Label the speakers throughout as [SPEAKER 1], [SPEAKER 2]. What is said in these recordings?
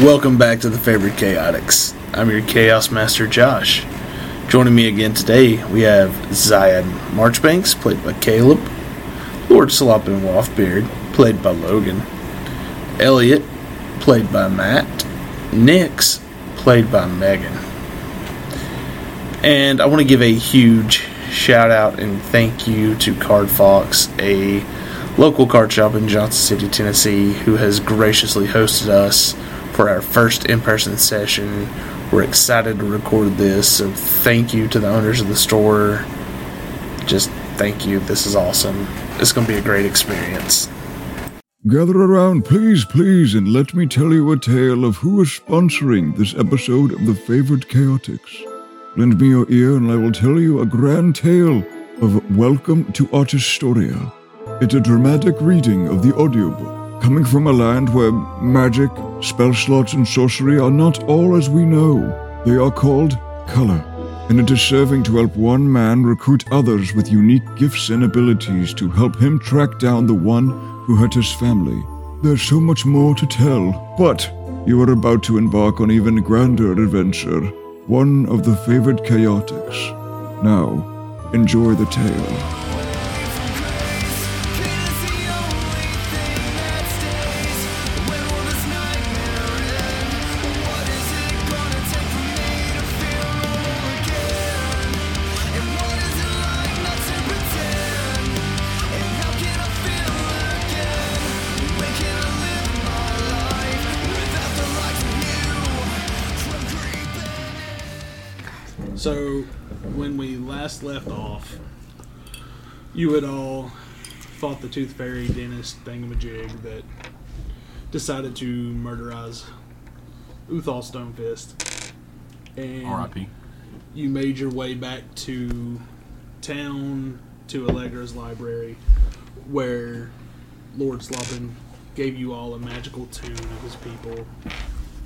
[SPEAKER 1] Welcome back to the favorite Chaotix. I'm your Chaos Master Josh. Joining me again today, we have Zion Marchbanks, played by Caleb, Lord Slopin Wolfbeard, played by Logan, Elliot, played by Matt, Nix, played by Megan. And I want to give a huge shout out and thank you to Card Fox, a local card shop in Johnson City, Tennessee, who has graciously hosted us for our first in person session. We're excited to record this, so thank you to the owners of the store. Just thank you. This is awesome. It's going to be a great experience.
[SPEAKER 2] Gather around, please, please, and let me tell you a tale of who is sponsoring this episode of The Favored Chaotix. Lend me your ear, and I will tell you a grand tale of Welcome to Artistoria. It's a dramatic reading of the audiobook, coming from a land where magic, spell slots, and sorcery are not all as we know. They are called color, and it is serving to help one man recruit others with unique gifts and abilities to help him track down the one who hurt his family. There's so much more to tell, but you are about to embark on even grander adventure, one of the favored chaotics. Now, enjoy the tale.
[SPEAKER 3] So, when we last left off, you had all fought the Tooth Fairy dentist thingamajig that decided to murderize Uthal Stonefist. And
[SPEAKER 4] R.I.P.
[SPEAKER 3] you made your way back to town to Allegra's library, where Lord Sloppin gave you all a magical tune of his people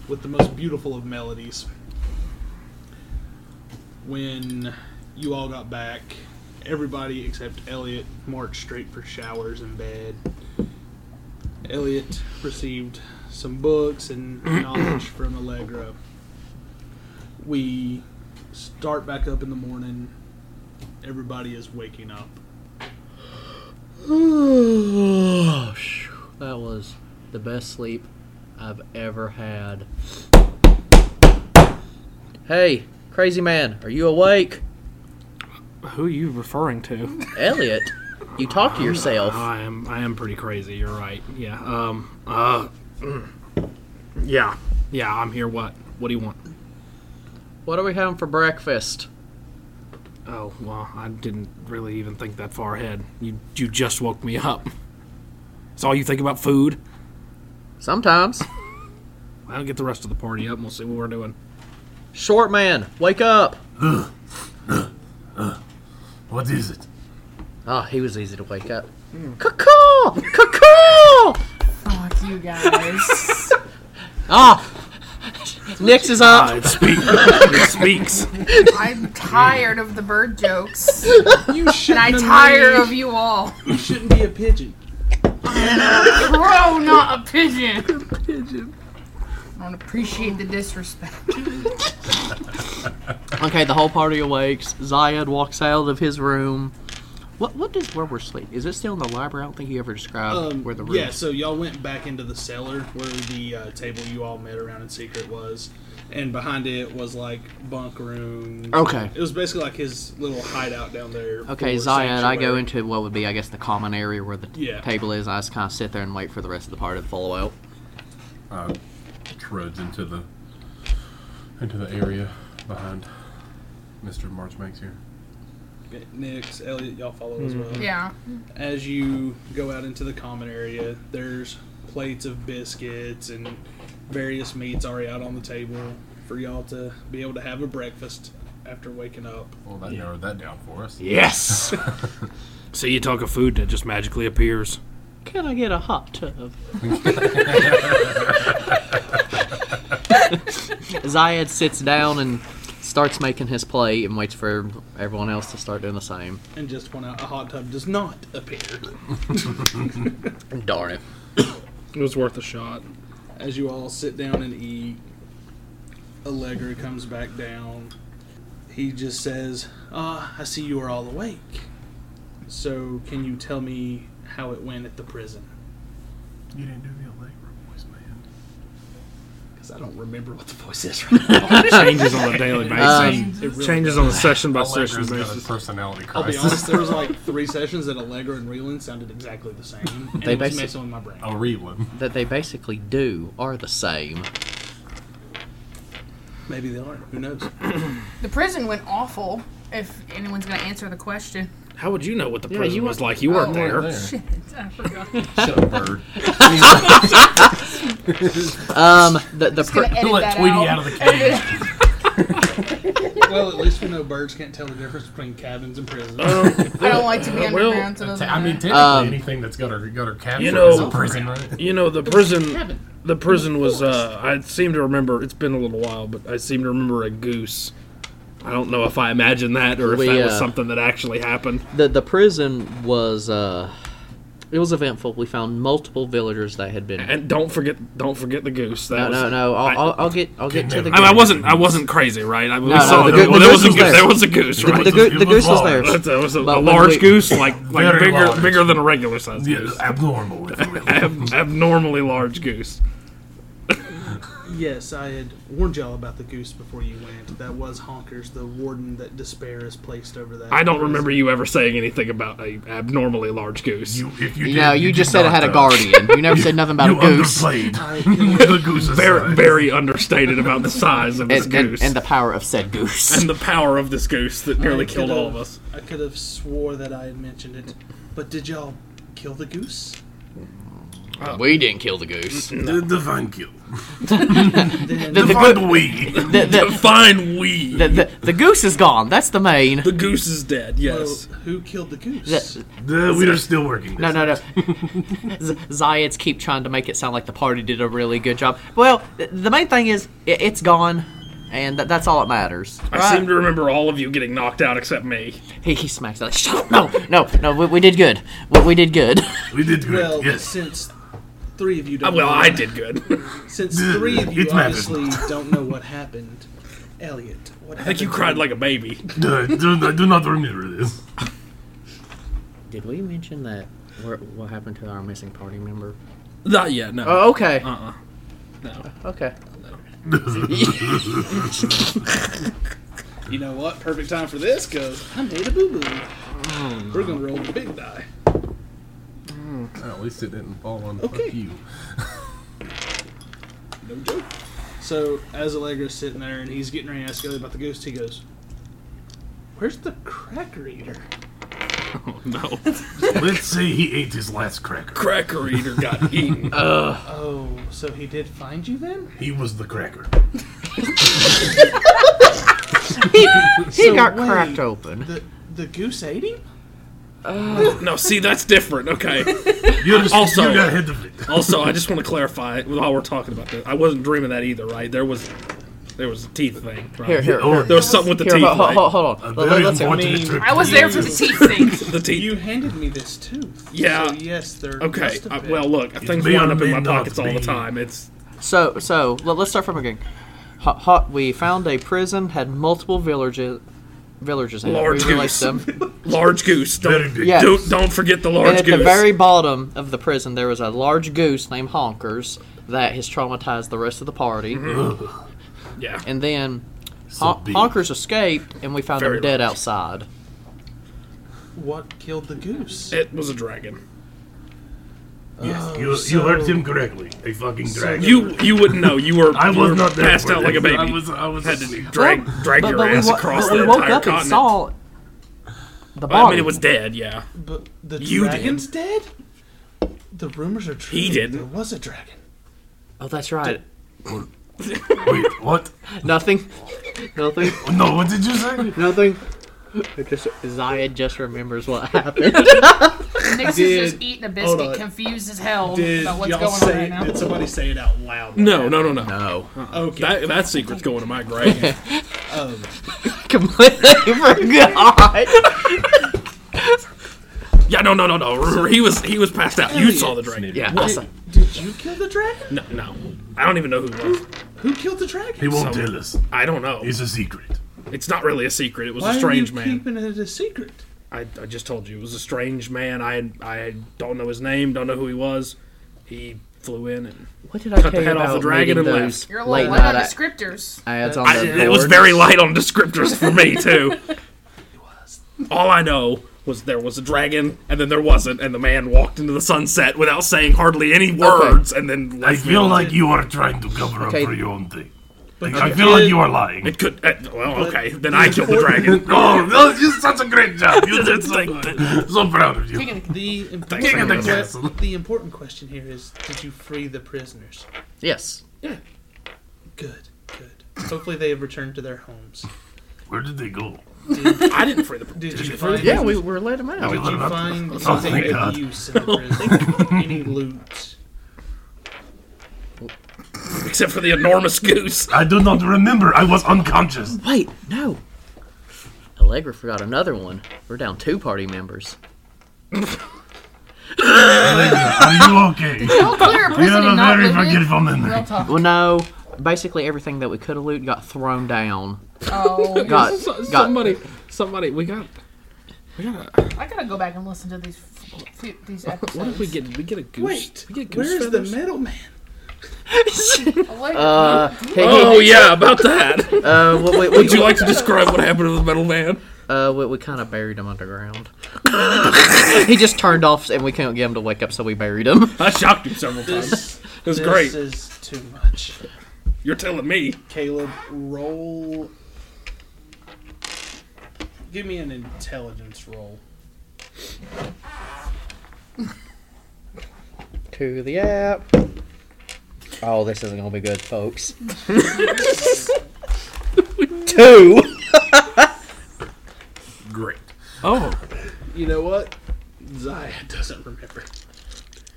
[SPEAKER 3] with the most beautiful of melodies when you all got back, everybody except Elliot marched straight for showers and bed. Elliot received some books and knowledge from Allegra. We start back up in the morning. Everybody is waking up.
[SPEAKER 5] Oh, phew. that was the best sleep I've ever had. Hey, crazy man, are you awake?
[SPEAKER 6] Who are you referring to?
[SPEAKER 5] Elliot, you talk to yourself.
[SPEAKER 6] I am. I am pretty crazy. You're right. Yeah. Um. Uh. mm. Yeah. Yeah. I'm here. What? What do you want?
[SPEAKER 5] What are we having for breakfast?
[SPEAKER 6] Oh well, I didn't really even think that far ahead. You you just woke me up. It's all you think about food.
[SPEAKER 5] Sometimes.
[SPEAKER 6] I'll get the rest of the party up. and We'll see what we're doing.
[SPEAKER 5] Short man, wake up!
[SPEAKER 4] What is it?
[SPEAKER 5] Ah, he was easy to wake up. Caw-caw! Caw-caw!
[SPEAKER 7] Fuck you guys.
[SPEAKER 5] Ah! Nix is
[SPEAKER 6] Ah,
[SPEAKER 5] up!
[SPEAKER 6] it speaks. it speaks.
[SPEAKER 7] I'm tired of the bird jokes.
[SPEAKER 3] You shouldn't,
[SPEAKER 7] And I
[SPEAKER 3] have
[SPEAKER 7] tire
[SPEAKER 3] made-
[SPEAKER 7] of you all.
[SPEAKER 3] you shouldn't be a pigeon.
[SPEAKER 7] Crow, not a pigeon. I don't appreciate the disrespect.
[SPEAKER 5] Okay, the whole party awakes. Zayed walks out of his room. What what does where we're sleeping? Is it still in the library? I don't think he ever described
[SPEAKER 3] Um,
[SPEAKER 5] where the room
[SPEAKER 3] yeah, so y'all went back into the cellar where the uh, table you all met around in secret was, and behind it was like bunk room.
[SPEAKER 5] Okay.
[SPEAKER 3] It was basically like his little hideout down there.
[SPEAKER 5] Okay,
[SPEAKER 3] for
[SPEAKER 5] Zion, I go
[SPEAKER 3] sanctuary.
[SPEAKER 5] into what would be, I guess, the common area where the
[SPEAKER 3] Yeah.
[SPEAKER 5] table is. I just kind of sit there and wait for the rest of the party to follow out.
[SPEAKER 4] Treads into the into the area behind Mr. Marchbanks here.
[SPEAKER 3] Nick's, Elliot, y'all follow
[SPEAKER 5] Hmm.
[SPEAKER 3] as well.
[SPEAKER 7] Yeah.
[SPEAKER 3] As you go out into the common area, there's plates of biscuits and various meats already out on the table for y'all to be able to have a breakfast after waking up.
[SPEAKER 4] Well, that narrowed that down for us.
[SPEAKER 6] Yes. See, you talk of food that just magically appears.
[SPEAKER 5] Can I get a hot tub? Zion sits down and starts making his plate and waits for everyone else to start doing the same.
[SPEAKER 3] And just point out, a hot tub does not appear.
[SPEAKER 5] Darn it.
[SPEAKER 6] It was worth a shot.
[SPEAKER 3] As you all sit down and eat, Allegra comes back down. He just says, Ah, I see you are all awake. So, can you tell me how it went at the prison?
[SPEAKER 4] You didn't do me a leg voice, man.
[SPEAKER 3] Because I don't remember what the voice is right now.
[SPEAKER 6] Changes on a daily basis.
[SPEAKER 3] It really
[SPEAKER 6] Uh, Changes on a session by session
[SPEAKER 4] Allegra's got a
[SPEAKER 6] basis.
[SPEAKER 4] personality
[SPEAKER 3] I'll be
[SPEAKER 4] crisis.
[SPEAKER 3] honest, there was like three sessions that Allegra and Reeland sounded exactly the same. And
[SPEAKER 5] They
[SPEAKER 3] it was
[SPEAKER 5] basi-
[SPEAKER 3] messing with my brain.
[SPEAKER 4] I'll read one.
[SPEAKER 5] that they basically do are the same.
[SPEAKER 3] Maybe they are. Who knows?
[SPEAKER 7] The prison went awful. If anyone's gonna answer the question.
[SPEAKER 6] How would you know what the
[SPEAKER 5] Yeah,
[SPEAKER 6] prison
[SPEAKER 5] you
[SPEAKER 6] was
[SPEAKER 5] were-
[SPEAKER 6] like? You weren't
[SPEAKER 7] Oh.
[SPEAKER 6] there.
[SPEAKER 4] There.
[SPEAKER 7] Shit, I forgot.
[SPEAKER 4] Shut up, bird.
[SPEAKER 5] Um, the the
[SPEAKER 7] Gonna
[SPEAKER 5] pr-
[SPEAKER 7] edit
[SPEAKER 4] Let
[SPEAKER 7] that
[SPEAKER 4] Tweety
[SPEAKER 7] out.
[SPEAKER 4] out of the cage.
[SPEAKER 3] well, at least we know birds can't tell the difference between cabins and prisons.
[SPEAKER 7] I don't like to be
[SPEAKER 6] well,
[SPEAKER 7] underground, so it doesn't
[SPEAKER 4] I mean,
[SPEAKER 7] matter.
[SPEAKER 4] technically,
[SPEAKER 5] Um,
[SPEAKER 4] anything that's got her got her captured
[SPEAKER 6] You know-
[SPEAKER 4] is a prison, right?
[SPEAKER 6] You know the prison. The prison was. Uh, I seem to remember. It's been a little while, but I seem to remember a goose. I don't know if I imagined that or if
[SPEAKER 5] We,
[SPEAKER 6] that was
[SPEAKER 5] uh,
[SPEAKER 6] something that actually happened.
[SPEAKER 5] the the prison was uh, it was eventful. We found multiple villagers that had been.
[SPEAKER 6] And don't forget, don't forget the goose. That
[SPEAKER 5] No,
[SPEAKER 6] was,
[SPEAKER 5] no, no.
[SPEAKER 6] I-
[SPEAKER 5] I'll, I'll, I'll get I'll get to the.
[SPEAKER 4] I mean,
[SPEAKER 6] I, mean, I
[SPEAKER 5] goose.
[SPEAKER 6] wasn't. I wasn't crazy, right? I we
[SPEAKER 5] no,
[SPEAKER 6] saw
[SPEAKER 5] the
[SPEAKER 6] there,
[SPEAKER 5] goo- the
[SPEAKER 6] there was
[SPEAKER 5] goose was
[SPEAKER 6] a goose.
[SPEAKER 5] there.
[SPEAKER 6] There was a goose,
[SPEAKER 5] The,
[SPEAKER 6] right?
[SPEAKER 5] the, goo- the goose was there.
[SPEAKER 6] That's- that was a,
[SPEAKER 5] But
[SPEAKER 6] a
[SPEAKER 5] when
[SPEAKER 6] large
[SPEAKER 5] we-
[SPEAKER 6] goose, like like
[SPEAKER 4] Very
[SPEAKER 6] bigger
[SPEAKER 4] large.
[SPEAKER 6] bigger than a regular size
[SPEAKER 4] Yeah,
[SPEAKER 6] goose.
[SPEAKER 4] abnormal. if you will.
[SPEAKER 6] Ab- abnormally large goose.
[SPEAKER 3] Yes, I had warned y'all about the goose before you went. That was Honkers, the warden that Despair is placed over that.
[SPEAKER 6] I don't
[SPEAKER 3] prison.
[SPEAKER 6] remember you ever saying anything about a abnormally large goose.
[SPEAKER 4] You, if you
[SPEAKER 5] You
[SPEAKER 4] did,
[SPEAKER 5] know, you,
[SPEAKER 4] did
[SPEAKER 5] just said it
[SPEAKER 4] not,
[SPEAKER 5] had a
[SPEAKER 4] uh,
[SPEAKER 5] guardian. You never said nothing about a
[SPEAKER 4] You
[SPEAKER 5] goose
[SPEAKER 4] underplayed the goose's
[SPEAKER 6] very,
[SPEAKER 4] size.
[SPEAKER 6] very understated about the size of this
[SPEAKER 5] and, and,
[SPEAKER 6] goose
[SPEAKER 5] and the power of said goose.
[SPEAKER 6] and the power of this goose that nearly
[SPEAKER 3] I
[SPEAKER 6] killed
[SPEAKER 3] could've-
[SPEAKER 6] all of us.
[SPEAKER 3] I could have swore that I had mentioned it. But did y'all kill the goose?
[SPEAKER 5] we didn't kill the goose.
[SPEAKER 4] The divine kill.
[SPEAKER 3] Then
[SPEAKER 5] The, the, goo-
[SPEAKER 4] Divine we.
[SPEAKER 5] the, the,
[SPEAKER 6] Fine, we.
[SPEAKER 5] the, the, the goose is gone. That's the main.
[SPEAKER 6] The goose is dead. Yes.
[SPEAKER 3] Well, who killed the goose?
[SPEAKER 5] The-
[SPEAKER 4] The- we are still working. This.
[SPEAKER 5] No, no, no. Z- Zayats keep trying to make it sound like the party did a really good job. Well, th- the main thing is it, it's gone, and th- that's all that matters.
[SPEAKER 6] I seem to remember all of you getting knocked out except me.
[SPEAKER 5] He, he smacks it like, shut up. No, no, no. We, we did good. We, we did good.
[SPEAKER 4] We did great.
[SPEAKER 3] well,
[SPEAKER 4] yes.
[SPEAKER 3] since three of you
[SPEAKER 6] Uh,
[SPEAKER 3] don't
[SPEAKER 6] Well,
[SPEAKER 3] know
[SPEAKER 6] I did good.
[SPEAKER 3] Since three of you
[SPEAKER 4] It matters.
[SPEAKER 3] obviously don't know what happened, Elliot, what
[SPEAKER 6] I think you cried like a baby.
[SPEAKER 4] Do, do, do not remember this.
[SPEAKER 5] Did we mention that what, what happened to our missing party member?
[SPEAKER 6] Not yet. No.
[SPEAKER 5] Oh, okay.
[SPEAKER 6] uh-uh. No.
[SPEAKER 5] Okay.
[SPEAKER 3] You know what? Perfect time for this because I made a boo boo.
[SPEAKER 6] Mm.
[SPEAKER 3] We're gonna roll the big die.
[SPEAKER 4] Well, Oh, at least it didn't fall on
[SPEAKER 3] Okay.
[SPEAKER 4] fuck you.
[SPEAKER 3] No joke. So as Allegra's sitting there and he's getting ready to ask Elliot about the goose, he goes, "Where's the cracker eater?"
[SPEAKER 6] No.
[SPEAKER 4] Let's say he ate his last cracker.
[SPEAKER 6] Cracker eater got eaten.
[SPEAKER 3] Oh, so he did find you then?
[SPEAKER 4] He was the cracker.
[SPEAKER 5] He
[SPEAKER 3] So
[SPEAKER 5] got
[SPEAKER 3] wait.
[SPEAKER 5] cracked open.
[SPEAKER 3] The the goose ate him?
[SPEAKER 6] no. See, that's different. Okay.
[SPEAKER 4] You just,
[SPEAKER 6] Also-
[SPEAKER 4] you got hit the victim.
[SPEAKER 6] Also, I just want to clarify while we're talking about this. I wasn't dreaming that either, right? There was, there was a teeth thing. Right?
[SPEAKER 5] Here, here,
[SPEAKER 4] Oh,
[SPEAKER 5] here.
[SPEAKER 6] There was something with the
[SPEAKER 5] Here,
[SPEAKER 6] teeth.
[SPEAKER 5] hold,
[SPEAKER 6] right?
[SPEAKER 5] hold, hold
[SPEAKER 4] A
[SPEAKER 5] on. Let,
[SPEAKER 4] very
[SPEAKER 5] let's hear.
[SPEAKER 4] important
[SPEAKER 3] I mean,
[SPEAKER 4] trip.
[SPEAKER 7] I was there for the teeth thing.
[SPEAKER 6] The teeth.
[SPEAKER 3] You handed me this tooth.
[SPEAKER 6] Yeah.
[SPEAKER 3] So yes, there.
[SPEAKER 6] okay.
[SPEAKER 3] must have
[SPEAKER 6] I,
[SPEAKER 3] been.
[SPEAKER 6] well, look, things
[SPEAKER 4] may or
[SPEAKER 6] wind up in
[SPEAKER 4] may
[SPEAKER 6] my
[SPEAKER 4] not
[SPEAKER 6] pockets all
[SPEAKER 4] be.
[SPEAKER 6] the time. It's
[SPEAKER 5] So, so let, us start from again. Hot, hot, we found a prison, had multiple villages, villages in
[SPEAKER 6] Large
[SPEAKER 5] it. We released
[SPEAKER 6] goose.
[SPEAKER 5] them.
[SPEAKER 6] large goose.
[SPEAKER 4] Very
[SPEAKER 6] Don't,
[SPEAKER 4] big.
[SPEAKER 5] Yeah.
[SPEAKER 6] don't, don't forget the large
[SPEAKER 5] and at
[SPEAKER 6] goose.
[SPEAKER 5] the very bottom of the prison, there was a large goose named Honkers that has traumatized the rest of the party.
[SPEAKER 6] Mm-hmm. yeah.
[SPEAKER 5] And then Hon-
[SPEAKER 4] big.
[SPEAKER 5] Honkers escaped, and we found
[SPEAKER 6] Very
[SPEAKER 5] him dead outside.
[SPEAKER 3] what killed the goose?
[SPEAKER 6] It was a dragon.
[SPEAKER 8] Oh,
[SPEAKER 4] Yes, you, you heard him correctly. A fucking dragon.
[SPEAKER 6] You you wouldn't know. You were
[SPEAKER 4] I
[SPEAKER 6] you
[SPEAKER 4] was
[SPEAKER 6] were
[SPEAKER 4] not there.
[SPEAKER 6] passed
[SPEAKER 4] for
[SPEAKER 6] out like a
[SPEAKER 4] this.
[SPEAKER 6] baby.
[SPEAKER 4] I was. I was
[SPEAKER 6] had
[SPEAKER 4] asleep.
[SPEAKER 6] to drag drag
[SPEAKER 5] But,
[SPEAKER 6] your
[SPEAKER 5] but we,
[SPEAKER 6] ass
[SPEAKER 5] wa-
[SPEAKER 6] across
[SPEAKER 5] but
[SPEAKER 6] the
[SPEAKER 5] we woke
[SPEAKER 6] entire
[SPEAKER 5] up
[SPEAKER 6] continent.
[SPEAKER 5] and saw the
[SPEAKER 6] I
[SPEAKER 5] body.
[SPEAKER 6] mean, it was dead. Yeah.
[SPEAKER 3] But the
[SPEAKER 6] You
[SPEAKER 3] dragon's dead? The rumors are true.
[SPEAKER 6] He didn't.
[SPEAKER 3] There was a dragon.
[SPEAKER 5] oh, that's right.
[SPEAKER 4] Wait, what?
[SPEAKER 5] Nothing. Nothing.
[SPEAKER 4] No, what did you say?
[SPEAKER 5] Nothing. It just Zayed just remembers what happened.
[SPEAKER 7] Nix is just
[SPEAKER 3] Did-
[SPEAKER 7] eating a
[SPEAKER 3] hold
[SPEAKER 7] biscuit,
[SPEAKER 3] on.
[SPEAKER 7] confused as hell
[SPEAKER 3] Did
[SPEAKER 7] about what's
[SPEAKER 3] y'all
[SPEAKER 7] going on
[SPEAKER 3] say?
[SPEAKER 7] right now.
[SPEAKER 3] Did somebody say it out loud?
[SPEAKER 6] No, no, no, no.
[SPEAKER 5] No.
[SPEAKER 3] Okay.
[SPEAKER 6] That that secret's going to my grave.
[SPEAKER 5] Completely forgot.
[SPEAKER 6] Yeah, no, no, no, no. Remember, he was he was passed out. You saw the dragon.
[SPEAKER 5] Yeah. awesome.
[SPEAKER 3] Did you kill the dragon?
[SPEAKER 6] No, no. I don't even know who it was.
[SPEAKER 3] Who killed the dragon?
[SPEAKER 8] He won't
[SPEAKER 6] So-
[SPEAKER 8] tell us.
[SPEAKER 6] I don't know.
[SPEAKER 8] It's a secret.
[SPEAKER 6] It's not really a secret. It was
[SPEAKER 3] Why
[SPEAKER 6] a strange
[SPEAKER 3] are you
[SPEAKER 6] man.
[SPEAKER 3] keeping it a secret?
[SPEAKER 6] I, I just told you it was a strange man. I I don't know his name. Don't know who he was. He flew in and
[SPEAKER 5] What did I
[SPEAKER 6] Cut
[SPEAKER 5] tell
[SPEAKER 6] the
[SPEAKER 5] you
[SPEAKER 6] head off
[SPEAKER 5] about
[SPEAKER 6] the dragon
[SPEAKER 5] reading
[SPEAKER 6] and
[SPEAKER 5] those
[SPEAKER 6] left.
[SPEAKER 7] You're a
[SPEAKER 5] late
[SPEAKER 7] little light on
[SPEAKER 5] night
[SPEAKER 7] descriptors.
[SPEAKER 5] ads on
[SPEAKER 6] I,
[SPEAKER 5] the
[SPEAKER 6] it was
[SPEAKER 5] boards?
[SPEAKER 6] very light on descriptors for me too. All I know was there was a dragon, and then there wasn't, and the man walked into the sunset without saying hardly any words, and then
[SPEAKER 8] I
[SPEAKER 6] left me
[SPEAKER 8] feel
[SPEAKER 6] alone.
[SPEAKER 8] like you are trying to cover
[SPEAKER 5] Okay.
[SPEAKER 8] up for your own thing. I feel like you are lying.
[SPEAKER 6] it could. Uh, well, okay, then I killed the dragon.
[SPEAKER 8] Oh, no, you did such a great job. You did so good. So proud of you.
[SPEAKER 3] The
[SPEAKER 8] King of
[SPEAKER 3] important,
[SPEAKER 8] the
[SPEAKER 3] que-
[SPEAKER 8] castle.
[SPEAKER 3] the important question here is did you free the prisoners?
[SPEAKER 5] Yes.
[SPEAKER 3] Good, good. Hopefully they have returned to their homes.
[SPEAKER 8] Where did they go?
[SPEAKER 6] I didn't free the.
[SPEAKER 3] Did, you
[SPEAKER 8] you
[SPEAKER 3] find
[SPEAKER 5] Yeah, we were let him out.
[SPEAKER 8] We
[SPEAKER 3] did
[SPEAKER 8] let
[SPEAKER 3] you
[SPEAKER 8] it up.
[SPEAKER 3] find
[SPEAKER 8] Oh, thank
[SPEAKER 3] anything
[SPEAKER 8] God. Oh,
[SPEAKER 3] of use in the prison? Any loot?
[SPEAKER 6] Except for the enormous goose.
[SPEAKER 8] I do not remember. I was unconscious.
[SPEAKER 5] Wait, no. Allegra forgot another one. We're down two party members.
[SPEAKER 8] Are you okay? You
[SPEAKER 7] Well, clear a prison
[SPEAKER 8] have a
[SPEAKER 7] and not
[SPEAKER 8] very
[SPEAKER 7] live in.
[SPEAKER 8] forgetful
[SPEAKER 7] Real
[SPEAKER 8] memory.
[SPEAKER 7] talk.
[SPEAKER 5] Well, no. Basically, everything that we could have looted got thrown down.
[SPEAKER 7] Oh,
[SPEAKER 5] Got, got
[SPEAKER 6] Somebody, somebody, we got.
[SPEAKER 7] I gotta go back and listen to these f- f- these episodes.
[SPEAKER 6] What if we get? We get a goose.
[SPEAKER 3] Wait,
[SPEAKER 6] we get goose
[SPEAKER 3] where's the
[SPEAKER 6] feathers?
[SPEAKER 3] middleman?
[SPEAKER 7] Like,
[SPEAKER 5] Uh, he- he-
[SPEAKER 6] Oh yeah, about that.
[SPEAKER 5] uh, we, we,
[SPEAKER 6] Would you like to describe what happened to the metal man?
[SPEAKER 5] uh, we, we kind of buried him underground. he just turned off, and we couldn't get him to wake up, so we buried him.
[SPEAKER 6] I shocked him several times.
[SPEAKER 3] This,
[SPEAKER 6] It was
[SPEAKER 3] this
[SPEAKER 6] great.
[SPEAKER 3] is too much.
[SPEAKER 6] You're telling me.
[SPEAKER 3] Caleb, roll. Give me an intelligence roll.
[SPEAKER 5] to the app. Oh, this isn't gonna be good, folks. Two.
[SPEAKER 6] Great. Oh,
[SPEAKER 3] You know what? Zaya doesn't remember.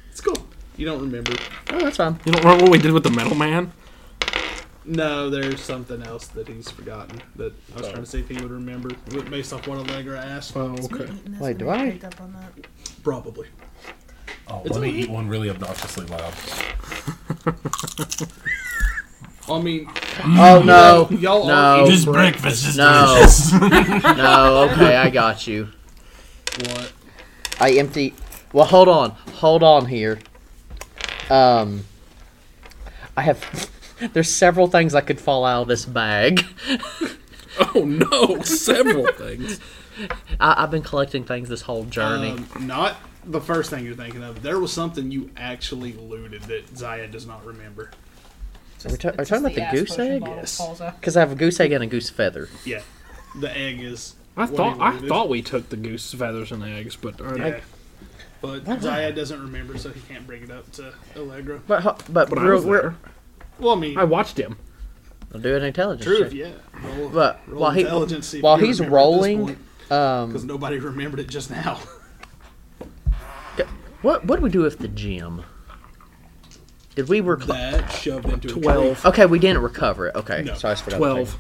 [SPEAKER 3] It's cool. You don't remember.
[SPEAKER 5] Oh, that's fine.
[SPEAKER 6] you don't remember what we did with the metal man?
[SPEAKER 3] No, there's something else that he's forgotten that I was trying to see if he would remember based off what Allegra asked.
[SPEAKER 6] Oh, okay.
[SPEAKER 5] Wait, do I?
[SPEAKER 3] Probably.
[SPEAKER 4] Oh, let me eat one really obnoxiously loud.
[SPEAKER 3] I mean,
[SPEAKER 5] Oh no,
[SPEAKER 3] y'all
[SPEAKER 5] No.
[SPEAKER 3] are
[SPEAKER 8] This breakfast is
[SPEAKER 5] No.
[SPEAKER 8] delicious.
[SPEAKER 5] no. Okay, I got you.
[SPEAKER 3] what?
[SPEAKER 5] I empty. Well, hold on, hold on here. Um, I have. There's several things I could fall out of this bag.
[SPEAKER 6] Oh no, several things.
[SPEAKER 5] I, I've been collecting things this whole journey.
[SPEAKER 3] Um, not the first thing you're thinking of. There was something you actually looted that Zaya does not remember.
[SPEAKER 6] Oh,
[SPEAKER 5] are we, ta- are we talking about the goose egg?
[SPEAKER 3] Yes.
[SPEAKER 5] Because I have a goose egg and a goose feather.
[SPEAKER 3] Yeah, the egg is.
[SPEAKER 6] I
[SPEAKER 3] what
[SPEAKER 6] thought
[SPEAKER 3] he
[SPEAKER 6] I
[SPEAKER 3] looted.
[SPEAKER 6] thought we took the goose feathers and eggs, but uh, I,
[SPEAKER 3] Yeah. But Zaya doesn't remember, so he can't bring it up to Allegra.
[SPEAKER 5] But ho- but,
[SPEAKER 6] but I
[SPEAKER 5] we're,
[SPEAKER 6] was
[SPEAKER 5] we're
[SPEAKER 6] there.
[SPEAKER 3] Well, I mean,
[SPEAKER 6] I watched him.
[SPEAKER 5] I'll do an intelligence.
[SPEAKER 3] true,
[SPEAKER 5] check.
[SPEAKER 3] yeah. Roll,
[SPEAKER 5] But
[SPEAKER 3] roll
[SPEAKER 5] while he
[SPEAKER 3] intelligence, see if
[SPEAKER 5] while
[SPEAKER 3] you
[SPEAKER 5] he's
[SPEAKER 3] remember at this
[SPEAKER 5] rolling,
[SPEAKER 3] point,
[SPEAKER 5] um,
[SPEAKER 3] 'cause nobody remembered it just now.
[SPEAKER 5] what what do we do with the gem? Did we recover?
[SPEAKER 3] that shoved into a
[SPEAKER 6] Twelve.
[SPEAKER 5] Okay, we didn't recover it. Okay,
[SPEAKER 3] No.
[SPEAKER 5] so I just forgot.
[SPEAKER 6] Twelve.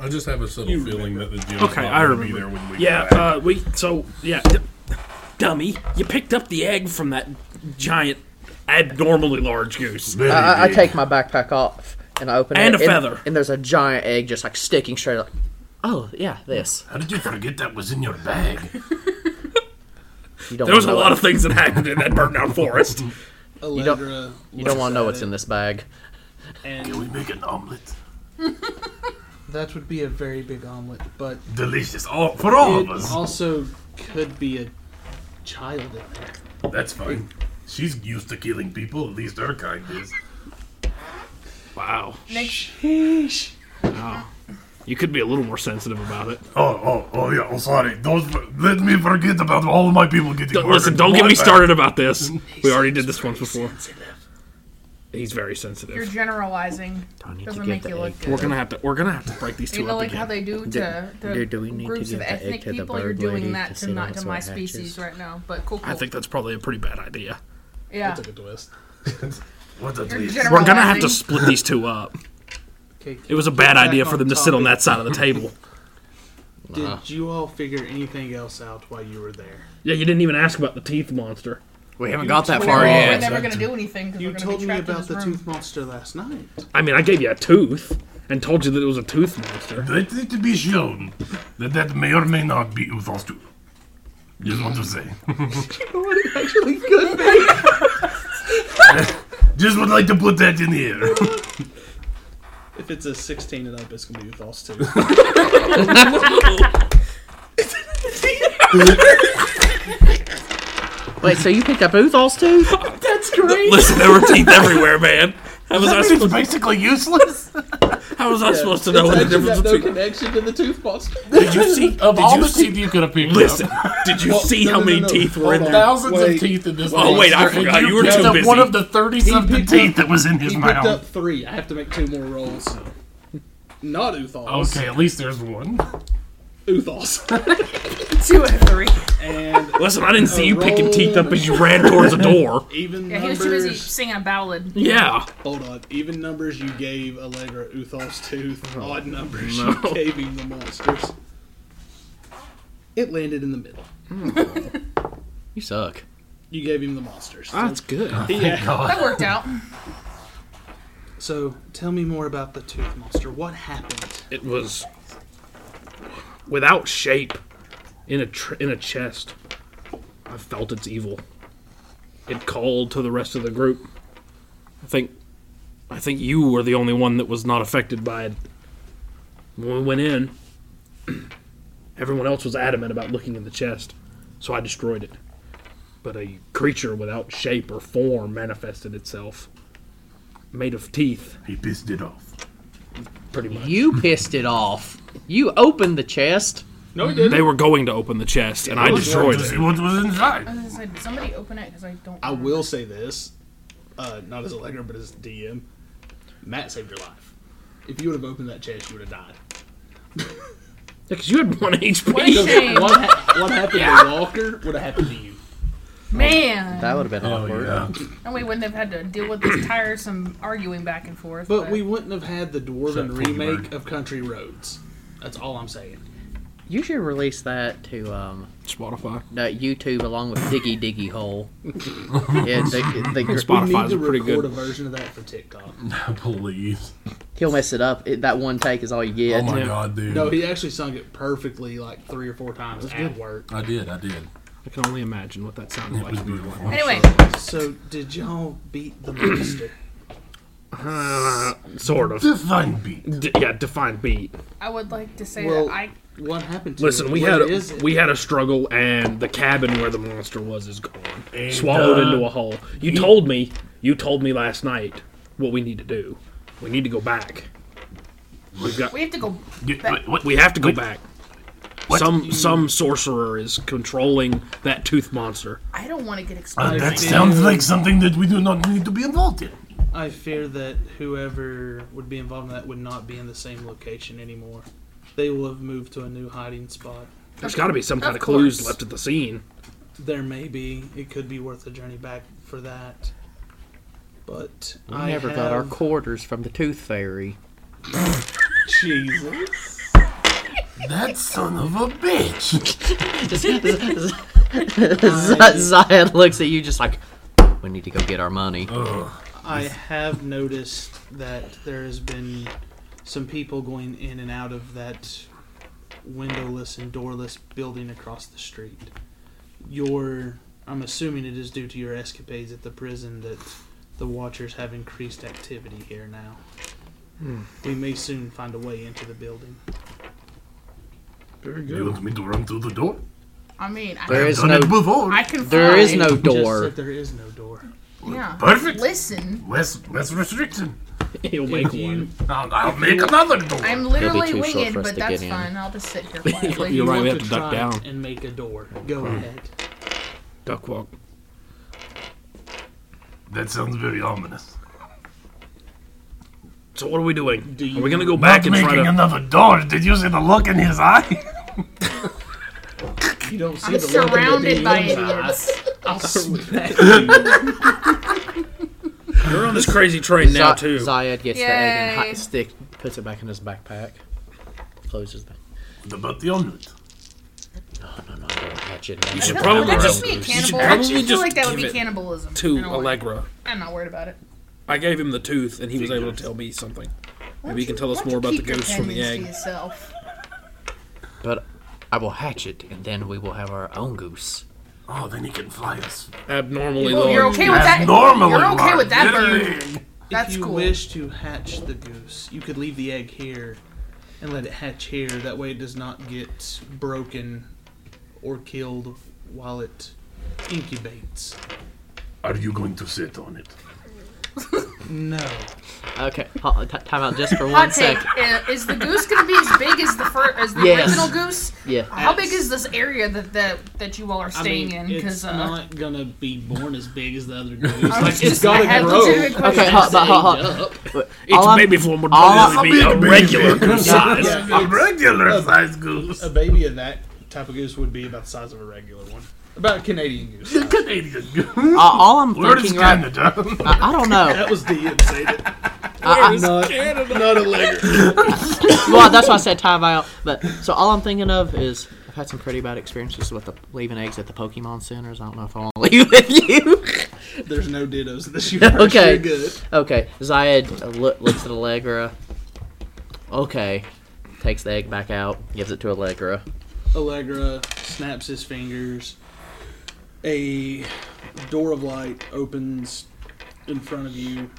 [SPEAKER 4] I just have a subtle
[SPEAKER 3] You
[SPEAKER 4] feeling that the gym
[SPEAKER 6] Okay, I
[SPEAKER 4] be
[SPEAKER 6] remember.
[SPEAKER 4] there when we get
[SPEAKER 6] yeah,
[SPEAKER 4] back.
[SPEAKER 6] uh, we so yeah, d- dummy, you picked up the egg from that giant, abnormally large goose.
[SPEAKER 8] Very
[SPEAKER 5] I, I
[SPEAKER 8] big.
[SPEAKER 5] take my backpack off and I open
[SPEAKER 6] And
[SPEAKER 5] it,
[SPEAKER 6] a feather.
[SPEAKER 5] and there's a giant egg just like sticking straight. Like, oh yeah, this.
[SPEAKER 8] How did you forget that was in your bag?
[SPEAKER 5] You don't.
[SPEAKER 6] There was a
[SPEAKER 5] wanna know
[SPEAKER 6] lot
[SPEAKER 5] it.
[SPEAKER 6] of things that happened in that burnt down forest.
[SPEAKER 5] don't-
[SPEAKER 3] Allegra.
[SPEAKER 5] You don't want to know what's in this bag.
[SPEAKER 8] Can
[SPEAKER 3] And
[SPEAKER 8] we make an omelet?
[SPEAKER 3] that would be a very big omelet, but
[SPEAKER 8] Delicious. All for all
[SPEAKER 3] it
[SPEAKER 8] of us.
[SPEAKER 3] also could be a child in there.
[SPEAKER 8] That's fine. She's used to killing people. At least her kind is.
[SPEAKER 6] Wow,
[SPEAKER 3] Sheesh.
[SPEAKER 6] you could be a little more sensitive about it.
[SPEAKER 8] Oh, oh, oh, yeah. Oh, sorry. Don't let me forget about all my people getting
[SPEAKER 6] Don't,
[SPEAKER 8] murdered.
[SPEAKER 6] listen, don't get
[SPEAKER 8] My
[SPEAKER 6] me
[SPEAKER 8] bad.
[SPEAKER 6] started about this. We already did this once before. He's very
[SPEAKER 7] You're
[SPEAKER 6] sensitive.
[SPEAKER 7] generalizing.
[SPEAKER 5] Do I need
[SPEAKER 7] Doesn't
[SPEAKER 5] to
[SPEAKER 7] make
[SPEAKER 5] get
[SPEAKER 7] you
[SPEAKER 5] the egg?
[SPEAKER 7] look
[SPEAKER 6] We're
[SPEAKER 7] good.
[SPEAKER 6] gonna have to. We're gonna have to break these
[SPEAKER 7] You
[SPEAKER 6] two
[SPEAKER 7] know,
[SPEAKER 6] up
[SPEAKER 7] like how
[SPEAKER 6] again.
[SPEAKER 7] they do to,
[SPEAKER 5] Do-
[SPEAKER 7] to
[SPEAKER 5] do we need to
[SPEAKER 7] groups
[SPEAKER 5] give
[SPEAKER 7] of
[SPEAKER 5] the egg
[SPEAKER 7] ethnic
[SPEAKER 5] to the
[SPEAKER 7] people. You're
[SPEAKER 5] bird lady
[SPEAKER 7] doing
[SPEAKER 5] to
[SPEAKER 7] that to
[SPEAKER 5] see
[SPEAKER 7] not
[SPEAKER 5] once
[SPEAKER 7] to
[SPEAKER 5] it
[SPEAKER 7] my
[SPEAKER 5] hatches?
[SPEAKER 7] species right now. But cool, cool.
[SPEAKER 6] I think that's probably a pretty bad idea.
[SPEAKER 7] yeah.
[SPEAKER 3] Took a twist.
[SPEAKER 8] What a
[SPEAKER 7] You're
[SPEAKER 8] twist.
[SPEAKER 7] generalizing.
[SPEAKER 6] We're gonna have to split these two up.
[SPEAKER 3] Okay,
[SPEAKER 6] It was a bad
[SPEAKER 3] back
[SPEAKER 6] idea for
[SPEAKER 3] on
[SPEAKER 6] them to sit on
[SPEAKER 3] topic.
[SPEAKER 6] that side of the table.
[SPEAKER 3] Did you all figure anything else out while you were there?
[SPEAKER 6] Yeah, you didn't even ask about the teeth monster.
[SPEAKER 9] We haven't got that
[SPEAKER 7] We're never,
[SPEAKER 9] far
[SPEAKER 7] we're
[SPEAKER 9] yet.
[SPEAKER 7] never gonna do anything because
[SPEAKER 3] You
[SPEAKER 7] we're gonna
[SPEAKER 3] told
[SPEAKER 7] be
[SPEAKER 3] me
[SPEAKER 7] trapped
[SPEAKER 3] about
[SPEAKER 7] in
[SPEAKER 3] the
[SPEAKER 7] this room.
[SPEAKER 3] tooth monster last night.
[SPEAKER 6] I mean, I gave you a tooth and told you that it was a tooth monster.
[SPEAKER 8] Let it be shown that that may or may not be Uthos too. Just want to say.
[SPEAKER 5] Actually, good.
[SPEAKER 8] Just would like to put that in the air.
[SPEAKER 3] If it's a 16 and up, it's gonna be false too.
[SPEAKER 5] Wait, so you picked up Uthal's tooth?
[SPEAKER 9] Listen, there were teeth everywhere, man. How was I,
[SPEAKER 8] It's
[SPEAKER 9] supposed,
[SPEAKER 8] basically useless.
[SPEAKER 9] how was I supposed to know what the difference
[SPEAKER 3] no
[SPEAKER 9] between?
[SPEAKER 3] connection to the tooth monster.
[SPEAKER 9] Did you see?
[SPEAKER 4] Of
[SPEAKER 9] Did
[SPEAKER 4] all
[SPEAKER 9] you
[SPEAKER 4] the
[SPEAKER 9] see?
[SPEAKER 4] teeth you could have picked
[SPEAKER 9] Listen,
[SPEAKER 4] up,
[SPEAKER 9] did you see
[SPEAKER 3] no,
[SPEAKER 9] how
[SPEAKER 3] no,
[SPEAKER 9] many
[SPEAKER 3] no, no.
[SPEAKER 9] teeth were
[SPEAKER 3] Hold
[SPEAKER 9] in
[SPEAKER 3] on.
[SPEAKER 9] there?
[SPEAKER 4] thousands
[SPEAKER 3] Wait.
[SPEAKER 4] of teeth in this.
[SPEAKER 9] Oh wait, I
[SPEAKER 4] monster, and
[SPEAKER 9] forgot. You were
[SPEAKER 4] picked
[SPEAKER 9] too
[SPEAKER 4] up
[SPEAKER 9] busy.
[SPEAKER 4] One of the thirty something
[SPEAKER 3] picked up-
[SPEAKER 4] teeth.
[SPEAKER 8] Teeth that was in his
[SPEAKER 3] He picked
[SPEAKER 8] mouth.
[SPEAKER 3] up three. I have to make two more rolls. Not Uthos.
[SPEAKER 4] Okay, at least there's one.
[SPEAKER 3] Uthos.
[SPEAKER 7] Two out of three.
[SPEAKER 3] And
[SPEAKER 9] Listen, I didn't see you picking
[SPEAKER 3] rolled.
[SPEAKER 9] teeth up as you ran towards the door.
[SPEAKER 3] even
[SPEAKER 7] Yeah, he was
[SPEAKER 3] numbers.
[SPEAKER 7] too busy singing a ballad.
[SPEAKER 9] Yeah,
[SPEAKER 3] Hold on. Even numbers you gave Allegra Uthos tooth.
[SPEAKER 9] Oh,
[SPEAKER 3] Odd numbers you gave him the monsters. It landed in the middle.
[SPEAKER 9] Hmm. you suck. Ah.
[SPEAKER 3] You gave him the monsters.
[SPEAKER 9] That's good.
[SPEAKER 3] yeah.
[SPEAKER 7] That worked out.
[SPEAKER 3] So tell me more about the tooth monster. What happened?
[SPEAKER 6] It was without shape in a tr- in a chest. I felt its evil. It called to the rest of the group. I think I think you were the only one that was not affected by it. When we went in, everyone else was adamant about looking in the chest, so I destroyed it. But a creature without shape or form manifested itself, made of teeth,
[SPEAKER 8] He pissed it off.
[SPEAKER 6] pretty much.
[SPEAKER 5] You pissed it off. You opened the chest.
[SPEAKER 3] No, he didn't.
[SPEAKER 6] They were going to open the chest, and I destroyed
[SPEAKER 8] to see
[SPEAKER 6] it.
[SPEAKER 8] what was inside.
[SPEAKER 7] I was gonna say, did somebody open it because I don't.
[SPEAKER 3] I will say this, uh, not as a legger, but as a DM. Matt saved your life. If you would have opened that chest, you would have died.
[SPEAKER 6] Because you had one
[SPEAKER 7] What a
[SPEAKER 6] HP.
[SPEAKER 7] shame.
[SPEAKER 3] What, ha- what happened to Walker would have happened to you.
[SPEAKER 7] Man.
[SPEAKER 5] That would have been
[SPEAKER 8] Oh,
[SPEAKER 4] Oh,
[SPEAKER 5] awkward.
[SPEAKER 7] And we wouldn't have had to deal with this tiresome arguing back and forth.
[SPEAKER 3] But we wouldn't have had the
[SPEAKER 8] Except
[SPEAKER 3] dwarven
[SPEAKER 8] for you,
[SPEAKER 3] remake
[SPEAKER 8] Bird.
[SPEAKER 3] of Country Roads. That's all I'm saying.
[SPEAKER 5] You should release that to um,
[SPEAKER 9] Spotify.
[SPEAKER 5] that YouTube along with Diggy Diggy Hole. yeah, the, the, gr-
[SPEAKER 3] We need
[SPEAKER 9] Spotify's
[SPEAKER 3] to
[SPEAKER 9] a pretty
[SPEAKER 3] record
[SPEAKER 9] good.
[SPEAKER 3] a version of that for TikTok.
[SPEAKER 4] Please.
[SPEAKER 5] he'll mess it up. It, that one take is all you
[SPEAKER 4] Oh
[SPEAKER 5] get.
[SPEAKER 4] my god, dude.
[SPEAKER 3] No, he actually sung it perfectly like three or four times at work.
[SPEAKER 4] I did. I did.
[SPEAKER 6] I can only imagine what that sounded like.
[SPEAKER 4] It was beautiful.
[SPEAKER 7] Anyway,
[SPEAKER 3] So, did y'all beat the monster?
[SPEAKER 6] Sort of.
[SPEAKER 8] Define beat.
[SPEAKER 6] D- yeah, define beat.
[SPEAKER 7] I would like to say
[SPEAKER 3] Well,
[SPEAKER 7] that I
[SPEAKER 3] what happened to
[SPEAKER 6] Listen,
[SPEAKER 3] it?
[SPEAKER 6] we
[SPEAKER 3] What
[SPEAKER 6] had
[SPEAKER 3] is
[SPEAKER 6] a,
[SPEAKER 3] it?
[SPEAKER 6] we had a struggle, and the cabin where the monster was is gone, swallowed into a hole. You told me, you told me last night what we need to do. We need to go back. We've got.
[SPEAKER 7] we have to go.
[SPEAKER 8] Get-
[SPEAKER 7] That-
[SPEAKER 8] what-
[SPEAKER 6] We have to go back. Some some sorcerer is controlling that tooth monster.
[SPEAKER 7] I don't want to get
[SPEAKER 8] Uh,
[SPEAKER 7] exposed.
[SPEAKER 8] that sounds like something that we do not need to be involved in.
[SPEAKER 3] I fear that whoever would be involved in that would not be in the same location anymore. They will have moved to a new hiding spot.
[SPEAKER 6] There's got to be some kind of,
[SPEAKER 7] Of
[SPEAKER 6] clues
[SPEAKER 7] course.
[SPEAKER 6] left at the scene.
[SPEAKER 3] There may be. It could be worth a journey back for that. But
[SPEAKER 5] I
[SPEAKER 3] I
[SPEAKER 5] never
[SPEAKER 3] have...
[SPEAKER 5] got our quarters from the Tooth Fairy.
[SPEAKER 3] Jesus.
[SPEAKER 8] That son of a bitch.
[SPEAKER 5] Zion looks at you just like, we need to go get our money.
[SPEAKER 3] I have noticed that there has been some people going in and out of that windowless and doorless building across the street. Your, I'm assuming it is due to your escapades at the prison that the Watchers have increased activity here now.
[SPEAKER 5] Hmm.
[SPEAKER 3] We may soon find a way into the building.
[SPEAKER 6] Very
[SPEAKER 8] You want me to run through the door?
[SPEAKER 7] I mean, I,
[SPEAKER 5] There is
[SPEAKER 8] Done
[SPEAKER 5] no,
[SPEAKER 8] it before.
[SPEAKER 7] I can.
[SPEAKER 5] there is
[SPEAKER 7] fly.
[SPEAKER 5] no
[SPEAKER 3] Just
[SPEAKER 5] door.
[SPEAKER 3] that there is no door.
[SPEAKER 7] Yeah.
[SPEAKER 8] Perfect.
[SPEAKER 7] Listen,
[SPEAKER 8] Less, less restriction.
[SPEAKER 6] He'll make one.
[SPEAKER 8] I'll, I'll make another door.
[SPEAKER 7] I'm literally
[SPEAKER 5] too short
[SPEAKER 7] winged,
[SPEAKER 5] for us
[SPEAKER 7] but
[SPEAKER 5] to get
[SPEAKER 7] that's
[SPEAKER 5] in.
[SPEAKER 7] fine. I'll just sit here quietly.
[SPEAKER 6] You're right.
[SPEAKER 3] You
[SPEAKER 6] We have
[SPEAKER 3] want
[SPEAKER 6] to
[SPEAKER 3] try
[SPEAKER 6] duck down.
[SPEAKER 3] and make a door. Go ahead.
[SPEAKER 6] Duck walk.
[SPEAKER 8] That sounds very ominous.
[SPEAKER 6] So what are we doing?
[SPEAKER 3] Do
[SPEAKER 6] are we gonna
[SPEAKER 3] you-
[SPEAKER 6] go
[SPEAKER 8] Back
[SPEAKER 6] back and try
[SPEAKER 8] making
[SPEAKER 6] to?
[SPEAKER 8] another door. Did you see the look in his eye?
[SPEAKER 3] You don't see the look in
[SPEAKER 7] I'm
[SPEAKER 3] the
[SPEAKER 7] surrounded by
[SPEAKER 3] DM's eye.
[SPEAKER 7] idiots.
[SPEAKER 3] I'll smack
[SPEAKER 6] You're on this crazy train now too.
[SPEAKER 5] Zion gets the egg and hi-
[SPEAKER 7] Yay.
[SPEAKER 5] stick, puts it back in his backpack, closes the.
[SPEAKER 8] The Bationut.
[SPEAKER 9] You should
[SPEAKER 7] That-
[SPEAKER 9] probably
[SPEAKER 7] that
[SPEAKER 9] just.
[SPEAKER 7] would be a
[SPEAKER 9] you should
[SPEAKER 7] cannibal. I
[SPEAKER 9] probably
[SPEAKER 7] feel
[SPEAKER 9] just
[SPEAKER 7] like that would
[SPEAKER 9] give
[SPEAKER 7] be
[SPEAKER 9] it
[SPEAKER 7] cannibalism.
[SPEAKER 9] To
[SPEAKER 7] I don't like-
[SPEAKER 9] Allegra.
[SPEAKER 7] I'm not worried about it.
[SPEAKER 9] I gave him the tooth, and he was able to
[SPEAKER 8] Figures.
[SPEAKER 9] tell me something.
[SPEAKER 7] Why
[SPEAKER 9] Maybe you
[SPEAKER 7] don't
[SPEAKER 9] can tell us more
[SPEAKER 7] why don't you
[SPEAKER 9] about the
[SPEAKER 7] keep your
[SPEAKER 9] ghost from the
[SPEAKER 7] opinions
[SPEAKER 9] egg.
[SPEAKER 7] To yourself.
[SPEAKER 10] But I will hatch it, and then we will have our own goose.
[SPEAKER 8] Oh, then he can fly us.
[SPEAKER 9] Abnormally
[SPEAKER 7] Well,
[SPEAKER 9] large.
[SPEAKER 7] you're okay with that.
[SPEAKER 8] Abnormally
[SPEAKER 7] You're okay
[SPEAKER 8] large.
[SPEAKER 7] with that bird.
[SPEAKER 8] Literally.
[SPEAKER 7] That's
[SPEAKER 3] if you
[SPEAKER 7] cool.
[SPEAKER 3] wish to hatch the goose, you could leave the egg here and let it hatch here. That way it does not get broken or killed while it incubates.
[SPEAKER 8] Are you going to sit on it?
[SPEAKER 3] No.
[SPEAKER 5] Okay, ho- t- time out just for one
[SPEAKER 7] Hot take:
[SPEAKER 5] second.
[SPEAKER 7] uh, Is the goose going to be as big as the fir- as the
[SPEAKER 5] Yes.
[SPEAKER 7] original goose?
[SPEAKER 5] Yeah.
[SPEAKER 7] How big is this area that that, that you all are
[SPEAKER 3] I
[SPEAKER 7] staying
[SPEAKER 3] mean,
[SPEAKER 7] in?
[SPEAKER 3] it's
[SPEAKER 7] Because uh,
[SPEAKER 3] not gonna be born as big as the other goose.
[SPEAKER 7] I was
[SPEAKER 3] like, it's
[SPEAKER 7] just- I
[SPEAKER 3] gotta
[SPEAKER 7] had
[SPEAKER 3] grow.
[SPEAKER 7] legitimate questions.
[SPEAKER 5] Okay, hot, but hot, hot.
[SPEAKER 9] Its
[SPEAKER 5] All I'm-
[SPEAKER 9] baby form would
[SPEAKER 5] all I'm-
[SPEAKER 9] probably be a regular goose size.
[SPEAKER 8] A regular sized goose.
[SPEAKER 3] A baby of that type of goose would be about the size of a regular one. About a Canadian goose.
[SPEAKER 8] A Canadian goose.
[SPEAKER 5] Uh, all I'm
[SPEAKER 8] Where is
[SPEAKER 5] thinking right,
[SPEAKER 8] Canada?
[SPEAKER 5] I, I don't know.
[SPEAKER 3] That was the insane.
[SPEAKER 5] I, I,
[SPEAKER 3] Not, not a leg.
[SPEAKER 5] well, that's why I said time out. But so all I'm thinking of is I've had some pretty bad experiences with the leaving eggs at the Pokemon centers. I don't know if I want to leave with you.
[SPEAKER 3] There's no dittos this year. Okay.
[SPEAKER 5] Okay.
[SPEAKER 3] You're good.
[SPEAKER 5] Okay, Zayed uh, loo- looks at Allegra. Okay, takes the egg back out, gives it to Allegra.
[SPEAKER 3] Allegra snaps his fingers. A door of light opens in front of you,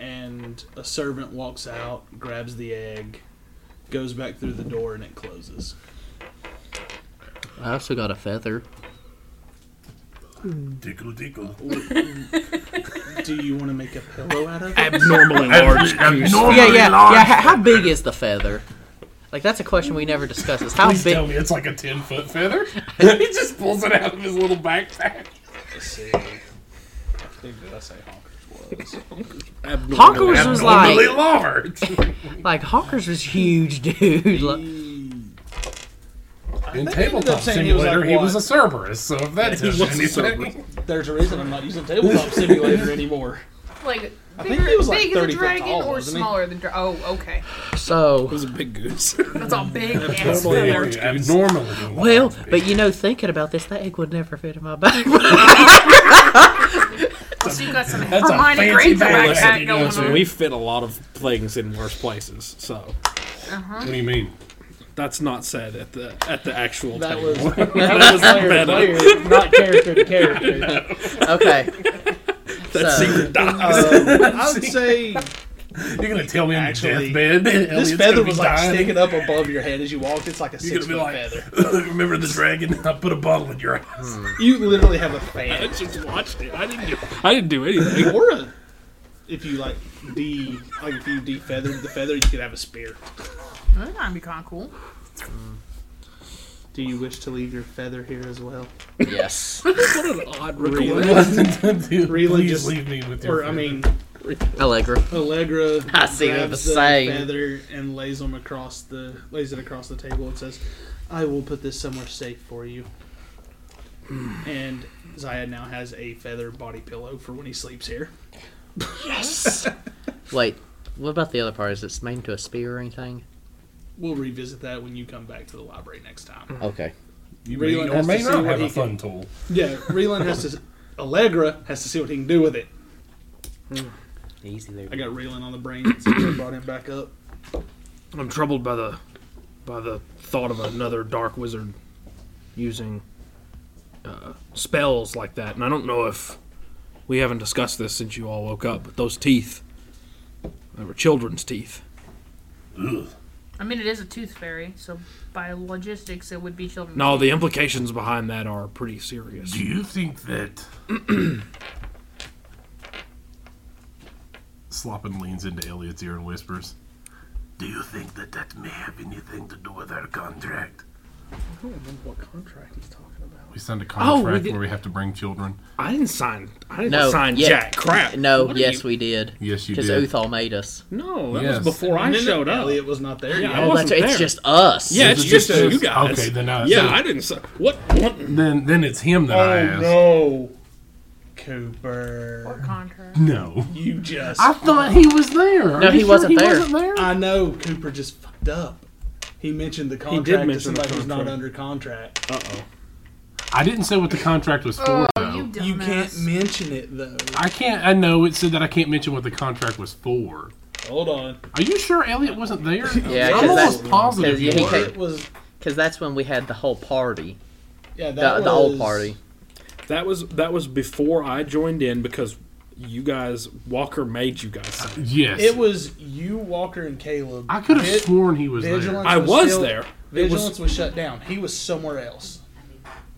[SPEAKER 3] and a servant walks out, grabs the egg, goes back through the door, and it closes.
[SPEAKER 5] I also got a feather.
[SPEAKER 8] Tickle, tickle.
[SPEAKER 3] Do you want to make a pillow out of it?
[SPEAKER 9] Abnormally large.
[SPEAKER 8] Abnormally
[SPEAKER 5] Oh, Yeah, yeah,
[SPEAKER 8] large.
[SPEAKER 5] yeah. h- How big is the feather? Like that's a question we never discuss. Is how
[SPEAKER 8] Please
[SPEAKER 5] big?
[SPEAKER 8] tell me it's like a 10 foot feather. he just pulls it out of his little backpack.
[SPEAKER 3] Let's see. I think did I say honkers was?
[SPEAKER 5] Hawkers was
[SPEAKER 8] Abnormally
[SPEAKER 5] like,
[SPEAKER 8] large.
[SPEAKER 5] like Hawkers was huge, dude. Like,
[SPEAKER 4] In
[SPEAKER 3] I think I ended up
[SPEAKER 4] Tabletop
[SPEAKER 3] saying he was
[SPEAKER 4] Simulator,
[SPEAKER 3] like,
[SPEAKER 4] he
[SPEAKER 3] what?
[SPEAKER 4] was a Cerberus, so if that
[SPEAKER 8] he
[SPEAKER 4] tells
[SPEAKER 8] was a
[SPEAKER 4] you anything.
[SPEAKER 8] Cerberus.
[SPEAKER 3] There's a reason I'm not using tabletop simulator anymore.
[SPEAKER 7] like
[SPEAKER 3] think
[SPEAKER 7] bigger,
[SPEAKER 3] he was, like,
[SPEAKER 7] big as
[SPEAKER 3] 30
[SPEAKER 7] a
[SPEAKER 3] foot
[SPEAKER 7] dragon
[SPEAKER 3] tall,
[SPEAKER 7] or
[SPEAKER 3] wasn't he?
[SPEAKER 7] smaller than dra- oh okay
[SPEAKER 5] so
[SPEAKER 9] It was a big goose.
[SPEAKER 7] that's all big ass
[SPEAKER 4] Abnormally
[SPEAKER 7] feather.
[SPEAKER 4] large. Abnormally
[SPEAKER 5] Well,
[SPEAKER 4] large.
[SPEAKER 5] but you know, thinking about this, that egg would never fit in my bag.
[SPEAKER 7] So you got some
[SPEAKER 8] That's a
[SPEAKER 7] Hermione
[SPEAKER 8] fancy
[SPEAKER 7] Granger
[SPEAKER 8] bag.
[SPEAKER 7] backpack going on.
[SPEAKER 9] we fit a lot of things in worse places, so
[SPEAKER 4] What do you mean?
[SPEAKER 9] that's not said at the at the actual
[SPEAKER 3] That
[SPEAKER 9] table.
[SPEAKER 3] was that was player to player, not character to character.
[SPEAKER 5] okay. so,
[SPEAKER 3] I would say
[SPEAKER 8] You're gonna tell me on your
[SPEAKER 3] Actually,
[SPEAKER 8] deathbed.
[SPEAKER 3] this
[SPEAKER 8] Elliot's
[SPEAKER 3] feather
[SPEAKER 8] gonna be
[SPEAKER 3] was like
[SPEAKER 8] dying.
[SPEAKER 3] sticking up above your head as you walked. It's like a
[SPEAKER 8] You're
[SPEAKER 3] six
[SPEAKER 8] gonna be
[SPEAKER 3] foot
[SPEAKER 8] like,
[SPEAKER 3] feather.
[SPEAKER 8] remember the dragon? I put a bottle in your eyes.
[SPEAKER 3] You literally have a fan
[SPEAKER 9] just watched it. I didn't do. I didn't do anything.
[SPEAKER 3] or a. If you like de like if you defeathered the feather, you could have a spear.
[SPEAKER 7] That might be kind of cool.
[SPEAKER 3] Do you wish to leave your feather here as well?
[SPEAKER 5] yes.
[SPEAKER 3] Rila,
[SPEAKER 8] Please
[SPEAKER 3] just-
[SPEAKER 8] leave me with your.
[SPEAKER 3] or I mean,
[SPEAKER 5] Allegra.
[SPEAKER 3] Allegra
[SPEAKER 5] I see what
[SPEAKER 3] grabs
[SPEAKER 5] you're
[SPEAKER 3] the
[SPEAKER 5] saying.
[SPEAKER 3] feather and lays them across the lays it across the table and says, "I will put this somewhere safe for you." and Zaya now has a feather body pillow for when he sleeps here.
[SPEAKER 5] Wait, what about the other part? Is it made into a spear or anything?
[SPEAKER 3] We'll revisit that when you come back to the library next time.
[SPEAKER 5] Okay.
[SPEAKER 8] you
[SPEAKER 3] Raylan
[SPEAKER 8] may or
[SPEAKER 3] has to
[SPEAKER 8] may
[SPEAKER 3] see
[SPEAKER 8] not
[SPEAKER 3] what
[SPEAKER 8] have
[SPEAKER 3] he
[SPEAKER 8] a fun tool.
[SPEAKER 3] Yeah, Relan has to. Allegra has to see what he can do with it.
[SPEAKER 5] Easy there.
[SPEAKER 3] I got Relan on the brain since I brought him back up.
[SPEAKER 6] I'm troubled by the by the thought of another dark wizard using uh, spells like that, and I don't know if we haven't discussed this since you all woke up. But those teeth, they were children's teeth.
[SPEAKER 7] I mean, it is a tooth fairy, so by logistics, it would be children.
[SPEAKER 6] No, the implications behind that are pretty serious.
[SPEAKER 8] Do you think that Sloppin leans into Elliot's ear and whispers, "Do you think that that may have anything to do with our contract?"
[SPEAKER 4] We signed a
[SPEAKER 6] Oh, we
[SPEAKER 4] contract
[SPEAKER 6] did-
[SPEAKER 4] where we have to bring children.
[SPEAKER 6] I didn't sign. I didn't
[SPEAKER 5] No,
[SPEAKER 6] sign
[SPEAKER 5] yeah.
[SPEAKER 6] jack crap.
[SPEAKER 5] No,
[SPEAKER 6] What are
[SPEAKER 5] yes,
[SPEAKER 6] you-
[SPEAKER 5] we did.
[SPEAKER 4] Yes, you
[SPEAKER 5] Because
[SPEAKER 4] did.
[SPEAKER 5] Uthal made us.
[SPEAKER 6] no, that
[SPEAKER 4] Yes.
[SPEAKER 6] was before I
[SPEAKER 3] And then
[SPEAKER 6] showed up.
[SPEAKER 3] Elliot was not there.
[SPEAKER 6] Yeah,
[SPEAKER 3] yet.
[SPEAKER 6] I
[SPEAKER 5] Oh, that's
[SPEAKER 6] wasn't
[SPEAKER 5] right. It's
[SPEAKER 6] there.
[SPEAKER 5] just us.
[SPEAKER 6] Yeah, it's
[SPEAKER 4] it
[SPEAKER 6] just
[SPEAKER 4] just-
[SPEAKER 6] you guys.
[SPEAKER 4] okay, then I-
[SPEAKER 6] yeah,
[SPEAKER 4] so-
[SPEAKER 6] I didn't. sign. What? What?
[SPEAKER 4] Then, then it's him
[SPEAKER 5] Oh,
[SPEAKER 8] Oh,
[SPEAKER 4] that I asked.
[SPEAKER 3] no, Cooper!
[SPEAKER 7] contract.
[SPEAKER 4] No.
[SPEAKER 3] You just
[SPEAKER 4] I thought he was there. Are
[SPEAKER 5] No,
[SPEAKER 4] you
[SPEAKER 5] he wasn't
[SPEAKER 4] he
[SPEAKER 5] there.
[SPEAKER 4] Wasn't there?
[SPEAKER 3] I know Cooper just fucked up. He mentioned the
[SPEAKER 11] He
[SPEAKER 3] contract
[SPEAKER 11] did
[SPEAKER 3] to
[SPEAKER 11] mention the
[SPEAKER 3] somebody who's not
[SPEAKER 11] contract.
[SPEAKER 3] under contract.
[SPEAKER 11] Uh oh. I didn't say what the contract was for,
[SPEAKER 7] Oh,
[SPEAKER 11] though.
[SPEAKER 3] You can't mention it though.
[SPEAKER 11] I can't. I know it said that I can't mention what the contract was for.
[SPEAKER 3] Hold on.
[SPEAKER 11] Are you sure Elliot wasn't there?
[SPEAKER 5] Yeah,
[SPEAKER 11] I'm
[SPEAKER 5] because
[SPEAKER 11] almost
[SPEAKER 5] that's
[SPEAKER 11] positive you were.
[SPEAKER 3] was
[SPEAKER 5] because that's when we had the whole party.
[SPEAKER 3] Yeah,
[SPEAKER 5] the, the old party.
[SPEAKER 6] That was that was before I joined in because you guys Walker made you guys sign.
[SPEAKER 11] Yes.
[SPEAKER 3] It was you, Walker, and Caleb.
[SPEAKER 6] I could've
[SPEAKER 3] Vi-
[SPEAKER 6] sworn he was there.
[SPEAKER 3] Vigilance
[SPEAKER 6] I was
[SPEAKER 3] still-
[SPEAKER 6] there. It was-
[SPEAKER 3] Vigilance was, shut down. He was somewhere else.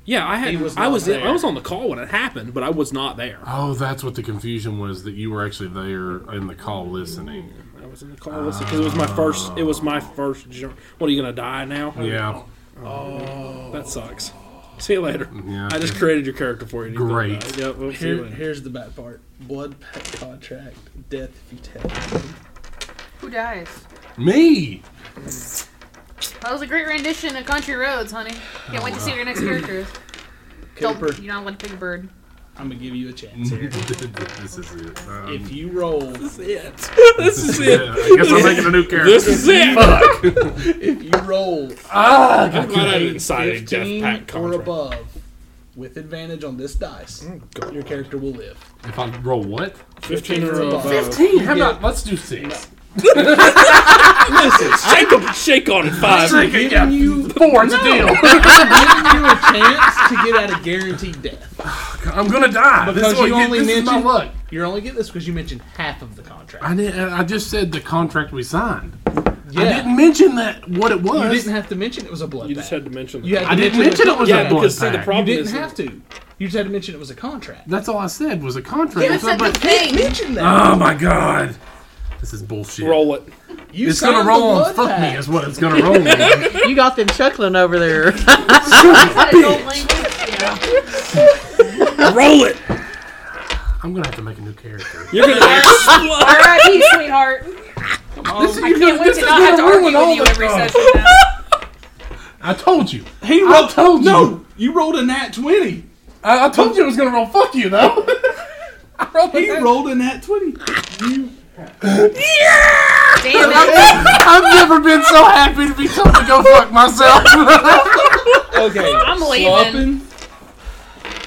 [SPEAKER 6] Yeah, I had
[SPEAKER 3] He was
[SPEAKER 6] I
[SPEAKER 3] not
[SPEAKER 6] was
[SPEAKER 3] there.
[SPEAKER 6] I was on the call when it happened, but I was not there.
[SPEAKER 8] Oh, that's what the confusion was that you were actually there in the call listening.
[SPEAKER 6] I was in the call listen because it was my first. It was my first. jour- What are you gonna die now?
[SPEAKER 8] Yeah.
[SPEAKER 6] Oh, that sucks. See you later.
[SPEAKER 8] Yeah.
[SPEAKER 6] I just created your character for you. dude.
[SPEAKER 8] Great.
[SPEAKER 6] Yeah, we'll see you
[SPEAKER 3] Here,
[SPEAKER 6] later.
[SPEAKER 3] here's the bad part: blood pact contract, death if you tell.
[SPEAKER 7] Who dies?
[SPEAKER 8] Me.
[SPEAKER 7] That was a great rendition of Country Roads, honey. Can't wait to see what your next character is. Don't,
[SPEAKER 3] Cooper.
[SPEAKER 7] you're not allowed to pick a bird.
[SPEAKER 3] I'm gonna give you a chance
[SPEAKER 8] Mm-hmm.
[SPEAKER 3] here.
[SPEAKER 8] this is it. Um,
[SPEAKER 3] If you roll, this
[SPEAKER 6] is it. This is it.
[SPEAKER 8] Yeah, I guess I'm making a new character.
[SPEAKER 6] This is it.
[SPEAKER 3] if you roll,
[SPEAKER 6] Ah,
[SPEAKER 3] a
[SPEAKER 6] I'm glad I didn't sign a death
[SPEAKER 3] 15
[SPEAKER 6] pact
[SPEAKER 3] or
[SPEAKER 6] contract.
[SPEAKER 3] above, with advantage on this dice, your character will live.
[SPEAKER 8] If I roll what?
[SPEAKER 3] 15 or above.
[SPEAKER 8] Fifteen. How
[SPEAKER 3] You
[SPEAKER 8] about let's do six.
[SPEAKER 3] Listen,
[SPEAKER 6] shake them, shake on it, five.
[SPEAKER 8] Shake it, yeah.
[SPEAKER 3] you-
[SPEAKER 8] Four. It's a deal.
[SPEAKER 3] I'm giving you a chance to get out of guaranteed death
[SPEAKER 8] I'm gonna die. This
[SPEAKER 3] because
[SPEAKER 8] is what
[SPEAKER 3] you
[SPEAKER 8] get-
[SPEAKER 3] only
[SPEAKER 8] this is my luck.
[SPEAKER 3] mentioned you're only getting this because you mentioned half of the contract.
[SPEAKER 8] I didn't, I just said the contract we signed. I
[SPEAKER 3] Yeah.
[SPEAKER 8] didn't mention that what it
[SPEAKER 3] You
[SPEAKER 8] was.
[SPEAKER 3] didn't have to mention it was a blood
[SPEAKER 6] You
[SPEAKER 3] pact.
[SPEAKER 6] just had to mention.
[SPEAKER 3] You had to
[SPEAKER 8] I didn't
[SPEAKER 3] mention
[SPEAKER 8] mention it was
[SPEAKER 6] yeah,
[SPEAKER 8] a blood
[SPEAKER 6] because see, the
[SPEAKER 8] pact.
[SPEAKER 6] problem
[SPEAKER 3] You didn't
[SPEAKER 6] is
[SPEAKER 3] have to. You just had to mention it was a contract.
[SPEAKER 8] That's all I said was a contract.
[SPEAKER 7] You
[SPEAKER 8] It's
[SPEAKER 7] said
[SPEAKER 8] not
[SPEAKER 7] the
[SPEAKER 8] about-
[SPEAKER 7] thing.
[SPEAKER 3] Mention that.
[SPEAKER 8] oh my god, this is bullshit.
[SPEAKER 6] roll it.
[SPEAKER 3] You
[SPEAKER 8] It's gonna
[SPEAKER 3] signed
[SPEAKER 8] roll
[SPEAKER 3] the
[SPEAKER 8] on
[SPEAKER 3] blood
[SPEAKER 8] fuck
[SPEAKER 3] pact.
[SPEAKER 8] me is what it's gonna roll on.
[SPEAKER 5] You got them chuckling over there.
[SPEAKER 7] That adult language, yeah.
[SPEAKER 6] Roll it.
[SPEAKER 8] I'm gonna have to make a new character.
[SPEAKER 6] You're gonna
[SPEAKER 7] R.I.P. sweetheart.
[SPEAKER 8] This,
[SPEAKER 7] Um, I can't wait to not have to argue with you every
[SPEAKER 6] Oh.
[SPEAKER 7] session now.
[SPEAKER 8] I told you.
[SPEAKER 3] He
[SPEAKER 8] I
[SPEAKER 3] rolled.
[SPEAKER 8] told you.
[SPEAKER 3] No, you rolled a nat twenty.
[SPEAKER 8] I, I told you I was gonna roll fuck you though. I rolled
[SPEAKER 3] He
[SPEAKER 8] it.
[SPEAKER 3] rolled a nat twenty. You
[SPEAKER 7] Damn it.
[SPEAKER 8] I've never been so happy to be told to go fuck myself.
[SPEAKER 3] okay?
[SPEAKER 7] I'm leaving.
[SPEAKER 3] Sloppin,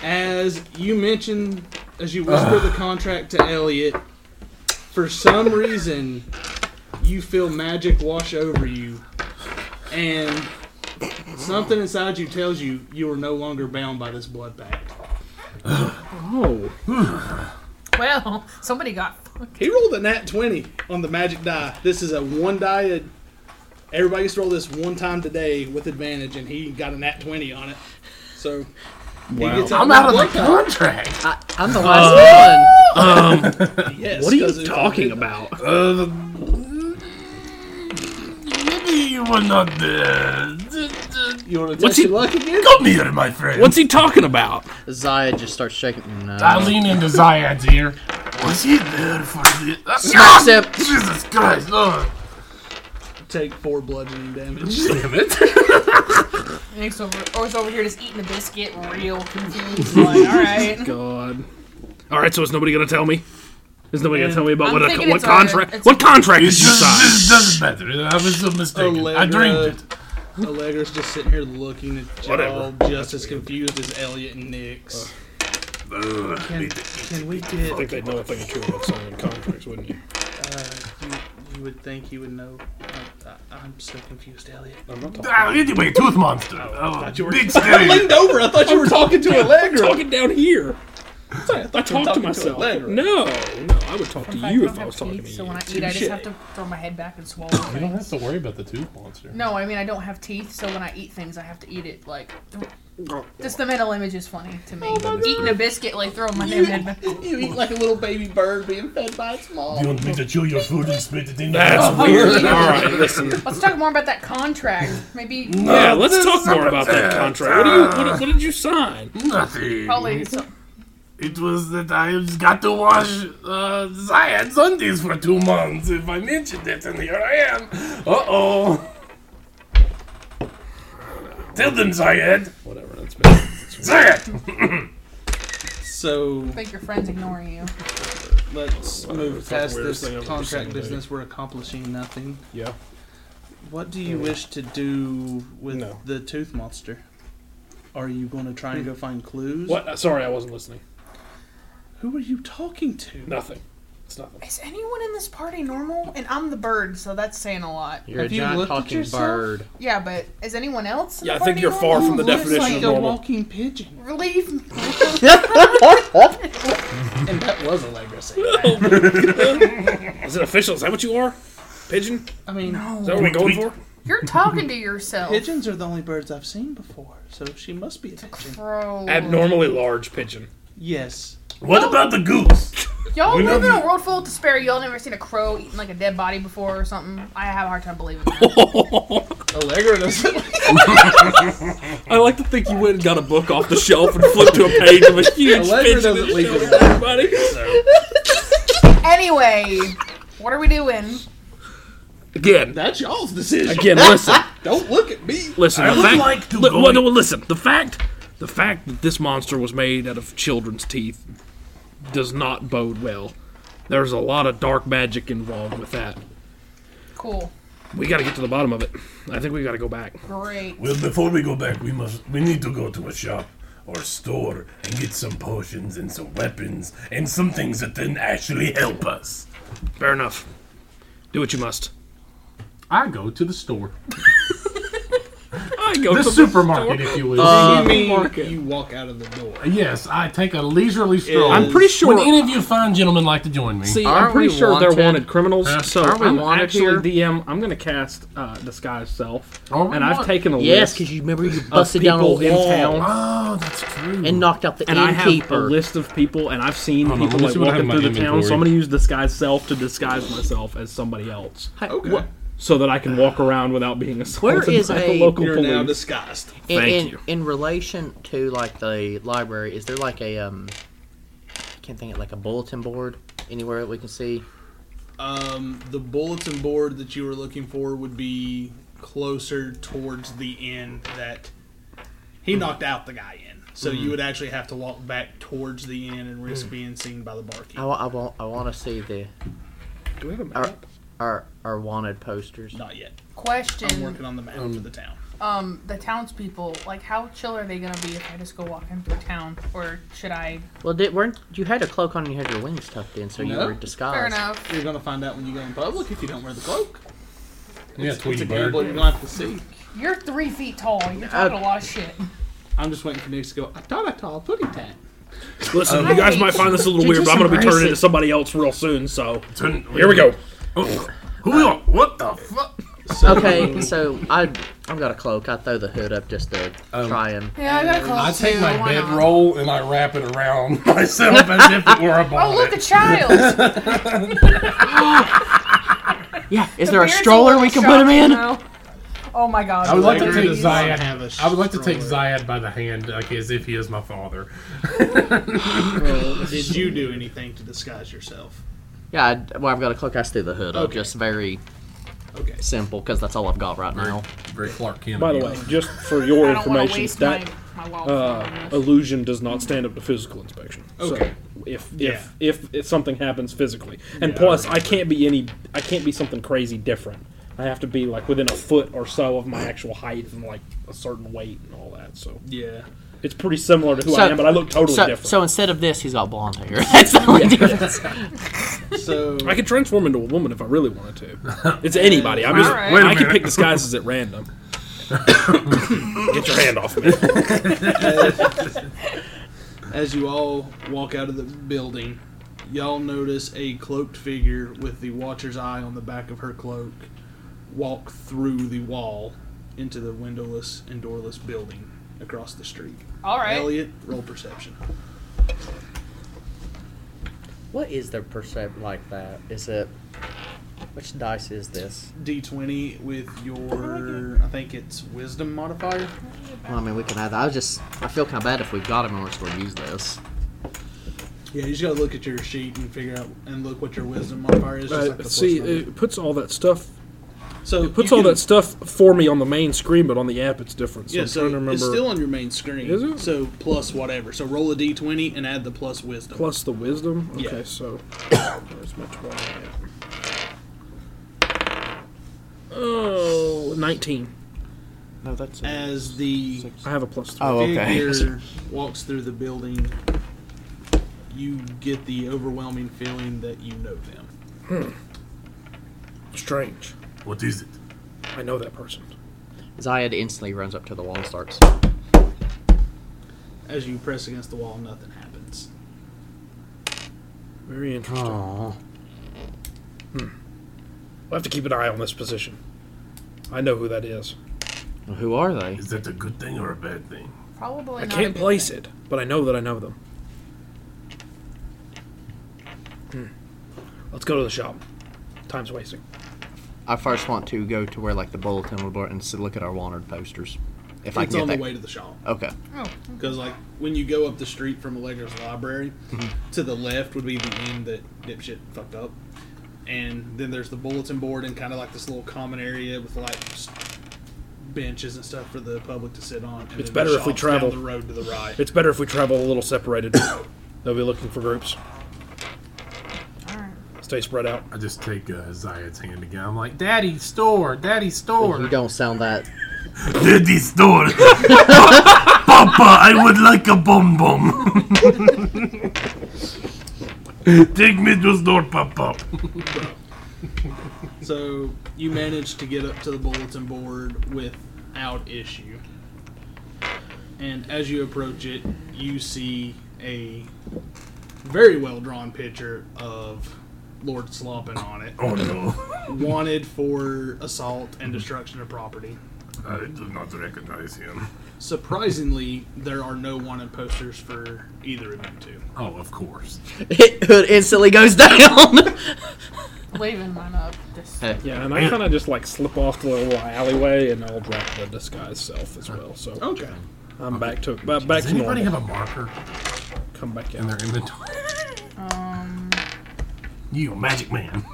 [SPEAKER 3] as you mentioned, as you whisper the contract to Elliot, for some reason, you feel magic wash over you, and something inside you tells you you are no longer bound by this blood pact.
[SPEAKER 7] Well, somebody got fucked.
[SPEAKER 3] He rolled a nat 20 on the magic die. This is a one die. A, everybody gets to roll this one time today with advantage, and he got a nat 20 on it. So he gets
[SPEAKER 8] I'm out of
[SPEAKER 3] blood
[SPEAKER 8] the contract.
[SPEAKER 5] I'm the last one.
[SPEAKER 3] pact. Yes,
[SPEAKER 6] What are you
[SPEAKER 3] 'cause it's
[SPEAKER 6] talking about?
[SPEAKER 8] Uh, maybe you were not there.
[SPEAKER 3] You want to test
[SPEAKER 6] What's he-
[SPEAKER 3] your luck again?
[SPEAKER 8] Come here, my friend.
[SPEAKER 6] What's he talking about?
[SPEAKER 5] Zaya just starts shaking. No.
[SPEAKER 8] I lean into Zayad's ear. Was he there for this?
[SPEAKER 5] Smacks him.
[SPEAKER 8] Jesus Christ, Lord.
[SPEAKER 3] Take four bludgeoning damage.
[SPEAKER 8] Damn it.
[SPEAKER 7] Nick's over, or it's over here just eating a biscuit, real confused. Like, all right.
[SPEAKER 6] God. All right, so is nobody gonna tell me? Is nobody gonna tell me about
[SPEAKER 7] I'm
[SPEAKER 6] what a,
[SPEAKER 7] thinking
[SPEAKER 6] what
[SPEAKER 7] it's our-
[SPEAKER 6] contract
[SPEAKER 7] it's-
[SPEAKER 6] what contract did you
[SPEAKER 8] This-
[SPEAKER 6] sign?
[SPEAKER 8] This doesn't matter. I was so mistaken. I dreamed it.
[SPEAKER 3] Allegra's just sitting here looking at y'all,
[SPEAKER 6] Whatever.
[SPEAKER 3] just as confused as Elliot and Nix. can, can we get?
[SPEAKER 6] I think they'd know a thing or two about signing contracts, wouldn't you?
[SPEAKER 3] Uh, you, you would think he would know. I, I, I'm so confused, Elliot.
[SPEAKER 6] I'm not talking.
[SPEAKER 8] Ah, anyway, Tooth Monster. Oh,
[SPEAKER 6] you were-
[SPEAKER 8] big scary.
[SPEAKER 3] leaned over. I thought you were talking to Allegra.
[SPEAKER 6] talking down here.
[SPEAKER 3] Sorry, I
[SPEAKER 6] I
[SPEAKER 3] thought you were
[SPEAKER 6] talk to
[SPEAKER 3] talking
[SPEAKER 6] myself.
[SPEAKER 3] Allegra.
[SPEAKER 6] no, no, I would talk to
[SPEAKER 7] I
[SPEAKER 6] you
[SPEAKER 7] don't
[SPEAKER 6] if I
[SPEAKER 7] have
[SPEAKER 6] was talking
[SPEAKER 7] teeth,
[SPEAKER 6] to you.
[SPEAKER 7] so when I eat, I just
[SPEAKER 3] Touche.
[SPEAKER 7] have to throw my head back and swallow. things.
[SPEAKER 8] to worry about the Tooth Monster.
[SPEAKER 7] No, I mean I don't have teeth, so when I eat things, I have to eat it like. Just the mental image is funny to me.
[SPEAKER 6] Oh
[SPEAKER 7] Eating a biscuit, like throwing my damn head back.
[SPEAKER 3] You eat like a little baby bird being fed by its mom.
[SPEAKER 8] You want me to chew your food and spit it in
[SPEAKER 3] Oh,
[SPEAKER 6] That's
[SPEAKER 8] your
[SPEAKER 6] weird. All right, Uh, listen.
[SPEAKER 7] Let's talk more about that contract. Maybe
[SPEAKER 6] Yeah, let's talk more about that contract. What, do you, what, what did you sign?
[SPEAKER 8] Nothing.
[SPEAKER 7] probably some,
[SPEAKER 8] It was that I just got to wash uh, Zion Sundays for two months. If I mentioned it, and here I am. Uh oh. Tell them, Zayed.
[SPEAKER 6] Whatever, that's bad.
[SPEAKER 8] Zayed.
[SPEAKER 3] So
[SPEAKER 7] I think your friends ignoring you.
[SPEAKER 3] let's move
[SPEAKER 6] the
[SPEAKER 3] past this
[SPEAKER 6] weirdest thing I've ever
[SPEAKER 3] contract
[SPEAKER 6] seen, dude.
[SPEAKER 3] business. We're accomplishing nothing.
[SPEAKER 6] Yeah.
[SPEAKER 3] What do you wish to do with
[SPEAKER 12] No.
[SPEAKER 3] the tooth monster? Are you going to try and go find clues?
[SPEAKER 12] What? Uh, Sorry, I wasn't listening.
[SPEAKER 3] Who are you talking to?
[SPEAKER 12] Nothing. It's nothing.
[SPEAKER 7] Is anyone in this party normal? And I'm the bird, so that's saying a lot.
[SPEAKER 5] You're
[SPEAKER 3] Have
[SPEAKER 5] a
[SPEAKER 3] you
[SPEAKER 5] giant
[SPEAKER 3] looked at
[SPEAKER 5] talking
[SPEAKER 3] yourself?
[SPEAKER 5] bird.
[SPEAKER 7] Yeah, but is anyone else? In
[SPEAKER 12] Yeah,
[SPEAKER 7] the
[SPEAKER 12] I think
[SPEAKER 7] party
[SPEAKER 12] you're far
[SPEAKER 7] normal?
[SPEAKER 12] from the
[SPEAKER 3] Looks
[SPEAKER 12] definition of
[SPEAKER 3] like a
[SPEAKER 12] normal.
[SPEAKER 3] walking pigeon.
[SPEAKER 7] Relieve me.
[SPEAKER 3] And that was Allegra saying
[SPEAKER 12] Is it official? Is that what you are? Pigeon?
[SPEAKER 3] I mean,
[SPEAKER 12] Is that what we're going for?
[SPEAKER 7] You're talking to yourself.
[SPEAKER 3] pigeons are the only birds I've seen before, so she must be a pigeon.
[SPEAKER 7] Bro.
[SPEAKER 12] Abnormally large pigeon.
[SPEAKER 3] Yes.
[SPEAKER 13] What about the goose?
[SPEAKER 7] Y'all
[SPEAKER 13] We
[SPEAKER 7] live in
[SPEAKER 13] know-
[SPEAKER 7] a world full of despair. Y'all never seen a crow eating like a dead body before or something. I have a hard time believing that.
[SPEAKER 3] Allegra doesn't.
[SPEAKER 6] I like to think you went and got a book off the shelf and flipped to a page of a huge
[SPEAKER 3] Allegra
[SPEAKER 6] pigeon
[SPEAKER 3] doesn't
[SPEAKER 6] that
[SPEAKER 3] leave
[SPEAKER 6] showed
[SPEAKER 3] it
[SPEAKER 6] everybody.
[SPEAKER 7] anyway, what are we doing?
[SPEAKER 6] Again,
[SPEAKER 3] That's y'all's decision.
[SPEAKER 6] again, listen,
[SPEAKER 3] Don't look at me.
[SPEAKER 6] listen.
[SPEAKER 13] I
[SPEAKER 6] the
[SPEAKER 13] would
[SPEAKER 6] fact,
[SPEAKER 13] like to
[SPEAKER 6] li-
[SPEAKER 13] go-
[SPEAKER 6] well, no, well, listen. The fact, the fact that this monster was made out of children's teeth does not bode well. There's a lot of dark magic involved with that.
[SPEAKER 7] Cool.
[SPEAKER 6] We got to get to the bottom of it. I think we got to go back.
[SPEAKER 7] Great.
[SPEAKER 13] Well, before we go back, we must we need to go to a shop or store and get some potions and some weapons and some things that can actually help us.
[SPEAKER 6] Fair enough. Do what you must.
[SPEAKER 8] I go to the store.
[SPEAKER 6] I go
[SPEAKER 8] The
[SPEAKER 6] to Um,
[SPEAKER 8] supermarket, if you will.
[SPEAKER 13] Uh,
[SPEAKER 3] you mean you walk out of the door?
[SPEAKER 8] yes, I take a leisurely stroll.
[SPEAKER 6] I'm pretty sure-
[SPEAKER 8] Would any of you fine gentlemen like to join me?
[SPEAKER 6] See, I'm
[SPEAKER 5] Aren't
[SPEAKER 6] pretty
[SPEAKER 5] we
[SPEAKER 6] sure
[SPEAKER 5] wanted?
[SPEAKER 6] they're wanted criminals.
[SPEAKER 8] Huh?
[SPEAKER 6] so
[SPEAKER 5] Aren't we
[SPEAKER 6] I'm
[SPEAKER 5] wanted
[SPEAKER 6] actually
[SPEAKER 5] here?
[SPEAKER 6] DM. I'm gonna cast uh, disguise self,
[SPEAKER 8] Aren't we
[SPEAKER 6] and I've
[SPEAKER 8] want-
[SPEAKER 6] taken a
[SPEAKER 5] Yes,
[SPEAKER 6] list
[SPEAKER 5] because you remember you
[SPEAKER 6] of
[SPEAKER 5] busted
[SPEAKER 6] people
[SPEAKER 5] down a
[SPEAKER 6] in
[SPEAKER 5] wall
[SPEAKER 6] town,
[SPEAKER 8] oh, that's true.
[SPEAKER 5] and knocked out the
[SPEAKER 6] and I have a
[SPEAKER 5] innkeeper.
[SPEAKER 6] list of people, and I've seen
[SPEAKER 8] Hold on,
[SPEAKER 6] people
[SPEAKER 8] let me
[SPEAKER 6] like
[SPEAKER 8] see what I have
[SPEAKER 6] walking
[SPEAKER 8] in my
[SPEAKER 6] through the town. So
[SPEAKER 8] inventory.
[SPEAKER 6] I'm gonna use disguise self to disguise myself as somebody else,
[SPEAKER 5] Hi-
[SPEAKER 3] Okay.
[SPEAKER 6] so that I can walk around without being assaulted
[SPEAKER 5] is
[SPEAKER 6] by
[SPEAKER 5] a-
[SPEAKER 6] the local
[SPEAKER 3] You're now
[SPEAKER 6] police.
[SPEAKER 3] disguised.
[SPEAKER 5] in,
[SPEAKER 6] Thank
[SPEAKER 5] in,
[SPEAKER 6] you.
[SPEAKER 5] in relation to like the library, is there like a um? I can't think of like a bulletin board anywhere that we can see.
[SPEAKER 3] Um, the bulletin board that you were looking for would be closer towards the end that he
[SPEAKER 8] Hmm.
[SPEAKER 3] knocked out the guy in. So you would actually have to walk back towards the end and risk
[SPEAKER 8] Hmm.
[SPEAKER 3] being seen by the barkeep.
[SPEAKER 5] I, wa- I want I want to see the
[SPEAKER 6] Do we have a map?
[SPEAKER 5] our our, our wanted posters.
[SPEAKER 3] Not yet. I'm
[SPEAKER 7] Question:
[SPEAKER 3] working on the map for the town.
[SPEAKER 7] Um, the townspeople, like, how chill are they gonna be if I just go walking through town, or should I?
[SPEAKER 5] Well, did, weren't you had a cloak on? and You had your wings tucked in, so you
[SPEAKER 3] No.
[SPEAKER 5] were disguised.
[SPEAKER 7] Fair enough.
[SPEAKER 3] You're gonna find out when you go in public if you don't wear the cloak.
[SPEAKER 8] yeah,
[SPEAKER 3] It's
[SPEAKER 8] Tweety
[SPEAKER 3] a
[SPEAKER 8] Bird.
[SPEAKER 3] gamble you're gonna have to see.
[SPEAKER 7] You're three feet tall. You're talking a lot of shit.
[SPEAKER 3] I'm just waiting for Nick to go. I thought I saw a pudding tent.
[SPEAKER 6] Listen, you guys might find this a little weird, but I'm gonna be
[SPEAKER 5] embrace
[SPEAKER 6] turning
[SPEAKER 5] it.
[SPEAKER 6] into somebody else real soon. So
[SPEAKER 13] Turn-
[SPEAKER 6] here we go.
[SPEAKER 13] Who are? What the fuck?
[SPEAKER 5] Okay, so I I've got a cloak. I throw the hood up just to
[SPEAKER 6] Um,
[SPEAKER 5] try and.
[SPEAKER 7] Yeah, I gotta close.
[SPEAKER 8] I take
[SPEAKER 7] too,
[SPEAKER 8] my
[SPEAKER 7] why not?
[SPEAKER 8] bedroll and I wrap it around myself as if it were a
[SPEAKER 7] Oh, look, a
[SPEAKER 8] bonnet.
[SPEAKER 7] child.
[SPEAKER 5] Yeah, is there a stroller we can put him in?
[SPEAKER 7] Oh my god.
[SPEAKER 8] I would like to
[SPEAKER 7] Allegra
[SPEAKER 8] take
[SPEAKER 7] is-
[SPEAKER 8] Zayad.
[SPEAKER 3] have a
[SPEAKER 8] I would like to take
[SPEAKER 3] stroller.
[SPEAKER 8] Zayad by the hand, like as if he is my father.
[SPEAKER 3] Did you do anything to disguise yourself?
[SPEAKER 5] Yeah, I, well I've got a cloak. I just threw the hood up,
[SPEAKER 3] Okay.
[SPEAKER 5] just very
[SPEAKER 3] Okay.
[SPEAKER 5] simple because that's all I've got right now.
[SPEAKER 8] Very Clark Kent.
[SPEAKER 6] By the way, just for your
[SPEAKER 7] I don't wanna
[SPEAKER 6] information,
[SPEAKER 7] waste
[SPEAKER 6] that
[SPEAKER 7] my, my wild
[SPEAKER 6] uh, illusion does not stand up to physical inspection.
[SPEAKER 3] Okay.
[SPEAKER 6] So if,
[SPEAKER 3] Yeah.
[SPEAKER 6] if if if something happens physically, and plus I can't be any, I can't be something crazy different. I have to be like within a foot or so of my actual height and like a certain weight and all that. So
[SPEAKER 3] Yeah.
[SPEAKER 6] it's pretty similar to who
[SPEAKER 5] So-
[SPEAKER 6] I am, but I look totally
[SPEAKER 5] So,
[SPEAKER 6] different.
[SPEAKER 5] so instead of this, he's got blonde hair. That's the only difference.
[SPEAKER 3] So
[SPEAKER 6] I could transform into a woman if I really wanted to. It's anybody. I'm just,
[SPEAKER 7] Alright. Wait a
[SPEAKER 6] I can
[SPEAKER 8] minute.
[SPEAKER 6] pick disguises at random. Get your hand off me.
[SPEAKER 3] as you all walk out of the building, y'all notice a cloaked figure with the Watcher's eye on the back of her cloak walk through the wall into the windowless and doorless building across the street.
[SPEAKER 6] oh,
[SPEAKER 7] All right.
[SPEAKER 3] Elliot, roll perception.
[SPEAKER 5] What is their percept like that? Is it which dice is this?
[SPEAKER 3] D20 with your, I think it's wisdom modifier.
[SPEAKER 5] Well, I mean, we can have that. I was just I feel kind of bad if we got him and we're just going to use this.
[SPEAKER 3] Yeah, you just gotta look at your sheet and figure out and look what your wisdom modifier is. Just like the
[SPEAKER 6] see,
[SPEAKER 3] first one.
[SPEAKER 6] it puts all that stuff
[SPEAKER 3] so
[SPEAKER 6] It puts
[SPEAKER 3] you
[SPEAKER 6] all
[SPEAKER 3] can-
[SPEAKER 6] that stuff for me on the main screen, but on the app it's different. So
[SPEAKER 3] Yeah,
[SPEAKER 6] I'm
[SPEAKER 3] so
[SPEAKER 6] trying to remember
[SPEAKER 3] it's still on your main screen.
[SPEAKER 6] Is it?
[SPEAKER 3] So plus whatever. So roll a d20 and add the plus wisdom.
[SPEAKER 6] plus the wisdom.
[SPEAKER 3] Yeah.
[SPEAKER 6] Okay, so there's much more. Oh, 19.
[SPEAKER 5] No, that's
[SPEAKER 3] As the
[SPEAKER 6] I have a plus three.
[SPEAKER 5] Oh, okay.
[SPEAKER 3] figure walks through the building, you get the overwhelming feeling that you know them.
[SPEAKER 6] Strange.
[SPEAKER 8] What is it?
[SPEAKER 6] I know that person.
[SPEAKER 5] Zayed instantly runs up to the wall and starts.
[SPEAKER 3] As you press against the wall, nothing happens.
[SPEAKER 6] Very interesting. Hmm.
[SPEAKER 5] Aww.
[SPEAKER 6] We'll have to keep an eye on this position. I know who that is.
[SPEAKER 5] Who are they?
[SPEAKER 8] Is that a good thing or a bad thing?
[SPEAKER 7] Probably
[SPEAKER 6] I
[SPEAKER 7] not.
[SPEAKER 6] can't place it, but I know that I know them. Hmm. Let's go to the shop. Time's wasting.
[SPEAKER 5] I first want to go to where like the bulletin board and s- look at our wanted posters. If I
[SPEAKER 3] It's
[SPEAKER 5] can get
[SPEAKER 3] on the
[SPEAKER 5] that.
[SPEAKER 3] way to the shop.
[SPEAKER 5] Okay.
[SPEAKER 3] Because, like, when you go up the street from Allegra's library,
[SPEAKER 6] Mm-hmm.
[SPEAKER 3] to the left would be the end that Dipshit fucked up. And then there's the bulletin board and kind of like this little common area with like s- benches and stuff for the public to sit on. And
[SPEAKER 6] It's
[SPEAKER 3] then the
[SPEAKER 6] better if we
[SPEAKER 3] shop's down
[SPEAKER 6] travel.
[SPEAKER 3] the road to the right.
[SPEAKER 6] It's better if we travel a little separated. They'll be looking for groups. Stay spread out.
[SPEAKER 8] I just take uh, Zayat's hand again. I'm like, Daddy, store! Daddy, store!
[SPEAKER 5] You don't sound that.
[SPEAKER 8] Daddy, store! Papa, I would like a bum bum! Take me to store, Papa!
[SPEAKER 3] So you managed to get up to the bulletin board without issue. And as you approach it, you see a very well drawn picture of Lord Sloppin on it.
[SPEAKER 8] Oh no.
[SPEAKER 3] Wanted for assault and destruction of property.
[SPEAKER 8] I do not recognize him.
[SPEAKER 3] Surprisingly, there are no wanted posters for either of you two.
[SPEAKER 8] Oh, of course.
[SPEAKER 5] It hood instantly goes down.
[SPEAKER 7] Leaving mine up. Just
[SPEAKER 6] Yeah, and I kind of just like slip off to the little alleyway, and I'll drop the disguise self as well. So
[SPEAKER 3] Okay.
[SPEAKER 6] I'm back to ba- back
[SPEAKER 8] Does
[SPEAKER 6] to normal.
[SPEAKER 8] anybody have a marker
[SPEAKER 6] Come back
[SPEAKER 8] in
[SPEAKER 6] in.
[SPEAKER 8] their inventory? Um. You magic man.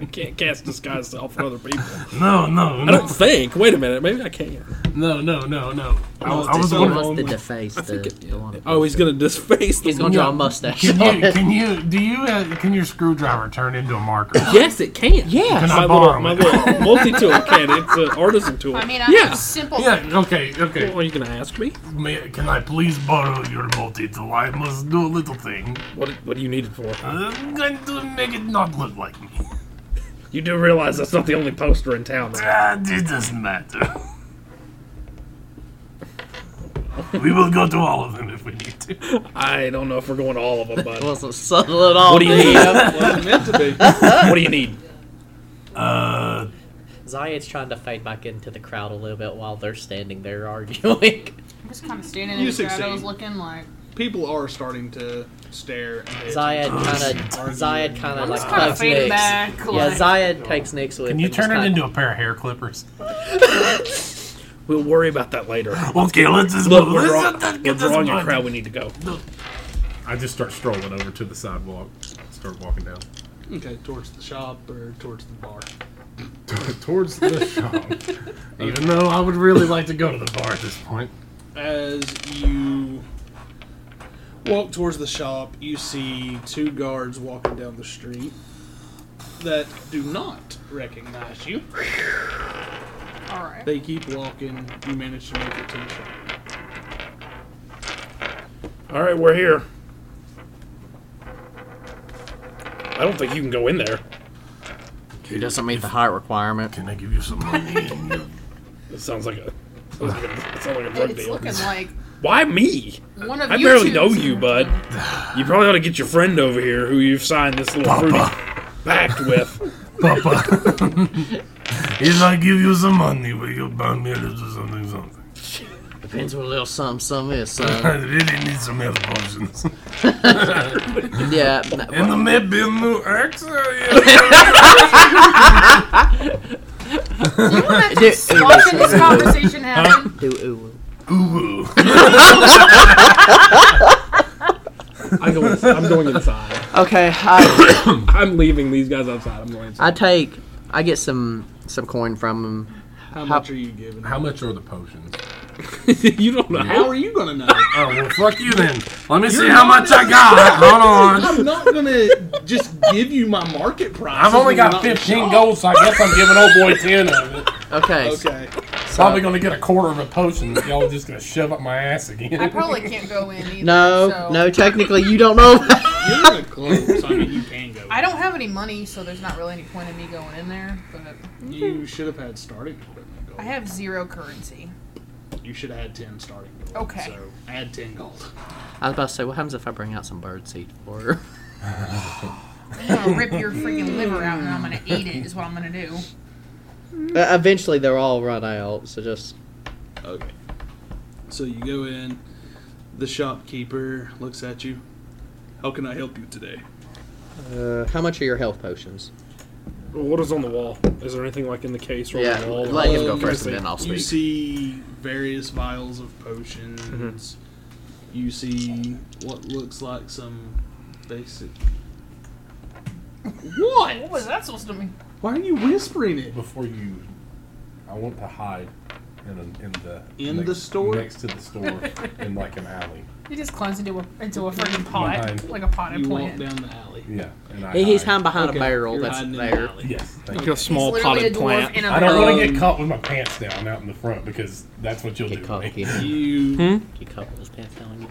[SPEAKER 6] I can't cast disguise self on other people.
[SPEAKER 8] No, no,
[SPEAKER 6] I don't
[SPEAKER 8] no,
[SPEAKER 6] think. Wait a minute. Maybe I can.
[SPEAKER 8] no, no, no, no. I,
[SPEAKER 6] Oh,
[SPEAKER 8] I was
[SPEAKER 6] just-
[SPEAKER 5] he
[SPEAKER 8] wondering.
[SPEAKER 5] wants to deface the, the wanted.
[SPEAKER 6] Oh, he's gonna disface.
[SPEAKER 5] He's
[SPEAKER 6] The-
[SPEAKER 5] gonna draw a mustache.
[SPEAKER 8] Can you, can you, do you, uh, can your screwdriver turn into a marker?
[SPEAKER 5] yes, it can. Yeah.
[SPEAKER 8] Can
[SPEAKER 6] my
[SPEAKER 8] I
[SPEAKER 6] little,
[SPEAKER 8] borrow
[SPEAKER 6] my
[SPEAKER 8] it?
[SPEAKER 6] little multi-tool can. It's an artisan tool.
[SPEAKER 7] I mean, I'm
[SPEAKER 6] Yeah.
[SPEAKER 7] simple.
[SPEAKER 8] Yeah, okay, okay.
[SPEAKER 6] Are you gonna ask me?
[SPEAKER 8] May, can I please borrow your multi tool? I must do a little thing.
[SPEAKER 6] What What do you need it for?
[SPEAKER 8] I'm going to make it not look like me.
[SPEAKER 6] You do realize that's not the only poster in town. Right?
[SPEAKER 8] Ah, it doesn't matter. we will go to all of them if we need to.
[SPEAKER 6] I don't know if we're going to all of them, but
[SPEAKER 5] Wasn't subtle at all.
[SPEAKER 6] what do you need?
[SPEAKER 3] Wasn't meant to be.
[SPEAKER 6] What do you need?
[SPEAKER 8] Uh,
[SPEAKER 5] Zayed's trying to fade back into the crowd a little bit while they're standing there arguing.
[SPEAKER 7] I'm just kind of standing
[SPEAKER 3] You
[SPEAKER 7] in the crowd. I
[SPEAKER 3] succeed.
[SPEAKER 7] was looking like.
[SPEAKER 3] People are starting to stare. and pay
[SPEAKER 5] Zayed
[SPEAKER 3] attention.
[SPEAKER 5] kind of Zayed kind of
[SPEAKER 7] I'm
[SPEAKER 5] like
[SPEAKER 7] just kind of
[SPEAKER 5] hugs
[SPEAKER 7] fading
[SPEAKER 5] Nyx.
[SPEAKER 7] back.
[SPEAKER 5] Ah, Yeah,
[SPEAKER 7] like-
[SPEAKER 5] Zayed takes Nyx with.
[SPEAKER 8] can you
[SPEAKER 5] and just
[SPEAKER 8] turn it
[SPEAKER 5] kinda-
[SPEAKER 8] into a pair of hair clippers?
[SPEAKER 6] We'll worry about that later.
[SPEAKER 8] Okay, let's just
[SPEAKER 6] Look,
[SPEAKER 8] move.
[SPEAKER 6] we're,
[SPEAKER 8] Let's
[SPEAKER 6] draw-
[SPEAKER 8] not- let's
[SPEAKER 6] we're
[SPEAKER 8] just
[SPEAKER 6] drawing a
[SPEAKER 8] move.
[SPEAKER 6] crowd. We need to go.
[SPEAKER 8] I just start strolling over to the sidewalk. Start walking down.
[SPEAKER 3] Okay, towards the shop or towards the bar.
[SPEAKER 8] towards the shop. Even though I would really like to go to the bar at this point.
[SPEAKER 3] As you walk towards the shop, you see two guards walking down the street that do not recognize you.
[SPEAKER 7] All right.
[SPEAKER 3] They keep walking. You manage to make it to the shop.
[SPEAKER 6] All right, we're here. I don't think you can go in there.
[SPEAKER 5] He doesn't meet the height requirement.
[SPEAKER 8] Can I give you some money? And you-
[SPEAKER 6] It sounds like a. Sounds like a, sounds like a drug
[SPEAKER 7] It's
[SPEAKER 6] deal.
[SPEAKER 7] looking like
[SPEAKER 6] Why me?
[SPEAKER 7] one of
[SPEAKER 6] I
[SPEAKER 7] you
[SPEAKER 6] barely
[SPEAKER 7] two's
[SPEAKER 6] know you, bud. You probably ought to get your friend over here, who you've signed this little fruity pact with.
[SPEAKER 8] Papa. if I give you some money, will you buy me a little something something?
[SPEAKER 5] Depends what a little something something is, son.
[SPEAKER 8] I really need some health potions.
[SPEAKER 5] yeah. n-
[SPEAKER 8] And there may be a new axe. yeah.
[SPEAKER 5] Do,
[SPEAKER 7] watching this conversation happen.
[SPEAKER 5] do, ooh.
[SPEAKER 8] Ooh.
[SPEAKER 6] I go ins- I'm going inside.
[SPEAKER 5] Okay, I,
[SPEAKER 6] I'm leaving these guys outside. I'm going inside.
[SPEAKER 5] I take. I get some some coin from him.
[SPEAKER 3] How much are you giving?
[SPEAKER 8] How much are the potions?
[SPEAKER 6] you don't know.
[SPEAKER 3] How are you gonna know?
[SPEAKER 4] Oh, well, fuck you then. Let me see
[SPEAKER 3] You're
[SPEAKER 4] how
[SPEAKER 3] not
[SPEAKER 4] much I got. Hold on.
[SPEAKER 3] I'm not gonna just give you my market price.
[SPEAKER 4] I've only
[SPEAKER 3] when
[SPEAKER 4] got
[SPEAKER 3] you're not
[SPEAKER 4] 15
[SPEAKER 3] shocked.
[SPEAKER 4] gold, so I guess I'm giving old boy 10 of it.
[SPEAKER 10] Okay. so-
[SPEAKER 3] Okay.
[SPEAKER 4] Probably gonna get a quarter of a potion that y'all just gonna shove up my ass again.
[SPEAKER 7] I probably can't go in either.
[SPEAKER 5] No,
[SPEAKER 7] so-
[SPEAKER 5] no, technically you don't know.
[SPEAKER 3] You're close. I mean, you can go.
[SPEAKER 7] I don't have any money, so there's not really any point in me going in there. But
[SPEAKER 3] You should have had starting equipment gold.
[SPEAKER 7] I have zero currency.
[SPEAKER 3] You should have had 10 starting gold.
[SPEAKER 7] Okay.
[SPEAKER 3] So add 10 gold.
[SPEAKER 5] I was about to say, what happens if I bring out some bird seed for her?
[SPEAKER 7] I'm gonna rip your freaking liver out and I'm gonna eat it. Is what I'm gonna do.
[SPEAKER 5] Uh, eventually they'll all run out, so just
[SPEAKER 3] Okay. So you go in. The shopkeeper looks at you. How can I help you today?
[SPEAKER 5] uh, how much are your health potions?
[SPEAKER 9] What is on the wall? Is there anything like in the case or
[SPEAKER 10] Yeah,
[SPEAKER 9] on the wall?
[SPEAKER 10] let him go
[SPEAKER 3] Um,
[SPEAKER 10] first and then I'll
[SPEAKER 3] You
[SPEAKER 10] speak.
[SPEAKER 3] see various vials of potions. You see what looks like some basic. What?
[SPEAKER 7] What was that supposed to mean?
[SPEAKER 3] Why are you whispering it?
[SPEAKER 8] Before you, I want to hide in, a, in the
[SPEAKER 3] In
[SPEAKER 8] next-
[SPEAKER 3] the store?
[SPEAKER 8] next to the store in like an alley.
[SPEAKER 7] He just climbs into a into a freaking pot
[SPEAKER 8] Behind.
[SPEAKER 7] like a potted
[SPEAKER 3] You walk
[SPEAKER 7] plant.
[SPEAKER 3] down the alley.
[SPEAKER 8] Yeah, and I
[SPEAKER 5] He's
[SPEAKER 8] hide.
[SPEAKER 5] hiding behind
[SPEAKER 3] Okay,
[SPEAKER 5] a barrel
[SPEAKER 3] you're
[SPEAKER 5] that's
[SPEAKER 3] hiding in the
[SPEAKER 5] there.
[SPEAKER 3] alley.
[SPEAKER 8] Yes, thank
[SPEAKER 9] Like
[SPEAKER 8] you.
[SPEAKER 9] a small
[SPEAKER 7] He's literally
[SPEAKER 9] potted
[SPEAKER 7] a dwarf
[SPEAKER 9] plant.
[SPEAKER 7] in a
[SPEAKER 8] I don't want to
[SPEAKER 7] barrel.
[SPEAKER 8] get caught with my pants down out in the front because that's what you'll
[SPEAKER 5] Get
[SPEAKER 8] do.
[SPEAKER 5] caught,
[SPEAKER 8] to me.
[SPEAKER 5] get,
[SPEAKER 3] You
[SPEAKER 5] get caught with his pants down again.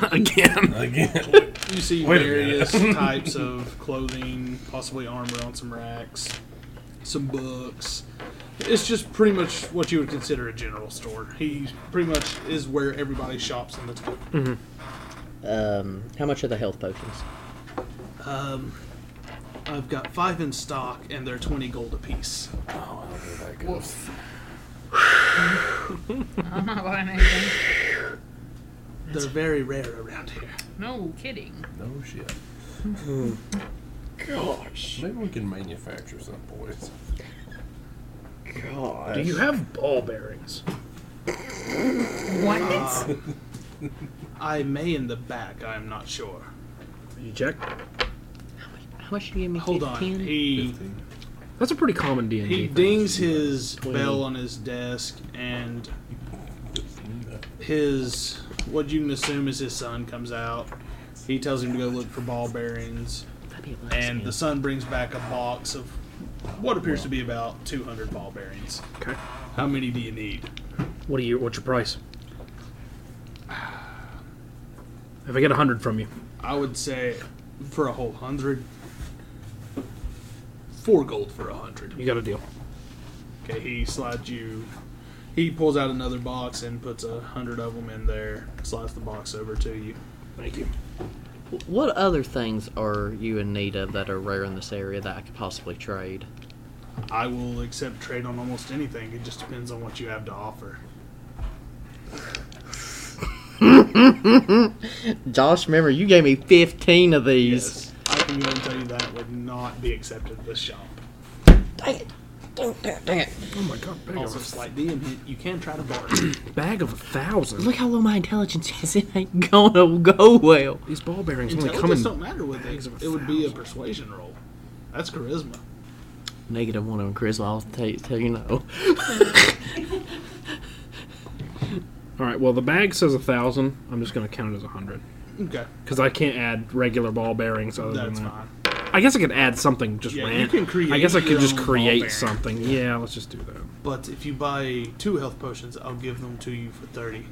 [SPEAKER 6] Again.
[SPEAKER 8] Again,
[SPEAKER 3] You see
[SPEAKER 8] Wait a minute.
[SPEAKER 3] various types of clothing, possibly armor on some racks, some books. It's just pretty much what you would consider a general store. He pretty much is where everybody shops in the town.
[SPEAKER 5] Um, how much are the health potions?
[SPEAKER 3] I've got five in stock, and they're twenty gold apiece.
[SPEAKER 7] I'm not buying anything.
[SPEAKER 3] They're very rare around here.
[SPEAKER 7] No kidding.
[SPEAKER 8] no shit. Gosh, maybe we can manufacture some boys.
[SPEAKER 6] Do you have ball bearings?
[SPEAKER 7] What?
[SPEAKER 3] I may in the back. I'm not sure.
[SPEAKER 6] You check.
[SPEAKER 5] How much you give me?
[SPEAKER 3] Hold on.
[SPEAKER 5] 15?
[SPEAKER 3] He
[SPEAKER 6] That's a pretty common D and
[SPEAKER 3] he
[SPEAKER 6] D.
[SPEAKER 3] dings his bell on his desk, and his what you can assume is his son comes out. He tells him to go look for ball bearings,
[SPEAKER 5] That'd be a lot of
[SPEAKER 3] and the
[SPEAKER 5] sand.
[SPEAKER 3] son brings back a box of what appears to be about 200 ball bearings.
[SPEAKER 6] Okay.
[SPEAKER 3] How many do you need?
[SPEAKER 6] What do you? What's your price? If I get a hundred from you,
[SPEAKER 3] I would say for a whole hundred. Four gold for a hundred.
[SPEAKER 6] you got a deal.
[SPEAKER 3] Okay, he slides you. He pulls out another box and puts a hundred of them in there. Slides the box over to you.
[SPEAKER 6] Thank you.
[SPEAKER 5] What other things are you in need of that are rare in this area that I could possibly trade?
[SPEAKER 3] I will accept trade on almost anything. It just depends on what you have to offer.
[SPEAKER 5] Josh, remember you gave me fifteen of these.
[SPEAKER 3] Yes, I can go and tell you that would not be accepted at this shop.
[SPEAKER 5] Dang it!
[SPEAKER 6] Oh my god, bag,
[SPEAKER 3] Also, slight DM hint: you can try to bargain.
[SPEAKER 6] of, bag of a thousand.
[SPEAKER 5] Look how low my intelligence is. It ain't gonna go well.
[SPEAKER 6] These ball bearings only come
[SPEAKER 3] Intelligence
[SPEAKER 6] in.
[SPEAKER 3] don't matter with it. It would be a persuasion roll. That's charisma.
[SPEAKER 5] Negative one on charisma. I'll tell you, tell you no.
[SPEAKER 6] All right. Well, the bag says a thousand. I'm just gonna count it as a hundred
[SPEAKER 3] Okay,
[SPEAKER 6] because I can't add regular ball bearings other
[SPEAKER 3] that's
[SPEAKER 6] than that.
[SPEAKER 3] fine.
[SPEAKER 6] I guess I could add something just
[SPEAKER 3] Yeah, you
[SPEAKER 6] random.
[SPEAKER 3] can create
[SPEAKER 6] I guess I could
[SPEAKER 3] your
[SPEAKER 6] just
[SPEAKER 3] own ball
[SPEAKER 6] create
[SPEAKER 3] bearing.
[SPEAKER 6] something. Yeah, let's just do that.
[SPEAKER 3] But if you buy two health potions, I'll give them to you for thirty.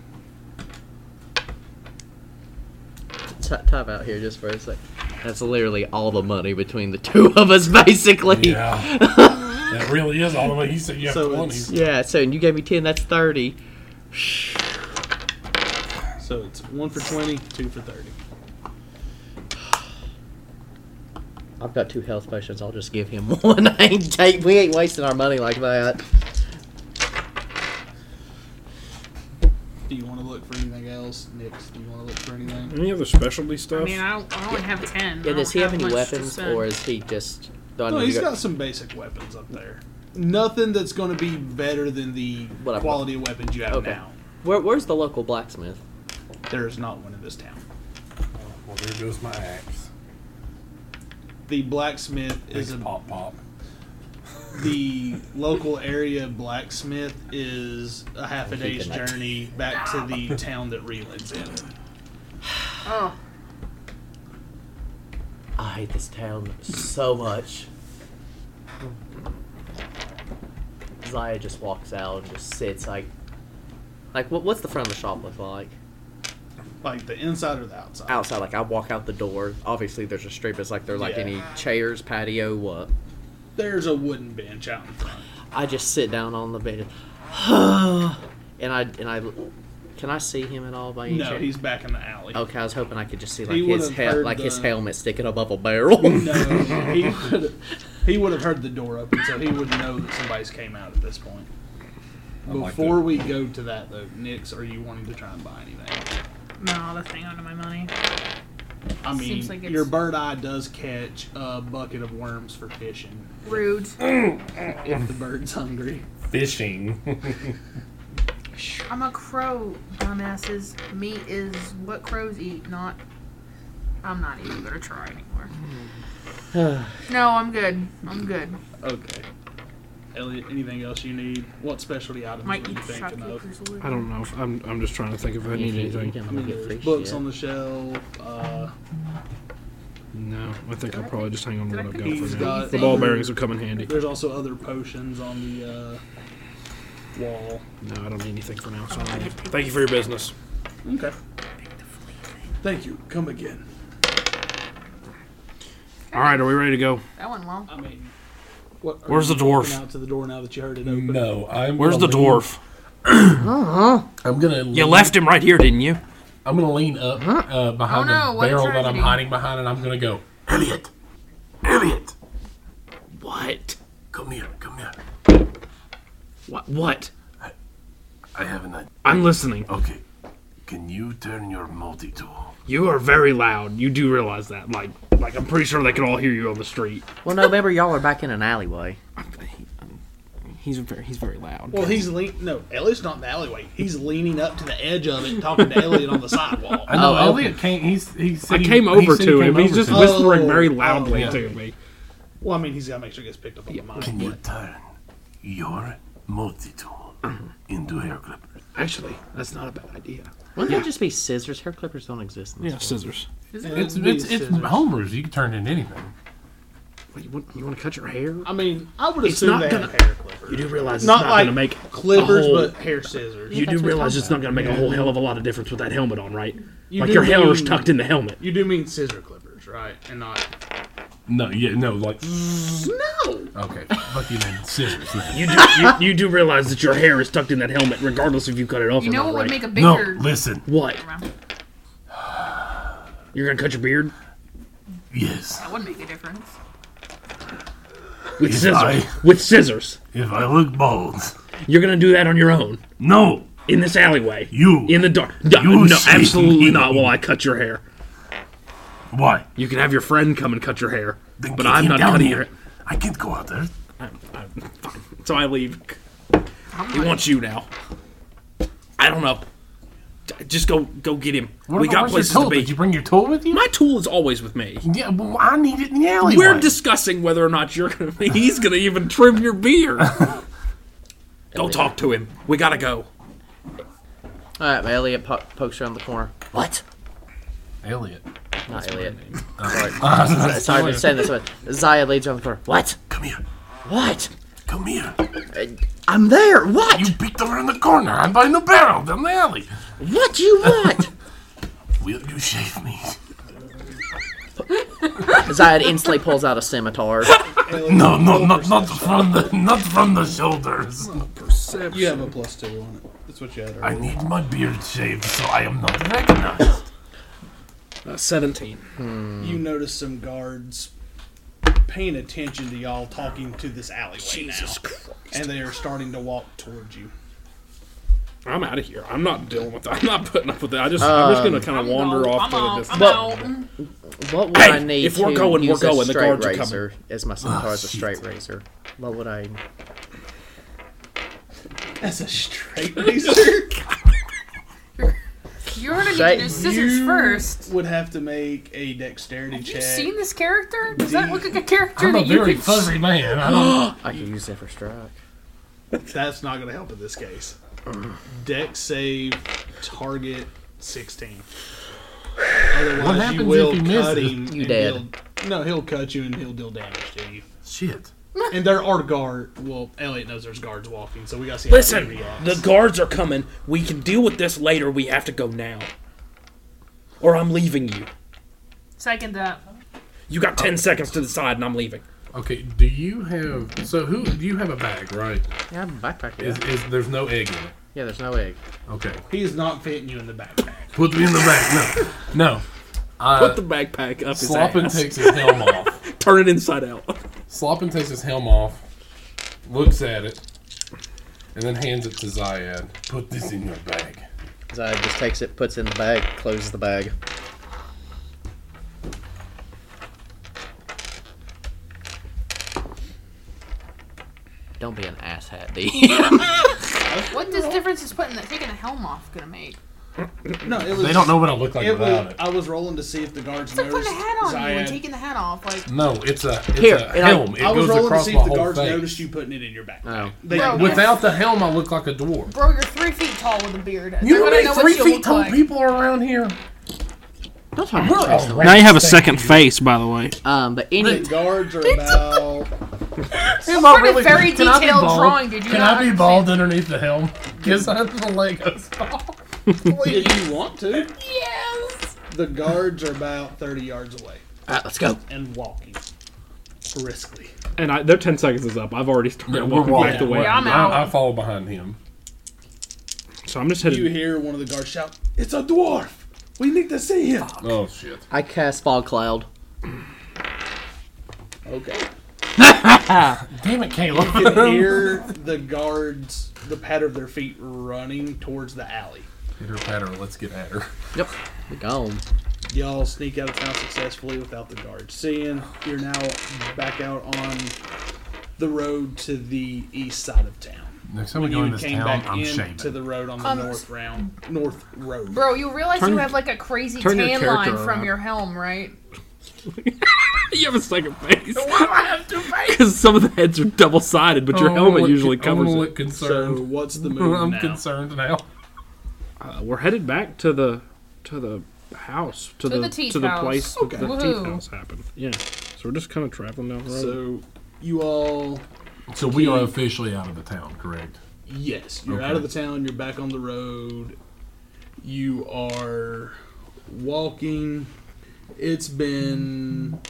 [SPEAKER 5] T- time out here just for a sec. That's literally all the money between the two of us, basically. Yeah.
[SPEAKER 4] Yeah. that really is all the way. He said you have
[SPEAKER 3] So
[SPEAKER 4] 20.
[SPEAKER 3] it's-
[SPEAKER 5] so and you gave me ten. That's thirty.
[SPEAKER 3] So it's one for 20, two for 30.
[SPEAKER 5] I've got two health potions. I'll just give him one. I ain't take. We ain't wasting our money like that.
[SPEAKER 3] Do you want to look for anything else? Nix, do you want to look for anything?
[SPEAKER 9] Any other specialty
[SPEAKER 7] I
[SPEAKER 9] stuff?
[SPEAKER 7] mean, I, don't, I only have ten.
[SPEAKER 5] Yeah,
[SPEAKER 7] I
[SPEAKER 5] does
[SPEAKER 7] don't
[SPEAKER 5] he have, any
[SPEAKER 7] much to
[SPEAKER 5] weapons,
[SPEAKER 7] spend.
[SPEAKER 5] or is he just? Do I
[SPEAKER 3] No,
[SPEAKER 5] need to
[SPEAKER 3] he's
[SPEAKER 5] go-
[SPEAKER 3] got some basic weapons up there. Nothing that's going to be better than the
[SPEAKER 5] What I've got.
[SPEAKER 3] quality of weapons you have
[SPEAKER 5] Okay.
[SPEAKER 3] now.
[SPEAKER 5] Where, where's the local blacksmith?
[SPEAKER 3] There is not one in this town.
[SPEAKER 8] Well, there goes my axe.
[SPEAKER 3] The blacksmith is a
[SPEAKER 8] pop pop.
[SPEAKER 3] the local area blacksmith is a half a day's journey back to the town that Reland's in.
[SPEAKER 7] Oh,
[SPEAKER 5] I hate this town so much. Zaya just walks out and just sits like, like what? What's the front of the shop look like?
[SPEAKER 3] Like the inside or the outside.
[SPEAKER 5] Outside, like I walk out the door. Obviously, there's a street, but it's like there like
[SPEAKER 3] Yeah.
[SPEAKER 5] any chairs, patio, what?
[SPEAKER 3] There's a wooden bench out in front.
[SPEAKER 5] I just sit down on the bed, and I and I can I see him at all by any
[SPEAKER 3] No,
[SPEAKER 5] chance?
[SPEAKER 3] he's back in the alley.
[SPEAKER 5] Okay, I was hoping I could just see
[SPEAKER 3] He
[SPEAKER 5] like his
[SPEAKER 3] would've
[SPEAKER 5] hel-
[SPEAKER 3] heard
[SPEAKER 5] like his
[SPEAKER 3] the-
[SPEAKER 5] helmet sticking above a barrel.
[SPEAKER 3] No, he would he would have heard the door open, so he would know that somebody's came out at this point.
[SPEAKER 14] like
[SPEAKER 3] Before we go to that though, Nix, are you wanting to try and buy anything?
[SPEAKER 7] no, the thing under my money.
[SPEAKER 3] I mean,
[SPEAKER 7] Seems like it's-
[SPEAKER 3] your bird eye does catch a bucket of worms for fishing
[SPEAKER 7] Rude.
[SPEAKER 3] if the bird's hungry.
[SPEAKER 14] Fishing.
[SPEAKER 7] I'm a crow, dumbasses. Meat is what crows eat, not. I'm not even gonna try anymore. No, I'm good. I'm good.
[SPEAKER 3] Okay. Elliot, anything else you need? What specialty items
[SPEAKER 7] Might
[SPEAKER 3] are you
[SPEAKER 7] eat
[SPEAKER 3] thinking of?
[SPEAKER 7] shopkeepers a little.
[SPEAKER 6] I don't know. If, I'm I'm just trying to think if I need anything.
[SPEAKER 3] I mean, there's books on the shelf. Uh,
[SPEAKER 6] No, I think I'll probably just hang on to what I've got
[SPEAKER 3] he's
[SPEAKER 6] for now.
[SPEAKER 3] got
[SPEAKER 6] The ball
[SPEAKER 3] other-
[SPEAKER 6] bearings will come in handy.
[SPEAKER 3] There's also other potions on the uh, wall.
[SPEAKER 6] No, I don't need anything for now. So I don't need it. thank you for your business.
[SPEAKER 3] Okay. Thank you. Come again.
[SPEAKER 6] All right, are we ready to go?
[SPEAKER 7] That went well.
[SPEAKER 3] I mean, what, are
[SPEAKER 6] Where's
[SPEAKER 3] you
[SPEAKER 6] the dwarf?
[SPEAKER 3] walking Out to the door now that you heard it
[SPEAKER 6] Mm.
[SPEAKER 3] open.
[SPEAKER 14] no, I'm.
[SPEAKER 6] Where's the
[SPEAKER 14] gonna lean-
[SPEAKER 6] dwarf?
[SPEAKER 7] Uh-huh.
[SPEAKER 14] I'm gonna.
[SPEAKER 6] You left him right here, didn't you?
[SPEAKER 14] I'm gonna lean up uh, behind
[SPEAKER 7] Oh, no,
[SPEAKER 14] the
[SPEAKER 7] what
[SPEAKER 14] barrel that I'm
[SPEAKER 7] tragedy.
[SPEAKER 14] hiding behind, and I'm gonna go. Elliot, Elliot,
[SPEAKER 5] what?
[SPEAKER 14] come here, come here.
[SPEAKER 6] What? What?
[SPEAKER 8] I have an idea.
[SPEAKER 6] I'm listening.
[SPEAKER 8] Okay. Can you turn your multi tool?
[SPEAKER 6] You are very loud. You do realize that? Like, like I'm pretty sure they can all hear you on the street.
[SPEAKER 5] Well, no, remember y'all are back in an alleyway.
[SPEAKER 15] He's very he's very loud.
[SPEAKER 3] Well, he's lean. No, Elliot's not in the alleyway. He's leaning up to the edge of it, talking to Elliot on the sidewall.
[SPEAKER 14] I know
[SPEAKER 5] Oh,
[SPEAKER 14] Elliot can't. He's he
[SPEAKER 6] I
[SPEAKER 14] said he-
[SPEAKER 6] came
[SPEAKER 14] he
[SPEAKER 6] over
[SPEAKER 14] said he
[SPEAKER 6] to
[SPEAKER 14] came
[SPEAKER 6] him. He's
[SPEAKER 14] over
[SPEAKER 6] just
[SPEAKER 14] to
[SPEAKER 3] him.
[SPEAKER 6] whispering
[SPEAKER 3] Oh,
[SPEAKER 6] very
[SPEAKER 3] oh,
[SPEAKER 6] loudly
[SPEAKER 3] yeah.
[SPEAKER 6] to me.
[SPEAKER 3] Well, I mean, he's got to make sure he gets picked up on the mic.
[SPEAKER 8] Can you turn your multi tool
[SPEAKER 6] Mm-hmm.
[SPEAKER 8] into hair clippers?
[SPEAKER 6] Actually, that's not a bad idea.
[SPEAKER 5] Wouldn't that just be scissors? Hair clippers don't exist. In this
[SPEAKER 6] Yeah, scissors.
[SPEAKER 14] It's it's, it's homers. You can turn it into anything.
[SPEAKER 6] What, you, want, you want to cut your hair?
[SPEAKER 3] I mean, I would
[SPEAKER 6] It's
[SPEAKER 3] assume
[SPEAKER 6] not
[SPEAKER 3] they
[SPEAKER 6] gonna-
[SPEAKER 3] have hair clippers.
[SPEAKER 6] You do realize
[SPEAKER 3] Not
[SPEAKER 6] it's not
[SPEAKER 3] like
[SPEAKER 6] gonna make
[SPEAKER 3] Clippers,
[SPEAKER 6] a whole,
[SPEAKER 3] but hair scissors.
[SPEAKER 6] you do realize it's not gonna make a whole hell of a lot of difference with that helmet on, right?
[SPEAKER 3] You
[SPEAKER 6] like
[SPEAKER 3] do
[SPEAKER 6] your hair's
[SPEAKER 3] mean-
[SPEAKER 6] tucked in the helmet.
[SPEAKER 3] You do mean scissor clippers, right? And not.
[SPEAKER 14] No, yeah, no, like
[SPEAKER 3] No!
[SPEAKER 14] okay, fuck you then, scissors. Then.
[SPEAKER 6] You do, you, you do realize that your hair is tucked in that helmet, regardless if you cut it off
[SPEAKER 7] You
[SPEAKER 6] or
[SPEAKER 7] know
[SPEAKER 6] not,
[SPEAKER 7] what
[SPEAKER 6] right?
[SPEAKER 7] would make a
[SPEAKER 8] No,
[SPEAKER 7] bigger.
[SPEAKER 8] listen.
[SPEAKER 6] what? You're gonna cut your beard
[SPEAKER 8] Yes.
[SPEAKER 7] That would make a difference.
[SPEAKER 6] with scissors.
[SPEAKER 8] I-
[SPEAKER 6] With scissors.
[SPEAKER 8] If I look bald.
[SPEAKER 6] You're gonna do that on your own
[SPEAKER 8] No.
[SPEAKER 6] in this alleyway.
[SPEAKER 8] You.
[SPEAKER 6] in the dark. No,
[SPEAKER 8] You
[SPEAKER 6] no,
[SPEAKER 8] see.
[SPEAKER 6] absolutely not. While I cut your hair,
[SPEAKER 8] Why?
[SPEAKER 6] you can have your friend come and cut your hair,
[SPEAKER 8] Then
[SPEAKER 6] but
[SPEAKER 8] kick
[SPEAKER 6] I'm
[SPEAKER 8] him
[SPEAKER 6] not
[SPEAKER 8] down
[SPEAKER 6] cutting your
[SPEAKER 8] here.
[SPEAKER 6] hair.
[SPEAKER 8] I can't go out there.
[SPEAKER 6] So I leave. He wants you now. I don't know. J- Just go, go get him.
[SPEAKER 14] What
[SPEAKER 6] we
[SPEAKER 14] about-
[SPEAKER 6] got
[SPEAKER 14] where's
[SPEAKER 6] places
[SPEAKER 14] your
[SPEAKER 6] to
[SPEAKER 14] tool? Did
[SPEAKER 6] be.
[SPEAKER 14] you bring your tool with you?
[SPEAKER 6] My tool is always with me.
[SPEAKER 14] Yeah, well, I need it in the alleyway.
[SPEAKER 6] We're discussing whether or not you're gonna. He's gonna even trim your beard. Don't talk to him. We gotta go.
[SPEAKER 5] All right, but Elliot po- pokes around the corner. What?
[SPEAKER 14] Elliot.
[SPEAKER 5] Not Elliot. Sorry, sorry for saying this. But Zaya leads around the corner. What?
[SPEAKER 8] Come here.
[SPEAKER 5] What?
[SPEAKER 8] Come here.
[SPEAKER 5] I'm there. What?
[SPEAKER 8] You peeked around the corner. I'm behind the barrel down the alley.
[SPEAKER 5] What do you want?
[SPEAKER 8] Will you shave me?
[SPEAKER 5] Zaya instantly pulls out a scimitar.
[SPEAKER 8] No, no, not, not from the not from the shoulders.
[SPEAKER 3] You have a plus two on it. That's what you had
[SPEAKER 8] I
[SPEAKER 3] earlier.
[SPEAKER 8] need my beard shaved so I am not recognized.
[SPEAKER 6] Uh, Seventeen.
[SPEAKER 3] You notice some guards paying attention to y'all talking to this alleyway now. And they are starting to walk towards you.
[SPEAKER 6] I'm out of here. I'm not dealing with that. I'm not putting up with that. I just, I'm
[SPEAKER 10] Um,
[SPEAKER 6] just gonna kind of wander
[SPEAKER 7] Oh,
[SPEAKER 6] off
[SPEAKER 7] I'm
[SPEAKER 6] to the
[SPEAKER 7] out.
[SPEAKER 6] distance.
[SPEAKER 7] I'm mm, out.
[SPEAKER 5] What would I
[SPEAKER 6] Hey,
[SPEAKER 5] need
[SPEAKER 6] if we're
[SPEAKER 5] to
[SPEAKER 6] going, we're
[SPEAKER 5] use
[SPEAKER 6] going.
[SPEAKER 5] a
[SPEAKER 6] The
[SPEAKER 5] straight
[SPEAKER 6] guards are coming.
[SPEAKER 5] razor? As my
[SPEAKER 10] Ah,
[SPEAKER 5] scimitar is a
[SPEAKER 8] shit.
[SPEAKER 5] straight razor. What would I?
[SPEAKER 3] That's a straight razor.
[SPEAKER 7] You're gonna need to do scissors
[SPEAKER 3] You
[SPEAKER 7] first.
[SPEAKER 3] Would have to make a dexterity
[SPEAKER 7] Have
[SPEAKER 3] check.
[SPEAKER 7] you seen this character? Does that look like a character
[SPEAKER 3] I'm a
[SPEAKER 7] that you
[SPEAKER 3] very
[SPEAKER 7] could
[SPEAKER 3] fuzzy man, I don't-
[SPEAKER 10] I could use that for strike.
[SPEAKER 3] That's not going to help in this case. Dex save target 16. Otherwise,
[SPEAKER 8] What happens
[SPEAKER 3] you
[SPEAKER 8] if
[SPEAKER 3] will
[SPEAKER 8] he misses?
[SPEAKER 3] cut him.
[SPEAKER 8] You
[SPEAKER 3] and
[SPEAKER 8] dead.
[SPEAKER 3] he'll- No, he'll cut you and he'll deal damage to you.
[SPEAKER 8] Shit.
[SPEAKER 3] And there are guard. Well, Elliot knows there's guards walking, so we got to see how he
[SPEAKER 9] Listen,
[SPEAKER 3] reacts.
[SPEAKER 9] the guards are coming. We can deal with this later. We have to go now. Or I'm leaving you.
[SPEAKER 7] Second that.
[SPEAKER 9] You got
[SPEAKER 6] Uh,
[SPEAKER 9] 10 seconds to decide, and I'm leaving.
[SPEAKER 8] Okay, do you have. So, who. Do you have a bag, right?
[SPEAKER 10] Yeah, I'm backpacking.
[SPEAKER 8] Is, is, there's no egg in it.
[SPEAKER 10] Yeah, there's no egg.
[SPEAKER 8] Okay.
[SPEAKER 3] He is not fitting you in the backpack.
[SPEAKER 8] Put me in the back. No. No. Uh,
[SPEAKER 9] Put the backpack up his
[SPEAKER 8] Sloppin
[SPEAKER 9] ass.
[SPEAKER 8] takes his helm off.
[SPEAKER 9] Turn it inside out.
[SPEAKER 8] Sloppin takes his helm off, looks at it, and then hands it to Ziad. Put this in your bag.
[SPEAKER 10] Zai just takes it, puts it in the bag, closes the bag. Don't be an asshat, DM.
[SPEAKER 7] What does difference is putting that taking the helm off gonna make?
[SPEAKER 3] No, it was,
[SPEAKER 8] They don't know what I look like
[SPEAKER 3] was-
[SPEAKER 8] without it.
[SPEAKER 3] I was rolling to see if the guards
[SPEAKER 7] Stop putting
[SPEAKER 3] noticed
[SPEAKER 7] the hat on you and
[SPEAKER 3] Ziad.
[SPEAKER 7] taking the hat off. Like
[SPEAKER 8] No, it's a, it's
[SPEAKER 3] Here,
[SPEAKER 8] a
[SPEAKER 3] and I-
[SPEAKER 8] helm. it
[SPEAKER 3] I was
[SPEAKER 8] goes
[SPEAKER 3] rolling to
[SPEAKER 8] across
[SPEAKER 3] see
[SPEAKER 8] my
[SPEAKER 3] if the
[SPEAKER 8] whole
[SPEAKER 3] guards
[SPEAKER 8] face.
[SPEAKER 3] noticed you putting it in your back.
[SPEAKER 8] No.
[SPEAKER 3] They-
[SPEAKER 7] Bro,
[SPEAKER 8] without the helm, I look like a dwarf.
[SPEAKER 7] Bro, you're three feet tall with a beard.
[SPEAKER 8] You
[SPEAKER 7] They're gonna
[SPEAKER 8] know how many
[SPEAKER 7] know what
[SPEAKER 8] three
[SPEAKER 7] you
[SPEAKER 8] feet
[SPEAKER 7] look
[SPEAKER 8] tall
[SPEAKER 7] like.
[SPEAKER 8] people are around here?
[SPEAKER 10] Don't
[SPEAKER 8] We're all
[SPEAKER 6] Now you have a
[SPEAKER 8] racist.
[SPEAKER 6] second face, by the way.
[SPEAKER 10] Um, but
[SPEAKER 3] The guards are about.
[SPEAKER 7] Some sort of very
[SPEAKER 8] can I be
[SPEAKER 7] detailed
[SPEAKER 8] bald?
[SPEAKER 7] drawing. Did you
[SPEAKER 8] Can
[SPEAKER 7] not?
[SPEAKER 8] I be bald underneath the helm? Because I'm the Legos.
[SPEAKER 3] if you want to.
[SPEAKER 7] Yes.
[SPEAKER 3] The guards are about 30 yards away.
[SPEAKER 10] All
[SPEAKER 6] uh,
[SPEAKER 10] right, let's go.
[SPEAKER 3] And walking. Briskly.
[SPEAKER 6] And I, their 10 seconds is up. I've already started
[SPEAKER 8] Yeah, we're
[SPEAKER 6] walking
[SPEAKER 8] walking.
[SPEAKER 6] back the way.
[SPEAKER 3] Yeah, I'm out.
[SPEAKER 8] I, I follow behind him.
[SPEAKER 6] So I'm just
[SPEAKER 3] You
[SPEAKER 6] headed.
[SPEAKER 3] hear one of the guards shout, It's a dwarf! We need to see him!
[SPEAKER 8] Oh shit!
[SPEAKER 10] I cast fog cloud.
[SPEAKER 3] Okay.
[SPEAKER 8] Damn it,
[SPEAKER 3] You
[SPEAKER 8] Caleb!
[SPEAKER 3] can hear the guards, the patter of their feet running towards the alley.
[SPEAKER 8] Hit her, pat her. Let's get at her.
[SPEAKER 10] Yep, we gone.
[SPEAKER 3] Y'all sneak out of town successfully without the guards seeing. You're now back out on the road to the east side of town.
[SPEAKER 8] Next time we
[SPEAKER 3] When
[SPEAKER 8] go
[SPEAKER 3] you
[SPEAKER 8] in this
[SPEAKER 3] came
[SPEAKER 8] town,
[SPEAKER 3] back
[SPEAKER 8] I'm
[SPEAKER 3] in
[SPEAKER 8] shaving.
[SPEAKER 3] to the road on the
[SPEAKER 7] Um,
[SPEAKER 3] north round, north road.
[SPEAKER 7] Bro, you realize
[SPEAKER 6] Turn
[SPEAKER 7] you
[SPEAKER 6] your-
[SPEAKER 7] have like a crazy
[SPEAKER 6] turn your
[SPEAKER 7] tan line
[SPEAKER 6] character
[SPEAKER 7] from
[SPEAKER 6] around.
[SPEAKER 7] your helm, right?
[SPEAKER 6] You have a second face.
[SPEAKER 7] I have two faces.
[SPEAKER 6] Because some of the heads are double sided, but your
[SPEAKER 8] Oh,
[SPEAKER 6] helmet
[SPEAKER 8] look-
[SPEAKER 6] usually
[SPEAKER 8] oh,
[SPEAKER 6] covers
[SPEAKER 8] look
[SPEAKER 6] it.
[SPEAKER 8] concerned.
[SPEAKER 3] So what's the move
[SPEAKER 8] I'm
[SPEAKER 3] now?
[SPEAKER 8] concerned now.
[SPEAKER 6] Uh, we're headed back to the to the house to,
[SPEAKER 7] To
[SPEAKER 6] the,
[SPEAKER 7] the teeth
[SPEAKER 6] to the
[SPEAKER 7] house.
[SPEAKER 6] place
[SPEAKER 7] Okay.
[SPEAKER 6] that the
[SPEAKER 7] Woohoo.
[SPEAKER 6] teeth house happened. Yeah. So we're just kind of traveling down the road.
[SPEAKER 3] So you all,
[SPEAKER 8] So we are officially out of the town, correct?
[SPEAKER 3] yes, you're
[SPEAKER 8] Okay.
[SPEAKER 3] out of the town. You're back on the road. You are walking. It's been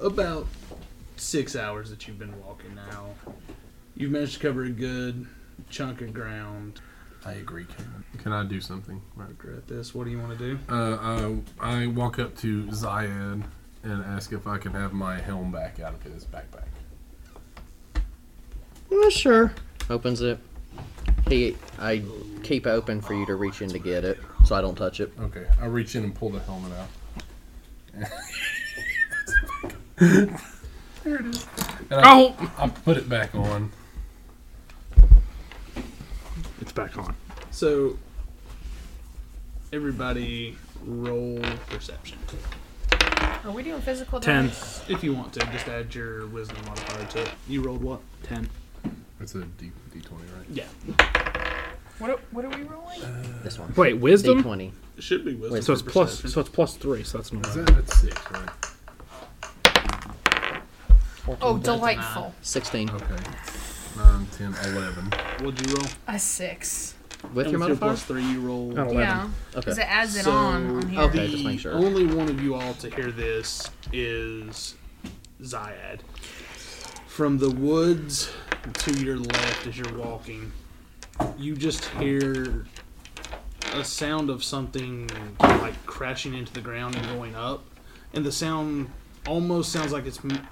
[SPEAKER 3] about six hours that you've been walking now. You've managed to cover a good chunk of ground.
[SPEAKER 8] I agree. Caleb. Can I do something? Right.
[SPEAKER 3] At this, what do you want to do?
[SPEAKER 8] Uh, I, I walk up to Ziad and ask if I can have my helm back out of his backpack.
[SPEAKER 10] Well, sure. Opens it. He, I keep it open for you to reach in to get it, so I don't touch it.
[SPEAKER 8] Okay, I reach in and pull the helmet out. there it is. And I,
[SPEAKER 6] Oh!
[SPEAKER 8] I put it back on.
[SPEAKER 6] It's back on.
[SPEAKER 3] So everybody, roll perception
[SPEAKER 7] Are we doing physical
[SPEAKER 6] Ten.
[SPEAKER 7] damage?
[SPEAKER 3] if you want to. Just add your wisdom modifier to it. You rolled what? Ten.
[SPEAKER 8] It's a D, D20, right?
[SPEAKER 3] Yeah,
[SPEAKER 7] What are, what are we rolling?
[SPEAKER 10] This one.
[SPEAKER 6] Wait, wisdom?
[SPEAKER 10] D20.
[SPEAKER 3] it should be wisdom.
[SPEAKER 6] So
[SPEAKER 3] or
[SPEAKER 6] it's plus.
[SPEAKER 3] perception.
[SPEAKER 6] So it's plus three. So that's not
[SPEAKER 8] Is
[SPEAKER 6] bad.
[SPEAKER 8] that, that's six, right?
[SPEAKER 7] Oh, delightful.
[SPEAKER 10] 16.
[SPEAKER 6] Oh,
[SPEAKER 8] Okay. 9, 10, 11.
[SPEAKER 3] What'd you roll?
[SPEAKER 7] A six.
[SPEAKER 10] With
[SPEAKER 3] And
[SPEAKER 10] your
[SPEAKER 3] with your
[SPEAKER 10] modifier?
[SPEAKER 3] plus three, you roll.
[SPEAKER 6] Not eleven.
[SPEAKER 7] Yeah.
[SPEAKER 10] Okay.
[SPEAKER 7] Because it adds it
[SPEAKER 3] So,
[SPEAKER 7] on on here.
[SPEAKER 10] Okay, just make
[SPEAKER 3] The
[SPEAKER 10] sure.
[SPEAKER 3] only one of you all to hear this is Ziad. From the woods to your left as you're walking, you just hear a sound of something like crashing into the ground and going up. And the sound almost sounds like it's m-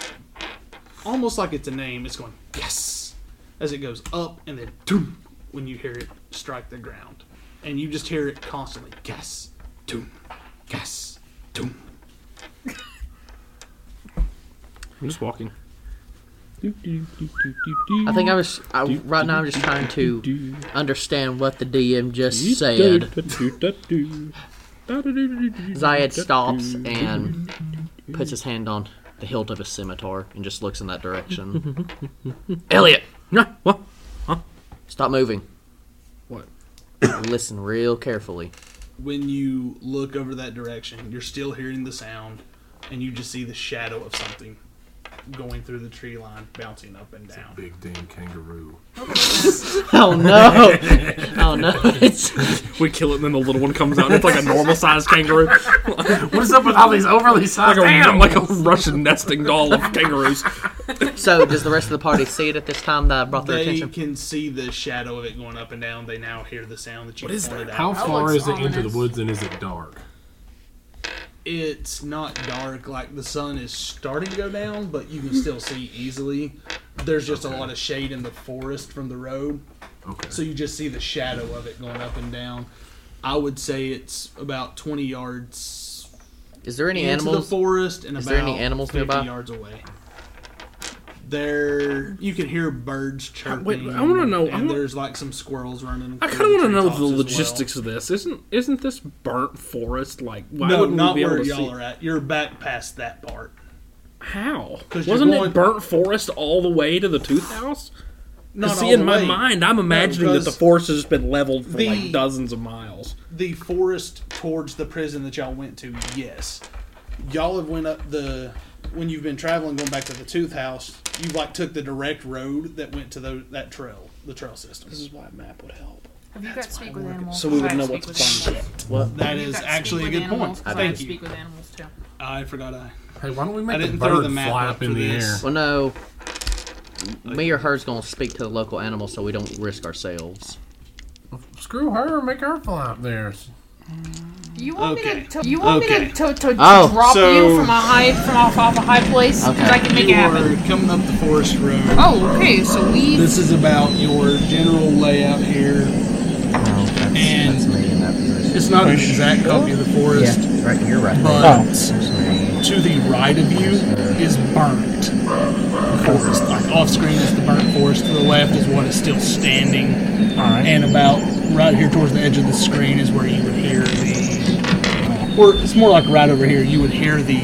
[SPEAKER 3] almost like it's a name. It's going yes as it goes up and then doom when you hear it strike the ground. And you just hear it constantly yes, doom, yes, doom.
[SPEAKER 6] I'm just walking.
[SPEAKER 5] I think I was I, right now. I'm just trying to understand what the DM just said. Zayed stops and puts his hand on the hilt of his scimitar and just looks in that direction. Elliot,
[SPEAKER 6] what?
[SPEAKER 5] Stop moving.
[SPEAKER 3] What?
[SPEAKER 5] Listen real carefully.
[SPEAKER 3] When you look over that direction, you're still hearing the sound, and you just see the shadow of something going through the tree line, bouncing up and down.
[SPEAKER 8] Big damn kangaroo.
[SPEAKER 5] Oh no! oh no! It's
[SPEAKER 6] we kill it, and then the little one comes out. and It's like a normal sized kangaroo.
[SPEAKER 16] What's up with all these overly
[SPEAKER 6] like
[SPEAKER 16] sized
[SPEAKER 6] a
[SPEAKER 16] animals?
[SPEAKER 6] like a Russian nesting doll of kangaroos.
[SPEAKER 5] so. Does the rest of the party see it at this time that I brought their
[SPEAKER 3] They
[SPEAKER 5] attention?
[SPEAKER 3] can see the shadow of it going up and down. They now hear the sound that you
[SPEAKER 16] is
[SPEAKER 3] pointed
[SPEAKER 8] How
[SPEAKER 3] out.
[SPEAKER 8] far
[SPEAKER 7] looks
[SPEAKER 8] is it into the
[SPEAKER 7] ominous.
[SPEAKER 8] woods and is it dark?
[SPEAKER 3] It's not dark, like the sun is starting to go down, but you can still see easily. There's just a lot of shade in the forest from the road,
[SPEAKER 8] Okay.
[SPEAKER 3] so you just see the shadow of it going up and down. I would say it's about 20 yards
[SPEAKER 5] Is there any
[SPEAKER 3] into
[SPEAKER 5] animals?
[SPEAKER 3] the forest and
[SPEAKER 5] Is
[SPEAKER 3] about
[SPEAKER 5] there any animals
[SPEAKER 3] 50
[SPEAKER 5] nearby?
[SPEAKER 3] yards away. There, you can hear birds chirping.
[SPEAKER 6] Uh, wait, I wanna know- I
[SPEAKER 3] And
[SPEAKER 6] wanna-
[SPEAKER 3] there's like some squirrels running.
[SPEAKER 6] I kind of want to know the logistics of this. Isn't isn't this burnt forest like? Why
[SPEAKER 3] No,
[SPEAKER 6] wouldn't we
[SPEAKER 3] not
[SPEAKER 6] be able
[SPEAKER 3] where
[SPEAKER 6] to
[SPEAKER 3] y'all
[SPEAKER 6] see-
[SPEAKER 3] are at. You're back past that part.
[SPEAKER 6] How?
[SPEAKER 3] 'Cause you're
[SPEAKER 6] Wasn't
[SPEAKER 3] going-
[SPEAKER 6] it burnt forest all the way to the tooth house?
[SPEAKER 3] Not
[SPEAKER 6] see,
[SPEAKER 3] all
[SPEAKER 6] in
[SPEAKER 3] the
[SPEAKER 6] my
[SPEAKER 3] way.
[SPEAKER 6] mind, I'm
[SPEAKER 3] No,
[SPEAKER 6] imagining that the
[SPEAKER 3] because
[SPEAKER 6] forest has been leveled for
[SPEAKER 3] The-
[SPEAKER 6] like dozens of miles.
[SPEAKER 3] the forest towards the prison that y'all went to. Yes, y'all have went up the when you've been traveling going back to the Tooth House. You like took the direct road that went to tho- that trail, the trail system.
[SPEAKER 6] This is why a map would help.
[SPEAKER 7] Have you got to speak with animals?
[SPEAKER 6] So we would
[SPEAKER 7] I
[SPEAKER 6] know
[SPEAKER 7] speak
[SPEAKER 6] what to
[SPEAKER 7] with
[SPEAKER 6] find.
[SPEAKER 7] animals.
[SPEAKER 3] That
[SPEAKER 7] You've
[SPEAKER 3] is
[SPEAKER 7] got to
[SPEAKER 3] actually a
[SPEAKER 7] speak
[SPEAKER 3] good
[SPEAKER 7] with
[SPEAKER 3] point.
[SPEAKER 7] animals, 'cause I
[SPEAKER 3] Thank
[SPEAKER 7] speak
[SPEAKER 3] you.
[SPEAKER 7] with animals too.
[SPEAKER 3] I forgot I.
[SPEAKER 8] Hey, why don't we
[SPEAKER 3] I
[SPEAKER 8] make the
[SPEAKER 3] didn't throw
[SPEAKER 8] bird
[SPEAKER 3] the map
[SPEAKER 8] fly
[SPEAKER 3] up
[SPEAKER 8] up in
[SPEAKER 3] for
[SPEAKER 8] the
[SPEAKER 3] this.
[SPEAKER 8] air?
[SPEAKER 5] Well, Oh, no. Me or her's gonna speak to the local animal so we don't risk ourselves.
[SPEAKER 8] Screw her, make her fly up there.
[SPEAKER 7] You want
[SPEAKER 3] Okay.
[SPEAKER 7] me to? to you want
[SPEAKER 3] Okay.
[SPEAKER 7] me to, to, to
[SPEAKER 5] Oh.
[SPEAKER 7] drop
[SPEAKER 3] So-
[SPEAKER 7] you from a high from off, off a high place? 'Cause
[SPEAKER 5] Okay.
[SPEAKER 7] I can make
[SPEAKER 3] You
[SPEAKER 7] it happen.
[SPEAKER 3] are coming up the forest road.
[SPEAKER 7] Oh, okay. So we.
[SPEAKER 3] This is about your general layout here. And- Oh, that's
[SPEAKER 5] me in that position.
[SPEAKER 3] It's not an exact copy of the forest,
[SPEAKER 5] right, you're right.
[SPEAKER 3] but to the right of you is burnt forest. Like off screen is the burnt forest. To the left is what is still standing. And about right here towards the edge of the screen is where you would hear the, uh, or it's more like right over here. You would hear the,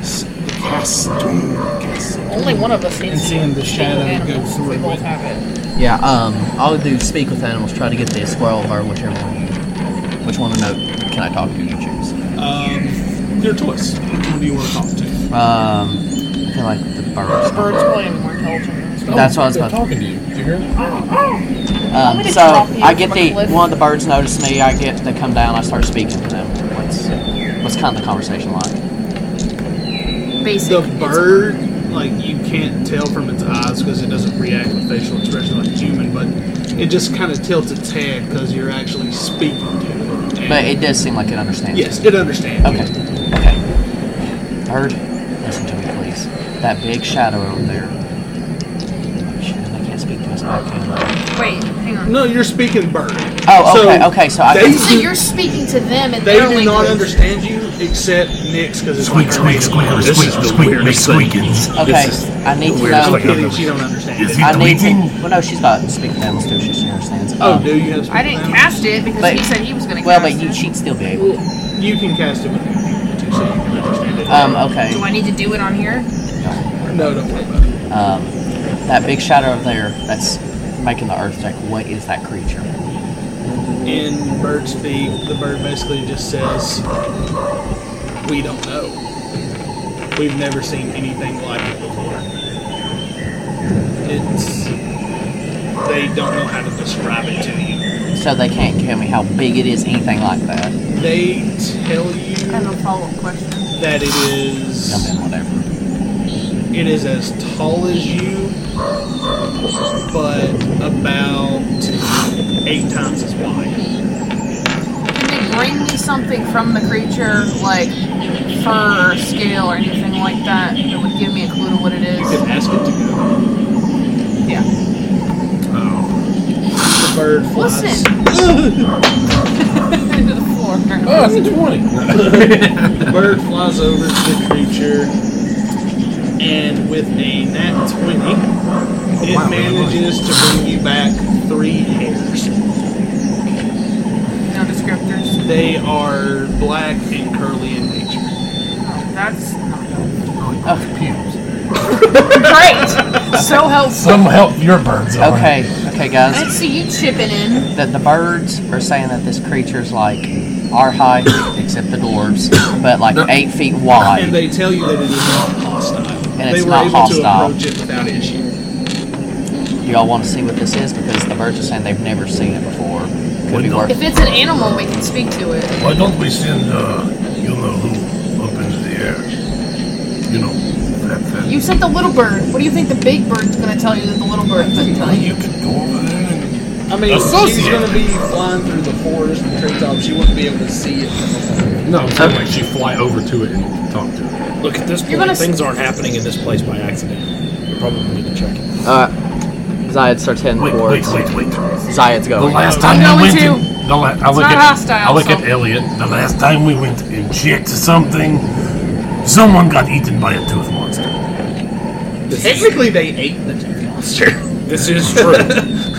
[SPEAKER 3] s- the cast,
[SPEAKER 7] Only one of us
[SPEAKER 3] and
[SPEAKER 7] needs
[SPEAKER 3] seeing the shadow go
[SPEAKER 7] animals.
[SPEAKER 3] through
[SPEAKER 7] We both
[SPEAKER 3] it.
[SPEAKER 7] have it.
[SPEAKER 5] Yeah, um, I'll do speak with animals, try to get the squirrel or whichever one. you- Which one to know can I talk to? You choose.
[SPEAKER 3] Um, your choice. Which one do you want to talk to?
[SPEAKER 5] Um, I feel like the birds.
[SPEAKER 7] Birds probably have more intelligent. than us.
[SPEAKER 5] That's what I was about.
[SPEAKER 8] Talking to you. Did you hear that?
[SPEAKER 5] Um,
[SPEAKER 7] to
[SPEAKER 5] so
[SPEAKER 7] Oh, drop you
[SPEAKER 5] I get
[SPEAKER 7] from a
[SPEAKER 5] the
[SPEAKER 7] cliff?
[SPEAKER 5] one of the birds notice me. I get they come down. I start speaking to them. What's what's kind of the conversation like?
[SPEAKER 7] Basic.
[SPEAKER 3] The
[SPEAKER 7] It's-
[SPEAKER 3] bird, like you can't tell from its eyes because it doesn't react with facial expression like a human, but it just kind of tilts its head because you're actually speaking to it. And-
[SPEAKER 5] But it does seem like it understands.
[SPEAKER 3] yes, it understands.
[SPEAKER 5] Okay. Okay. Bird, listen to me, please. That big shadow over there. Shit, I can't speak to this microphone.
[SPEAKER 7] Wait, hang on.
[SPEAKER 3] No, you're speaking bird.
[SPEAKER 5] Oh, okay, okay. So I
[SPEAKER 3] they
[SPEAKER 5] can,
[SPEAKER 7] So you're speaking to them and
[SPEAKER 3] They
[SPEAKER 7] their
[SPEAKER 3] do not
[SPEAKER 7] language.
[SPEAKER 3] understand you except Nix because it's like her native language.
[SPEAKER 1] This is the weirdest thing.
[SPEAKER 5] okay. I need to
[SPEAKER 3] I'm
[SPEAKER 5] know.
[SPEAKER 3] kidding, she don't understand.
[SPEAKER 1] Is
[SPEAKER 3] it.
[SPEAKER 1] he
[SPEAKER 5] I need to.
[SPEAKER 1] tweeting?
[SPEAKER 5] Well, no, she's not speaking to animals too. She she understands.
[SPEAKER 3] Oh,
[SPEAKER 5] Um,
[SPEAKER 3] do you have?
[SPEAKER 7] I
[SPEAKER 3] speaking
[SPEAKER 7] didn't
[SPEAKER 3] language?
[SPEAKER 7] cast it because
[SPEAKER 5] But-
[SPEAKER 7] he said he was going to
[SPEAKER 5] Well,
[SPEAKER 7] cast
[SPEAKER 5] but you,
[SPEAKER 7] it.
[SPEAKER 5] she'd still be able.
[SPEAKER 3] Well, you can cast it with your people too, so you can understand it.
[SPEAKER 5] Um, okay.
[SPEAKER 7] Do I need to do it on here?
[SPEAKER 3] no, don't worry about it.
[SPEAKER 5] Um, that big shadow over there that's making the earth shake. What is that creature?
[SPEAKER 3] In bird speak, the bird basically just says, "We don't know. We've never seen anything like it before. It's they don't know how to describe it to you."
[SPEAKER 5] So they can't tell me how big it is, anything like that.
[SPEAKER 3] They tell you
[SPEAKER 7] I have a follow-up question.
[SPEAKER 3] that it is
[SPEAKER 5] Something, whatever.
[SPEAKER 3] it is as tall as you, but about eight times as wide.
[SPEAKER 7] Can they bring me something from the creature, like fur or scale or anything like that, that would give me a clue to what it
[SPEAKER 3] You
[SPEAKER 7] is?
[SPEAKER 3] can ask it to go.
[SPEAKER 7] Yeah.
[SPEAKER 3] The bird flies.
[SPEAKER 7] Listen. Into the floor.
[SPEAKER 8] Oh, it's a 20.
[SPEAKER 3] The bird flies over to the creature and with a nat 20,
[SPEAKER 17] Oh,
[SPEAKER 3] it
[SPEAKER 8] wow, really
[SPEAKER 3] manages to bring you back three hairs.
[SPEAKER 7] No descriptors.
[SPEAKER 3] They are black and curly in nature.
[SPEAKER 7] Oh, That's
[SPEAKER 5] Great!
[SPEAKER 7] So helpful.
[SPEAKER 5] Some help your birds
[SPEAKER 7] are.
[SPEAKER 5] Okay, okay,
[SPEAKER 7] I
[SPEAKER 5] guys.
[SPEAKER 7] see you chipping in.
[SPEAKER 5] The, the birds are saying that this creature's like our height, except the dwarves, but like eight feet
[SPEAKER 3] And
[SPEAKER 5] wide.
[SPEAKER 3] they tell you that it is not hostile.
[SPEAKER 5] And
[SPEAKER 3] they
[SPEAKER 5] it's
[SPEAKER 3] were
[SPEAKER 5] not
[SPEAKER 3] able
[SPEAKER 5] hostile.
[SPEAKER 3] to approach it without issue.
[SPEAKER 5] Do y'all want to see what this is? Because the birds are saying they've never seen it before. Could be worth
[SPEAKER 7] If it's an animal, we can speak to it.
[SPEAKER 8] Why don't we send, uh, you know who up into the air? You know, that, that.
[SPEAKER 7] You said the little bird. What do you think the big bird's going to tell you that the little bird couldn't tell you?
[SPEAKER 18] I mean,
[SPEAKER 17] Associate.
[SPEAKER 18] she's going to be flying through the forest and treetops. She wouldn't be able to see it from above.
[SPEAKER 17] No, I'm saying like she fly over to it and talk to it.
[SPEAKER 6] Look, at this
[SPEAKER 7] You're
[SPEAKER 6] point,
[SPEAKER 7] gonna s-
[SPEAKER 6] things aren't happening in this place by accident. We probably need to check it.
[SPEAKER 18] Uh, Zayed starts heading
[SPEAKER 8] Wait, wait,
[SPEAKER 18] towards.
[SPEAKER 8] wait, wait. The
[SPEAKER 18] Zayed's going.
[SPEAKER 8] last
[SPEAKER 7] I'm
[SPEAKER 8] time we
[SPEAKER 7] going
[SPEAKER 8] went
[SPEAKER 7] to.
[SPEAKER 8] in, the la- I look
[SPEAKER 7] not
[SPEAKER 8] at,
[SPEAKER 7] hostile,
[SPEAKER 8] I look at
[SPEAKER 7] so-
[SPEAKER 8] Elliot. The last time we went and checked something, someone got eaten by a tooth monster.
[SPEAKER 18] Technically, they ate the tooth monster.
[SPEAKER 6] This is true.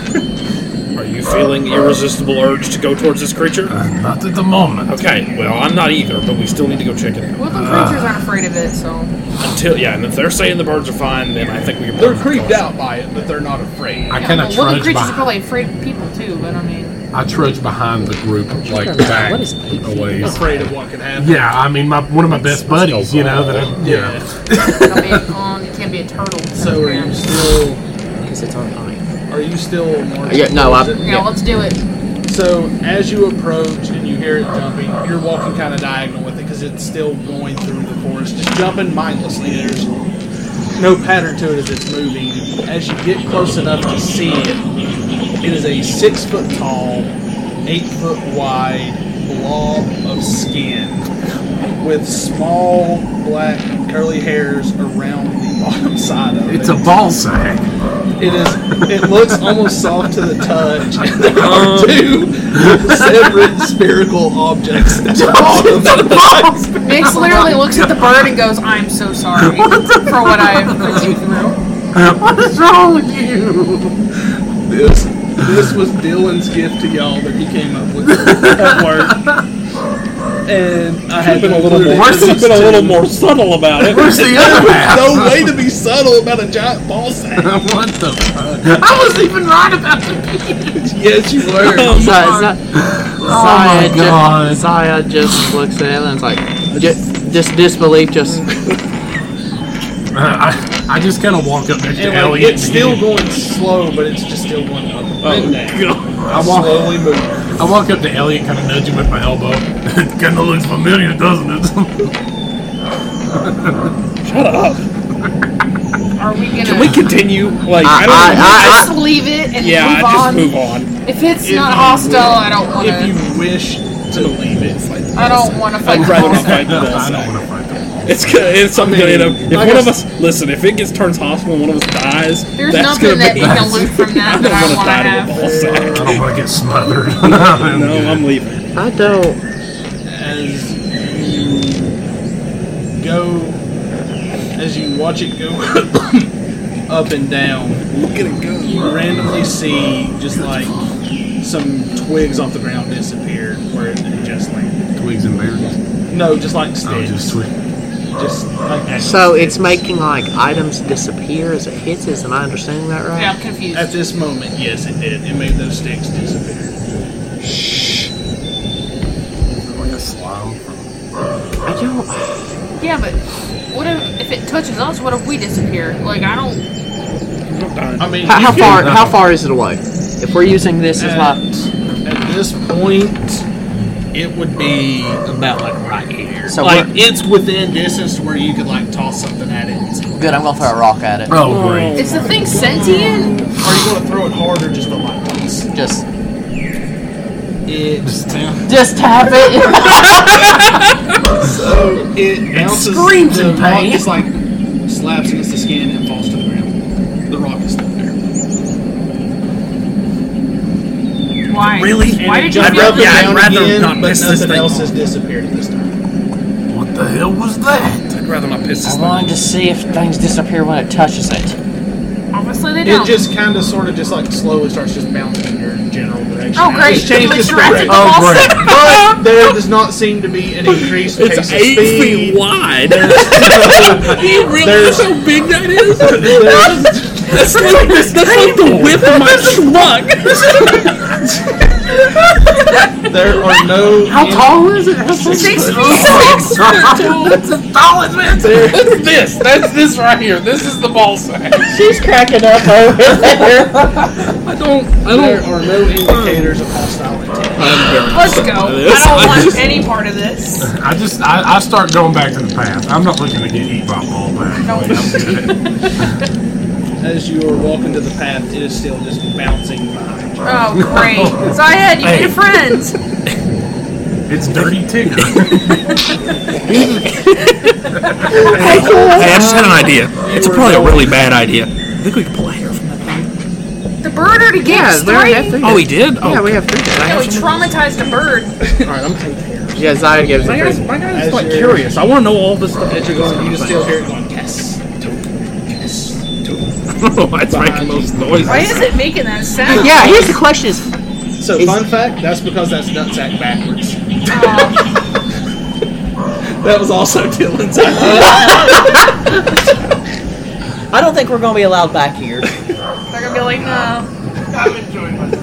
[SPEAKER 6] Are you feeling irresistible urge to go towards this creature?
[SPEAKER 8] Not at the moment.
[SPEAKER 6] Okay, well, I'm not either, but we still need to go check it out.
[SPEAKER 7] Woodland creatures aren't afraid of it, so.
[SPEAKER 6] Until, yeah, and if they're saying the birds are fine, then I think we can.
[SPEAKER 3] They're creeped out by it, but they're not afraid.
[SPEAKER 17] I kind of
[SPEAKER 7] well, woodland
[SPEAKER 17] trudge
[SPEAKER 7] creatures are
[SPEAKER 17] behind.
[SPEAKER 7] probably afraid of people too, but I mean,
[SPEAKER 17] I trudge behind the group like back
[SPEAKER 18] What is eight
[SPEAKER 17] a ways.
[SPEAKER 3] Afraid of what could happen.
[SPEAKER 17] Yeah, I mean my one of my best buddies, you know that. I, yeah.
[SPEAKER 7] I mean, um, it can't be a turtle.
[SPEAKER 3] So are you still
[SPEAKER 18] Because it's our height.
[SPEAKER 3] are you still marching?
[SPEAKER 18] Yeah, no,
[SPEAKER 3] towards
[SPEAKER 18] I'm-
[SPEAKER 3] it?
[SPEAKER 7] Yeah, let's do it.
[SPEAKER 3] So as you approach and you hear it jumping, you're walking kind of diagonal with it because it's still going through the forest, just jumping mindlessly. There's no pattern to it as it's moving. As you get close enough to see it, it is a six foot tall, eight foot wide blob of skin with small black curly hairs around the bottom side of it.
[SPEAKER 17] It's a ball sack.
[SPEAKER 3] It is. It looks almost soft to the touch. There are
[SPEAKER 6] Um,
[SPEAKER 3] two separate spherical objects at the bottom of the
[SPEAKER 7] Nix literally looks at the bird and goes, "I'm so sorry for what I have put you through."
[SPEAKER 3] This, this was Dylan's gift to y'all that he came up with at work. And I had
[SPEAKER 6] Been a little
[SPEAKER 3] include
[SPEAKER 6] more.
[SPEAKER 3] it.
[SPEAKER 6] I've been a little more subtle about it.
[SPEAKER 17] Where's the other half?
[SPEAKER 3] No way to be subtle about a giant ball sack.
[SPEAKER 17] what the fuck?
[SPEAKER 8] I was even right about the
[SPEAKER 3] Yes, you were.
[SPEAKER 5] Zaya, ju-
[SPEAKER 17] God.
[SPEAKER 5] Zaya just looks at him and is like, ju- just disbelief, just.
[SPEAKER 8] Uh,
[SPEAKER 17] I, I just kind of walk up next to
[SPEAKER 3] And like,
[SPEAKER 17] Elliot.
[SPEAKER 3] it's still going slow, but it's just still going up
[SPEAKER 6] Oh.
[SPEAKER 3] and down.
[SPEAKER 17] I walk,
[SPEAKER 3] Slowly moving.
[SPEAKER 17] I walk up to Elliot, kind of nudge him with my elbow.
[SPEAKER 8] It kind of looks familiar, doesn't it?
[SPEAKER 7] Are we gonna
[SPEAKER 6] Can we continue? Like, I, don't
[SPEAKER 7] just leave it and
[SPEAKER 6] Yeah,
[SPEAKER 7] move
[SPEAKER 6] I just
[SPEAKER 7] on?
[SPEAKER 6] move on.
[SPEAKER 7] If it's
[SPEAKER 3] If
[SPEAKER 7] not
[SPEAKER 3] you
[SPEAKER 7] hostile,
[SPEAKER 3] will-
[SPEAKER 7] I don't want
[SPEAKER 3] If
[SPEAKER 7] to.
[SPEAKER 3] you wish to leave it,
[SPEAKER 7] I don't want to fight
[SPEAKER 6] I'd
[SPEAKER 7] the
[SPEAKER 6] rather
[SPEAKER 7] ball
[SPEAKER 6] not fight the
[SPEAKER 7] sack.
[SPEAKER 6] ball
[SPEAKER 8] I
[SPEAKER 6] sack.
[SPEAKER 8] don't want to fight them.
[SPEAKER 6] It's gonna, it's something gonna end up. If
[SPEAKER 3] like
[SPEAKER 6] one
[SPEAKER 3] I
[SPEAKER 6] of us listen, if it gets turns hostile and one of us dies,
[SPEAKER 7] There's
[SPEAKER 6] that's
[SPEAKER 7] nothing
[SPEAKER 6] gonna
[SPEAKER 7] that
[SPEAKER 6] be.
[SPEAKER 7] we can loot from that
[SPEAKER 6] I'm
[SPEAKER 7] that
[SPEAKER 6] not
[SPEAKER 7] I
[SPEAKER 6] gonna
[SPEAKER 7] want to
[SPEAKER 6] die to a ball sack.
[SPEAKER 7] have.
[SPEAKER 8] I don't want to get smothered.
[SPEAKER 6] No, I'm leaving.
[SPEAKER 18] I don't.
[SPEAKER 3] as you go, as you watch it go up and down, look at it go. You randomly see just like some twigs off the ground disappear where it just landed.
[SPEAKER 17] Twigs and berries.
[SPEAKER 3] No, just like
[SPEAKER 17] Oh,
[SPEAKER 3] sticks.
[SPEAKER 17] just twig.
[SPEAKER 3] just like actual
[SPEAKER 18] So it's
[SPEAKER 3] sticks.
[SPEAKER 18] making like items disappear as it hits. us. Am I understanding that right?
[SPEAKER 7] Yeah, I'm confused.
[SPEAKER 3] At this moment, yes, it did. It made those sticks disappear.
[SPEAKER 17] Like a slime. from-
[SPEAKER 18] I don't.
[SPEAKER 7] Yeah, but what if, if it touches us? What if we disappear? Like I don't.
[SPEAKER 3] I mean,
[SPEAKER 18] How,
[SPEAKER 3] you
[SPEAKER 18] how
[SPEAKER 3] can-
[SPEAKER 18] far? How far is it away? If we're using this as
[SPEAKER 3] At,
[SPEAKER 18] my,
[SPEAKER 3] at this point, it would be about like right here.
[SPEAKER 5] So
[SPEAKER 3] like
[SPEAKER 5] we're-
[SPEAKER 3] it's within distance to where you could like toss something at it. And see.
[SPEAKER 5] Good, I'm gonna throw a rock at it.
[SPEAKER 17] Oh great!
[SPEAKER 7] Is the thing sentient?
[SPEAKER 3] Are you going to throw it hard or just a light toss?
[SPEAKER 5] Just.
[SPEAKER 3] It
[SPEAKER 5] Just tap it!
[SPEAKER 3] so it bounces.
[SPEAKER 5] screams
[SPEAKER 3] the
[SPEAKER 5] in
[SPEAKER 3] rock
[SPEAKER 5] pain.
[SPEAKER 3] Just like slaps against the skin and falls to the ground. The rock is still there.
[SPEAKER 7] Why?
[SPEAKER 8] Really?
[SPEAKER 7] Why
[SPEAKER 3] And it
[SPEAKER 7] did you
[SPEAKER 3] jumped
[SPEAKER 7] feel
[SPEAKER 3] up and
[SPEAKER 7] that?
[SPEAKER 3] down
[SPEAKER 8] I'd rather
[SPEAKER 3] again,
[SPEAKER 8] not
[SPEAKER 3] but
[SPEAKER 8] miss this
[SPEAKER 3] nothing
[SPEAKER 8] thing.
[SPEAKER 3] else has disappeared at this time.
[SPEAKER 8] What the hell was that?
[SPEAKER 4] rather not piss this
[SPEAKER 10] I wanted to see if things disappear when it touches it.
[SPEAKER 7] Obviously, they
[SPEAKER 3] It
[SPEAKER 7] don't.
[SPEAKER 3] just kind of, sort of, just like slowly starts just bouncing in your general direction.
[SPEAKER 7] Oh, great.
[SPEAKER 3] Just change the
[SPEAKER 7] Like Jurassic
[SPEAKER 3] speed.
[SPEAKER 7] Park. Oh, great.
[SPEAKER 3] But there does not seem to be an increased pace
[SPEAKER 6] It's
[SPEAKER 3] of
[SPEAKER 6] eight
[SPEAKER 3] speed.
[SPEAKER 6] feet wide.
[SPEAKER 3] you
[SPEAKER 6] Really? That's how big that is? That's like, that's like the width of my truck.
[SPEAKER 3] There are no.
[SPEAKER 4] How tall is it? That's six
[SPEAKER 7] six.
[SPEAKER 4] That's as tall as man. That's this. That's this right here. This is the ball sack.
[SPEAKER 5] She's cracking up over there.
[SPEAKER 6] I don't. I
[SPEAKER 3] There
[SPEAKER 6] don't.
[SPEAKER 3] are no indicators of hostile intent.
[SPEAKER 7] Let's go. I don't want any part of this.
[SPEAKER 19] I just, I, I start going back to the path. I'm not looking to get eaten by a ball back. Like, I'm good.
[SPEAKER 3] As you are walking to the path, it is still just bouncing behind you.
[SPEAKER 7] Oh, great. So I had you need a friend.
[SPEAKER 19] It's dirty ticker.
[SPEAKER 4] Hey, I just had an idea. It's probably a really bad idea. I think we can pull a hair from that thing.
[SPEAKER 7] The bird already gave us three.
[SPEAKER 4] Oh, he did. Oh,
[SPEAKER 5] Yeah, we have three.
[SPEAKER 7] Yeah, we traumatized a bird.
[SPEAKER 5] Yeah, Zion gives
[SPEAKER 6] My
[SPEAKER 5] it
[SPEAKER 6] guy's,
[SPEAKER 5] three.
[SPEAKER 6] my guy's like curious. I want to know all this stuff.
[SPEAKER 3] As you're going, you just still hear it going, Cass, toot, Cass, toot.
[SPEAKER 6] Why it's making those noises?
[SPEAKER 7] Why is it making that sound?
[SPEAKER 5] Yeah, here's the question: Is
[SPEAKER 3] So, fun fact that's because that's nutsack backwards. that was also Dylan's idea.
[SPEAKER 5] I don't think we're gonna be allowed back here.
[SPEAKER 7] They're gonna be like, no.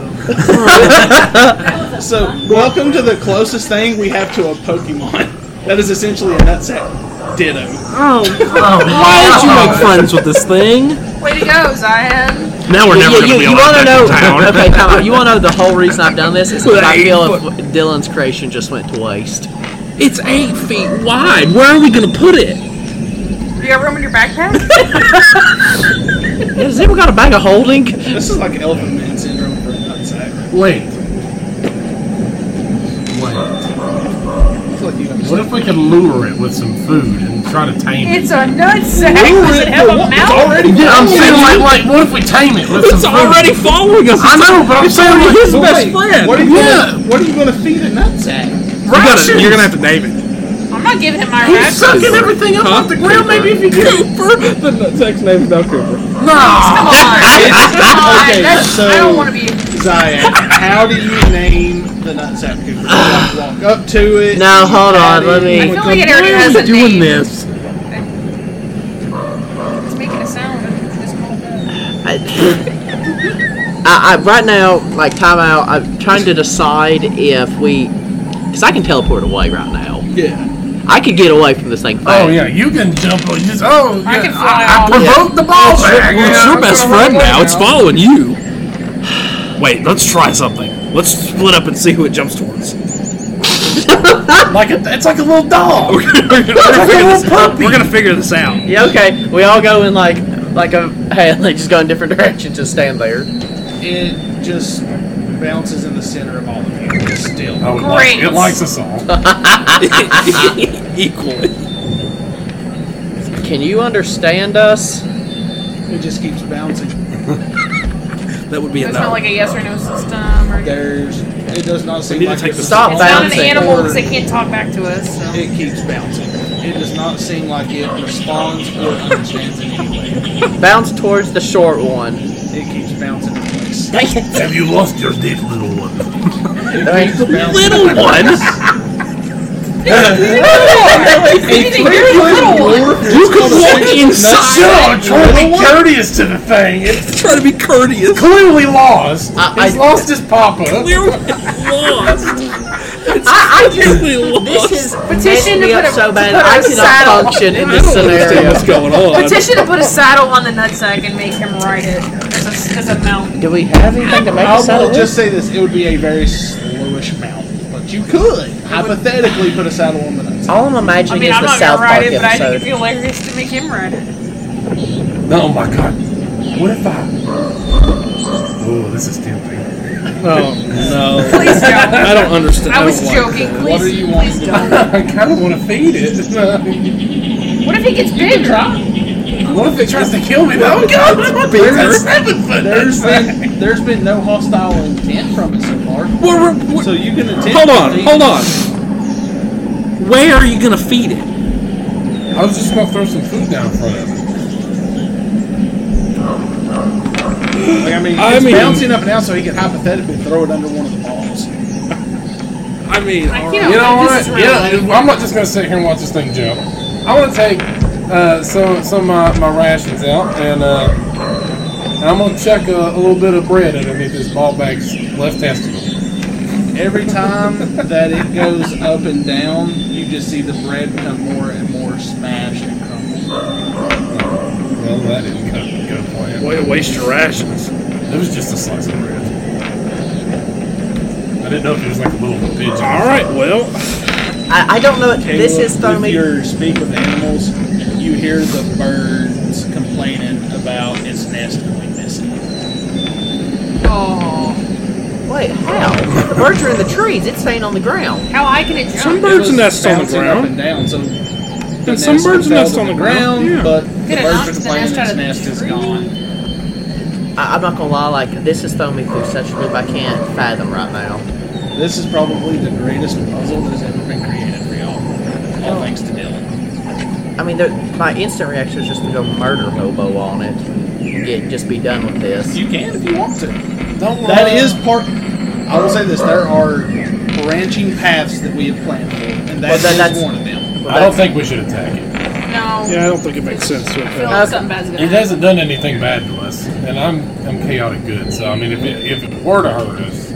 [SPEAKER 3] So, welcome to the closest thing we have to a Pokemon. That is essentially a nutsack ditto.
[SPEAKER 6] Oh, why did you make friends with this thing?
[SPEAKER 7] Way to go, Zion.
[SPEAKER 4] now we're never
[SPEAKER 5] you
[SPEAKER 4] going to be allowed
[SPEAKER 5] want to
[SPEAKER 4] back
[SPEAKER 5] know?
[SPEAKER 4] in town.
[SPEAKER 5] Okay, time out. You want to know the whole reason I've done this is because I feel if Dylan's creation just went to waste.
[SPEAKER 6] It's eight feet wide. Where are we going to put it?
[SPEAKER 7] Do you have room in your backpack?
[SPEAKER 5] Yeah, Has anyone got a bag of holding?
[SPEAKER 3] This is like Elephant Man syndrome for a nutsack.
[SPEAKER 8] Wait. Wait.
[SPEAKER 3] I feel like you have
[SPEAKER 8] What if we could lure it with some food and try to tame it?
[SPEAKER 7] It's a nut sack. Does it have a mouth?
[SPEAKER 3] already
[SPEAKER 8] Yeah, I'm saying like, like, what if we tame it with
[SPEAKER 6] It's
[SPEAKER 8] some food?
[SPEAKER 6] already following us.
[SPEAKER 8] I know, but I'm saying like,
[SPEAKER 6] his
[SPEAKER 8] well,
[SPEAKER 6] best
[SPEAKER 8] wait,
[SPEAKER 6] friend.
[SPEAKER 3] What are you
[SPEAKER 8] Yeah.
[SPEAKER 3] gonna, what are you gonna feed a nutsack?
[SPEAKER 8] You gotta, you're gonna have to name it.
[SPEAKER 7] I'm not giving him my
[SPEAKER 8] He's
[SPEAKER 7] rations.
[SPEAKER 8] sucking everything up off the ground. Maybe if you do.
[SPEAKER 6] the nutsack's name is now Cooper.
[SPEAKER 7] Come on. Come on.
[SPEAKER 3] Okay,
[SPEAKER 7] That's,
[SPEAKER 3] so-
[SPEAKER 7] I don't want to be.
[SPEAKER 3] Zion, how do you name the nutsack cooper? You walk up to it.
[SPEAKER 5] No, hold on. Let
[SPEAKER 7] I
[SPEAKER 5] me.
[SPEAKER 7] feel like it already has a
[SPEAKER 6] doing
[SPEAKER 7] name.
[SPEAKER 6] this?
[SPEAKER 7] It's making a sound. It's just called that.
[SPEAKER 5] I, I, I right now, like time out. I'm trying to decide if we, because I can teleport away right now.
[SPEAKER 3] Yeah.
[SPEAKER 5] I could get away from this thing. Fast.
[SPEAKER 8] Oh yeah, you can jump on just oh
[SPEAKER 7] I
[SPEAKER 8] yeah,
[SPEAKER 7] can fly
[SPEAKER 8] I,
[SPEAKER 7] off.
[SPEAKER 8] provoked the ball back.
[SPEAKER 4] Well, it's
[SPEAKER 8] yeah.
[SPEAKER 4] your best friend now. It's following you. Wait, let's try something. Let's split up and see who it jumps towards.
[SPEAKER 8] Like a, it's like a little dog.
[SPEAKER 4] We're gonna figure this- we're gonna figure this out.
[SPEAKER 5] Yeah. Okay. We all go in like like a hey, they just go in different directions and stand there.
[SPEAKER 3] It just bounces in the center of all of you. It's still.
[SPEAKER 8] Oh, it,
[SPEAKER 7] Great.
[SPEAKER 8] likes, it likes us all.
[SPEAKER 4] Equally.
[SPEAKER 5] Can you understand us?
[SPEAKER 3] It just keeps bouncing.
[SPEAKER 4] That would be
[SPEAKER 7] There's
[SPEAKER 4] enough.
[SPEAKER 7] not like a yes or no system. Or
[SPEAKER 3] There's. It does not seem like
[SPEAKER 4] take
[SPEAKER 3] you're-
[SPEAKER 4] this-
[SPEAKER 5] Stop
[SPEAKER 7] it's not an
[SPEAKER 5] bouncing.
[SPEAKER 7] animal because it can't talk back to us. So.
[SPEAKER 3] It keeps bouncing. It does not seem like it responds or understands in any way.
[SPEAKER 5] Bounce towards the short one.
[SPEAKER 3] It keeps bouncing in place.
[SPEAKER 5] Dang it.
[SPEAKER 19] Have you lost your dead little one?
[SPEAKER 3] It keeps bouncing.
[SPEAKER 6] Little one.
[SPEAKER 3] You could
[SPEAKER 6] walk inside.
[SPEAKER 8] I'm trying to be courteous to the thing. It's
[SPEAKER 6] Try to be courteous.
[SPEAKER 8] clearly lost.
[SPEAKER 5] I-
[SPEAKER 8] He's
[SPEAKER 5] I-
[SPEAKER 8] lost his papa.
[SPEAKER 6] Clearly lost.
[SPEAKER 5] I, I just,
[SPEAKER 6] Clearly
[SPEAKER 5] this
[SPEAKER 6] lost.
[SPEAKER 5] is
[SPEAKER 7] Petition
[SPEAKER 5] messing
[SPEAKER 7] to
[SPEAKER 5] me
[SPEAKER 7] put
[SPEAKER 5] up
[SPEAKER 7] a-
[SPEAKER 5] so
[SPEAKER 7] to
[SPEAKER 5] bad.
[SPEAKER 7] put
[SPEAKER 5] I
[SPEAKER 7] a
[SPEAKER 5] cannot
[SPEAKER 7] saddle-
[SPEAKER 5] function in
[SPEAKER 6] I
[SPEAKER 5] this
[SPEAKER 6] don't understand
[SPEAKER 5] scenario.
[SPEAKER 6] what's going on.
[SPEAKER 7] Petition to put a saddle on the nutsack and make him ride it as a, as a mount.
[SPEAKER 5] Do we have anything to make
[SPEAKER 3] I
[SPEAKER 5] us out
[SPEAKER 3] will
[SPEAKER 5] of
[SPEAKER 3] just
[SPEAKER 5] this?
[SPEAKER 3] say this: it would be a very slowish mount, but you could hypothetically put a saddle on the nutsack.
[SPEAKER 5] All I'm
[SPEAKER 7] I
[SPEAKER 5] imagining
[SPEAKER 7] mean,
[SPEAKER 5] is
[SPEAKER 7] I'm
[SPEAKER 5] the
[SPEAKER 7] not
[SPEAKER 5] South
[SPEAKER 7] gonna
[SPEAKER 5] Park
[SPEAKER 7] ride it, but I think it'd
[SPEAKER 5] episode.
[SPEAKER 7] be hilarious to make him ride it.
[SPEAKER 8] Oh my god. What if I? Oh, this is tempting.
[SPEAKER 6] Oh no.
[SPEAKER 7] Please don't.
[SPEAKER 6] I don't understand.
[SPEAKER 7] I was
[SPEAKER 6] don't like
[SPEAKER 7] joking. Please,
[SPEAKER 3] What are you
[SPEAKER 7] please
[SPEAKER 3] wanting
[SPEAKER 7] don't.
[SPEAKER 8] I kind of want to feed it.
[SPEAKER 7] What if he gets big? Drop.
[SPEAKER 8] what if it tries to kill me? Oh god, it's bigger. That's seven foot.
[SPEAKER 3] There's been there's been no hostile intent from it so far,
[SPEAKER 6] Where, where, where,
[SPEAKER 3] so you can attempt.
[SPEAKER 6] hold on, hold on. Where are you gonna feed it?
[SPEAKER 1] I was just gonna throw some food down in front of him.
[SPEAKER 3] Like, I mean, it's
[SPEAKER 1] I mean-
[SPEAKER 3] bouncing up and down so he can hypothetically throw it under one of the balls.
[SPEAKER 1] I mean,
[SPEAKER 3] I
[SPEAKER 1] all
[SPEAKER 3] can't
[SPEAKER 1] right. you know
[SPEAKER 3] believe
[SPEAKER 1] what?
[SPEAKER 3] this is
[SPEAKER 1] Yeah,
[SPEAKER 3] real.
[SPEAKER 1] I'm not just gonna sit here and watch this thing jump. I want to take uh, some some of my, my rations out, and uh, and I'm gonna check a, a little bit of bread underneath this ball bag's left testicle.
[SPEAKER 3] Every time that it goes up and down, you just see the bread become more and more smashed and crumbled.
[SPEAKER 1] Well, that didn't go good plan.
[SPEAKER 6] Way to waste your rations.
[SPEAKER 1] It was just a slice of bread. I didn't know if it was like a little pigeon.
[SPEAKER 6] All right, well,
[SPEAKER 5] I, I don't know. this
[SPEAKER 3] Caleb,
[SPEAKER 5] is throwing
[SPEAKER 3] with
[SPEAKER 5] me.
[SPEAKER 3] your speak with animals, you hear the birds complaining about its nest going missing.
[SPEAKER 5] Oh. Wait, how? The birds are in the trees. It's staying on the ground.
[SPEAKER 7] How high can it jump?
[SPEAKER 6] Some birds'
[SPEAKER 3] It was
[SPEAKER 6] nests on the
[SPEAKER 3] bouncing
[SPEAKER 6] ground.
[SPEAKER 3] up and down. So the
[SPEAKER 6] And some
[SPEAKER 3] nest
[SPEAKER 6] birds'
[SPEAKER 3] fell
[SPEAKER 6] nests
[SPEAKER 3] to
[SPEAKER 6] on the ground, yeah.
[SPEAKER 3] but the
[SPEAKER 7] Could it knock
[SPEAKER 3] birds
[SPEAKER 7] the
[SPEAKER 3] are complaining
[SPEAKER 7] nest out
[SPEAKER 3] its
[SPEAKER 7] of the
[SPEAKER 3] nest is
[SPEAKER 7] tree?
[SPEAKER 3] gone.
[SPEAKER 5] I, I'm not gonna lie. Like this is throwing me through such a loop. I can't fathom right now.
[SPEAKER 3] This is probably the greatest puzzle that has ever been created for y'all. All thanks to Dylan.
[SPEAKER 5] I mean, there- my instant reaction is just to go murder hobo on it. and Get just be done with this.
[SPEAKER 3] You can if you want to.
[SPEAKER 1] Don't
[SPEAKER 3] That
[SPEAKER 1] worry.
[SPEAKER 3] is part. I will say this: there are branching paths that we have planned for, and
[SPEAKER 5] Well,
[SPEAKER 3] that
[SPEAKER 5] that-
[SPEAKER 3] is
[SPEAKER 5] that's-
[SPEAKER 3] one of them.
[SPEAKER 1] I don't think we should attack it.
[SPEAKER 7] No.
[SPEAKER 6] yeah, I don't think it makes sense. To
[SPEAKER 7] I feel
[SPEAKER 6] attack.
[SPEAKER 7] like something bad's gonna
[SPEAKER 1] It hasn't done anything bad to us, and I'm I'm chaotic good. So I mean, if it, if it were to hurt us,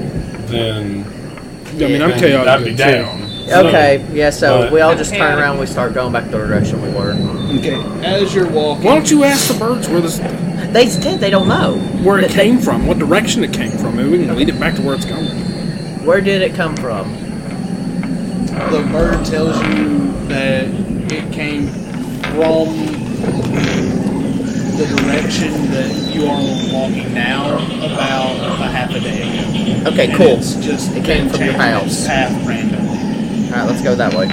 [SPEAKER 1] then
[SPEAKER 6] I mean, I'm
[SPEAKER 1] then
[SPEAKER 6] chaotic.
[SPEAKER 1] I'd be
[SPEAKER 6] too.
[SPEAKER 1] down. So-
[SPEAKER 5] Okay, yeah. So
[SPEAKER 1] but-
[SPEAKER 5] we all just turn
[SPEAKER 7] Okay.
[SPEAKER 5] around. We start going back the direction we were.
[SPEAKER 3] Okay, as you're walking,
[SPEAKER 6] Why don't you ask the birds where this,
[SPEAKER 5] They said they don't know.
[SPEAKER 6] where it
[SPEAKER 5] Th- they-
[SPEAKER 6] came from, what direction it came from? Maybe we can lead it back to where it's going.
[SPEAKER 5] Where did it come from?
[SPEAKER 3] the bird tells you that it came from the direction that you are walking now, about a half a day ago.
[SPEAKER 5] Okay,
[SPEAKER 3] And
[SPEAKER 5] cool.
[SPEAKER 3] It's just
[SPEAKER 5] It came from your
[SPEAKER 3] changing its
[SPEAKER 5] house.
[SPEAKER 3] Path randomly.
[SPEAKER 5] All right, let's go that way.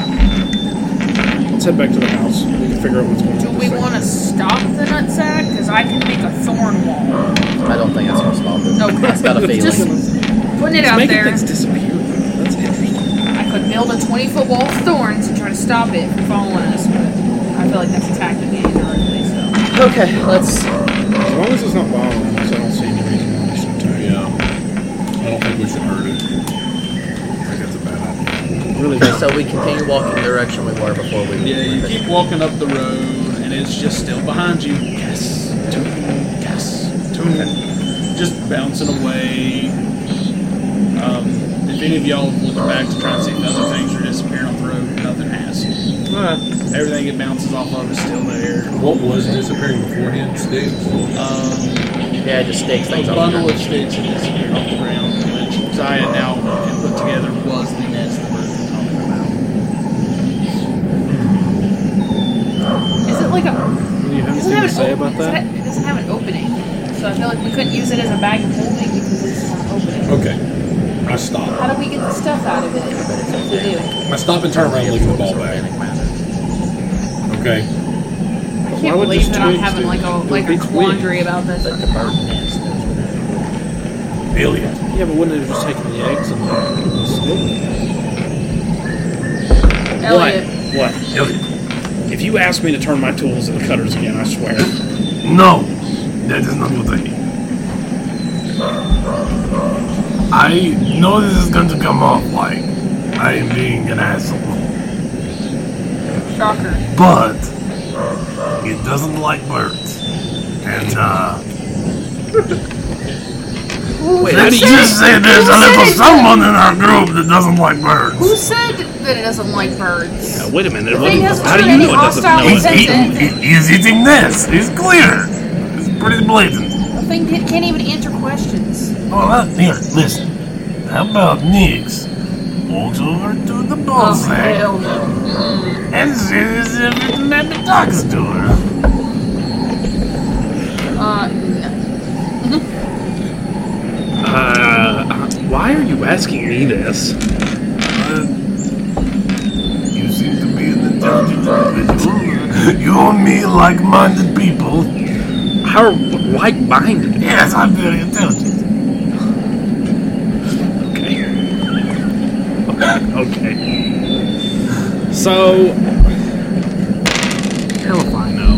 [SPEAKER 6] Let's head back to the house. We can figure out what's going
[SPEAKER 7] Do
[SPEAKER 6] on.
[SPEAKER 7] we want to stop the nutsack? Because I can make a thorn wall.
[SPEAKER 5] I don't think that's gonna stop it.
[SPEAKER 7] No,
[SPEAKER 5] it's got a feeling.
[SPEAKER 7] Just putting it out there.
[SPEAKER 6] disappear. That's interesting.
[SPEAKER 7] I could build a 20 foot wall of thorns and try to stop it from following us, but I feel like that's attacking me indirectly, so.
[SPEAKER 5] Okay, let's.
[SPEAKER 6] As long as it's not bothering us, I don't see any reason why we should attack.
[SPEAKER 1] Yeah, I don't think we should hurt it. I think that's a bad idea.
[SPEAKER 6] Really,
[SPEAKER 5] Okay, so we continue walking the direction we were before we.
[SPEAKER 3] Yeah, you keep walking up the road, and it's just still behind you. Yes, toon, yes, toon. Just bouncing away. Um, if any of y'all look back to try and see if other things are disappearing on the road, nothing has. Everything it bounces off of is still there.
[SPEAKER 1] What was disappearing beforehand? Steve?
[SPEAKER 3] Um,
[SPEAKER 5] Yeah, it just sticks
[SPEAKER 3] a
[SPEAKER 5] things on.
[SPEAKER 3] bundle of sticks that disappeared off the ground, which Zaya now can put together was the nest that we're talking about.
[SPEAKER 7] Is it like
[SPEAKER 6] do
[SPEAKER 7] a.
[SPEAKER 6] you have
[SPEAKER 7] Doesn't
[SPEAKER 6] anything
[SPEAKER 7] have
[SPEAKER 6] to
[SPEAKER 7] an
[SPEAKER 6] say
[SPEAKER 7] op-
[SPEAKER 6] about
[SPEAKER 7] does
[SPEAKER 6] that?
[SPEAKER 7] it ha- It doesn't have an opening. So I feel like we couldn't use it as a bag of holding because it's not an opening.
[SPEAKER 1] Okay, I stop.
[SPEAKER 7] How do we get the stuff out of it? But it's what we do.
[SPEAKER 1] I stop and turn around, and look at the ball bag. Okay,
[SPEAKER 7] I
[SPEAKER 6] Why
[SPEAKER 7] can't
[SPEAKER 6] would
[SPEAKER 7] believe
[SPEAKER 6] just
[SPEAKER 7] that I'm
[SPEAKER 6] twigs
[SPEAKER 7] having
[SPEAKER 6] do-
[SPEAKER 7] like a
[SPEAKER 6] it would
[SPEAKER 7] like
[SPEAKER 6] be
[SPEAKER 7] a
[SPEAKER 6] twigs.
[SPEAKER 7] quandary about this.
[SPEAKER 1] alien.
[SPEAKER 6] Yeah, but wouldn't it have just taken the eggs and the stick?
[SPEAKER 7] Elliot,
[SPEAKER 6] What? If you ask me to turn my tools into cutters again, I swear.
[SPEAKER 8] No, that is not what I mean. I know this is going to come off like I am being an asshole,
[SPEAKER 7] shocker.
[SPEAKER 8] but it doesn't like birds. And, uh.
[SPEAKER 5] Wait,
[SPEAKER 8] Let's just say there's a little someone in our group that doesn't like birds.
[SPEAKER 7] Who said that it doesn't like birds?
[SPEAKER 20] Wait a minute.
[SPEAKER 7] It
[SPEAKER 20] What,
[SPEAKER 7] hasn't
[SPEAKER 20] how do
[SPEAKER 7] shown
[SPEAKER 20] you
[SPEAKER 7] any
[SPEAKER 20] know it doesn't
[SPEAKER 7] hostile
[SPEAKER 20] know it?
[SPEAKER 8] He's
[SPEAKER 7] That's
[SPEAKER 8] eating,
[SPEAKER 7] it.
[SPEAKER 8] he is eating this. It's clear. It's pretty blatant.
[SPEAKER 7] The thing that can't even answer questions.
[SPEAKER 8] Well, that, here, listen. How about Nix walks over to
[SPEAKER 20] Oh,
[SPEAKER 8] the
[SPEAKER 7] Oh,
[SPEAKER 8] bullseye
[SPEAKER 7] no.
[SPEAKER 8] and sees if it maybe talks to her?
[SPEAKER 7] Uh, no.
[SPEAKER 20] Uh, why are you asking me this?
[SPEAKER 8] Uh, you seem to be an intelligent individual. You and me like-minded people.
[SPEAKER 20] How like-minded?
[SPEAKER 8] Yes, I'm very intelligent.
[SPEAKER 20] Okay. So,
[SPEAKER 6] terrifying though.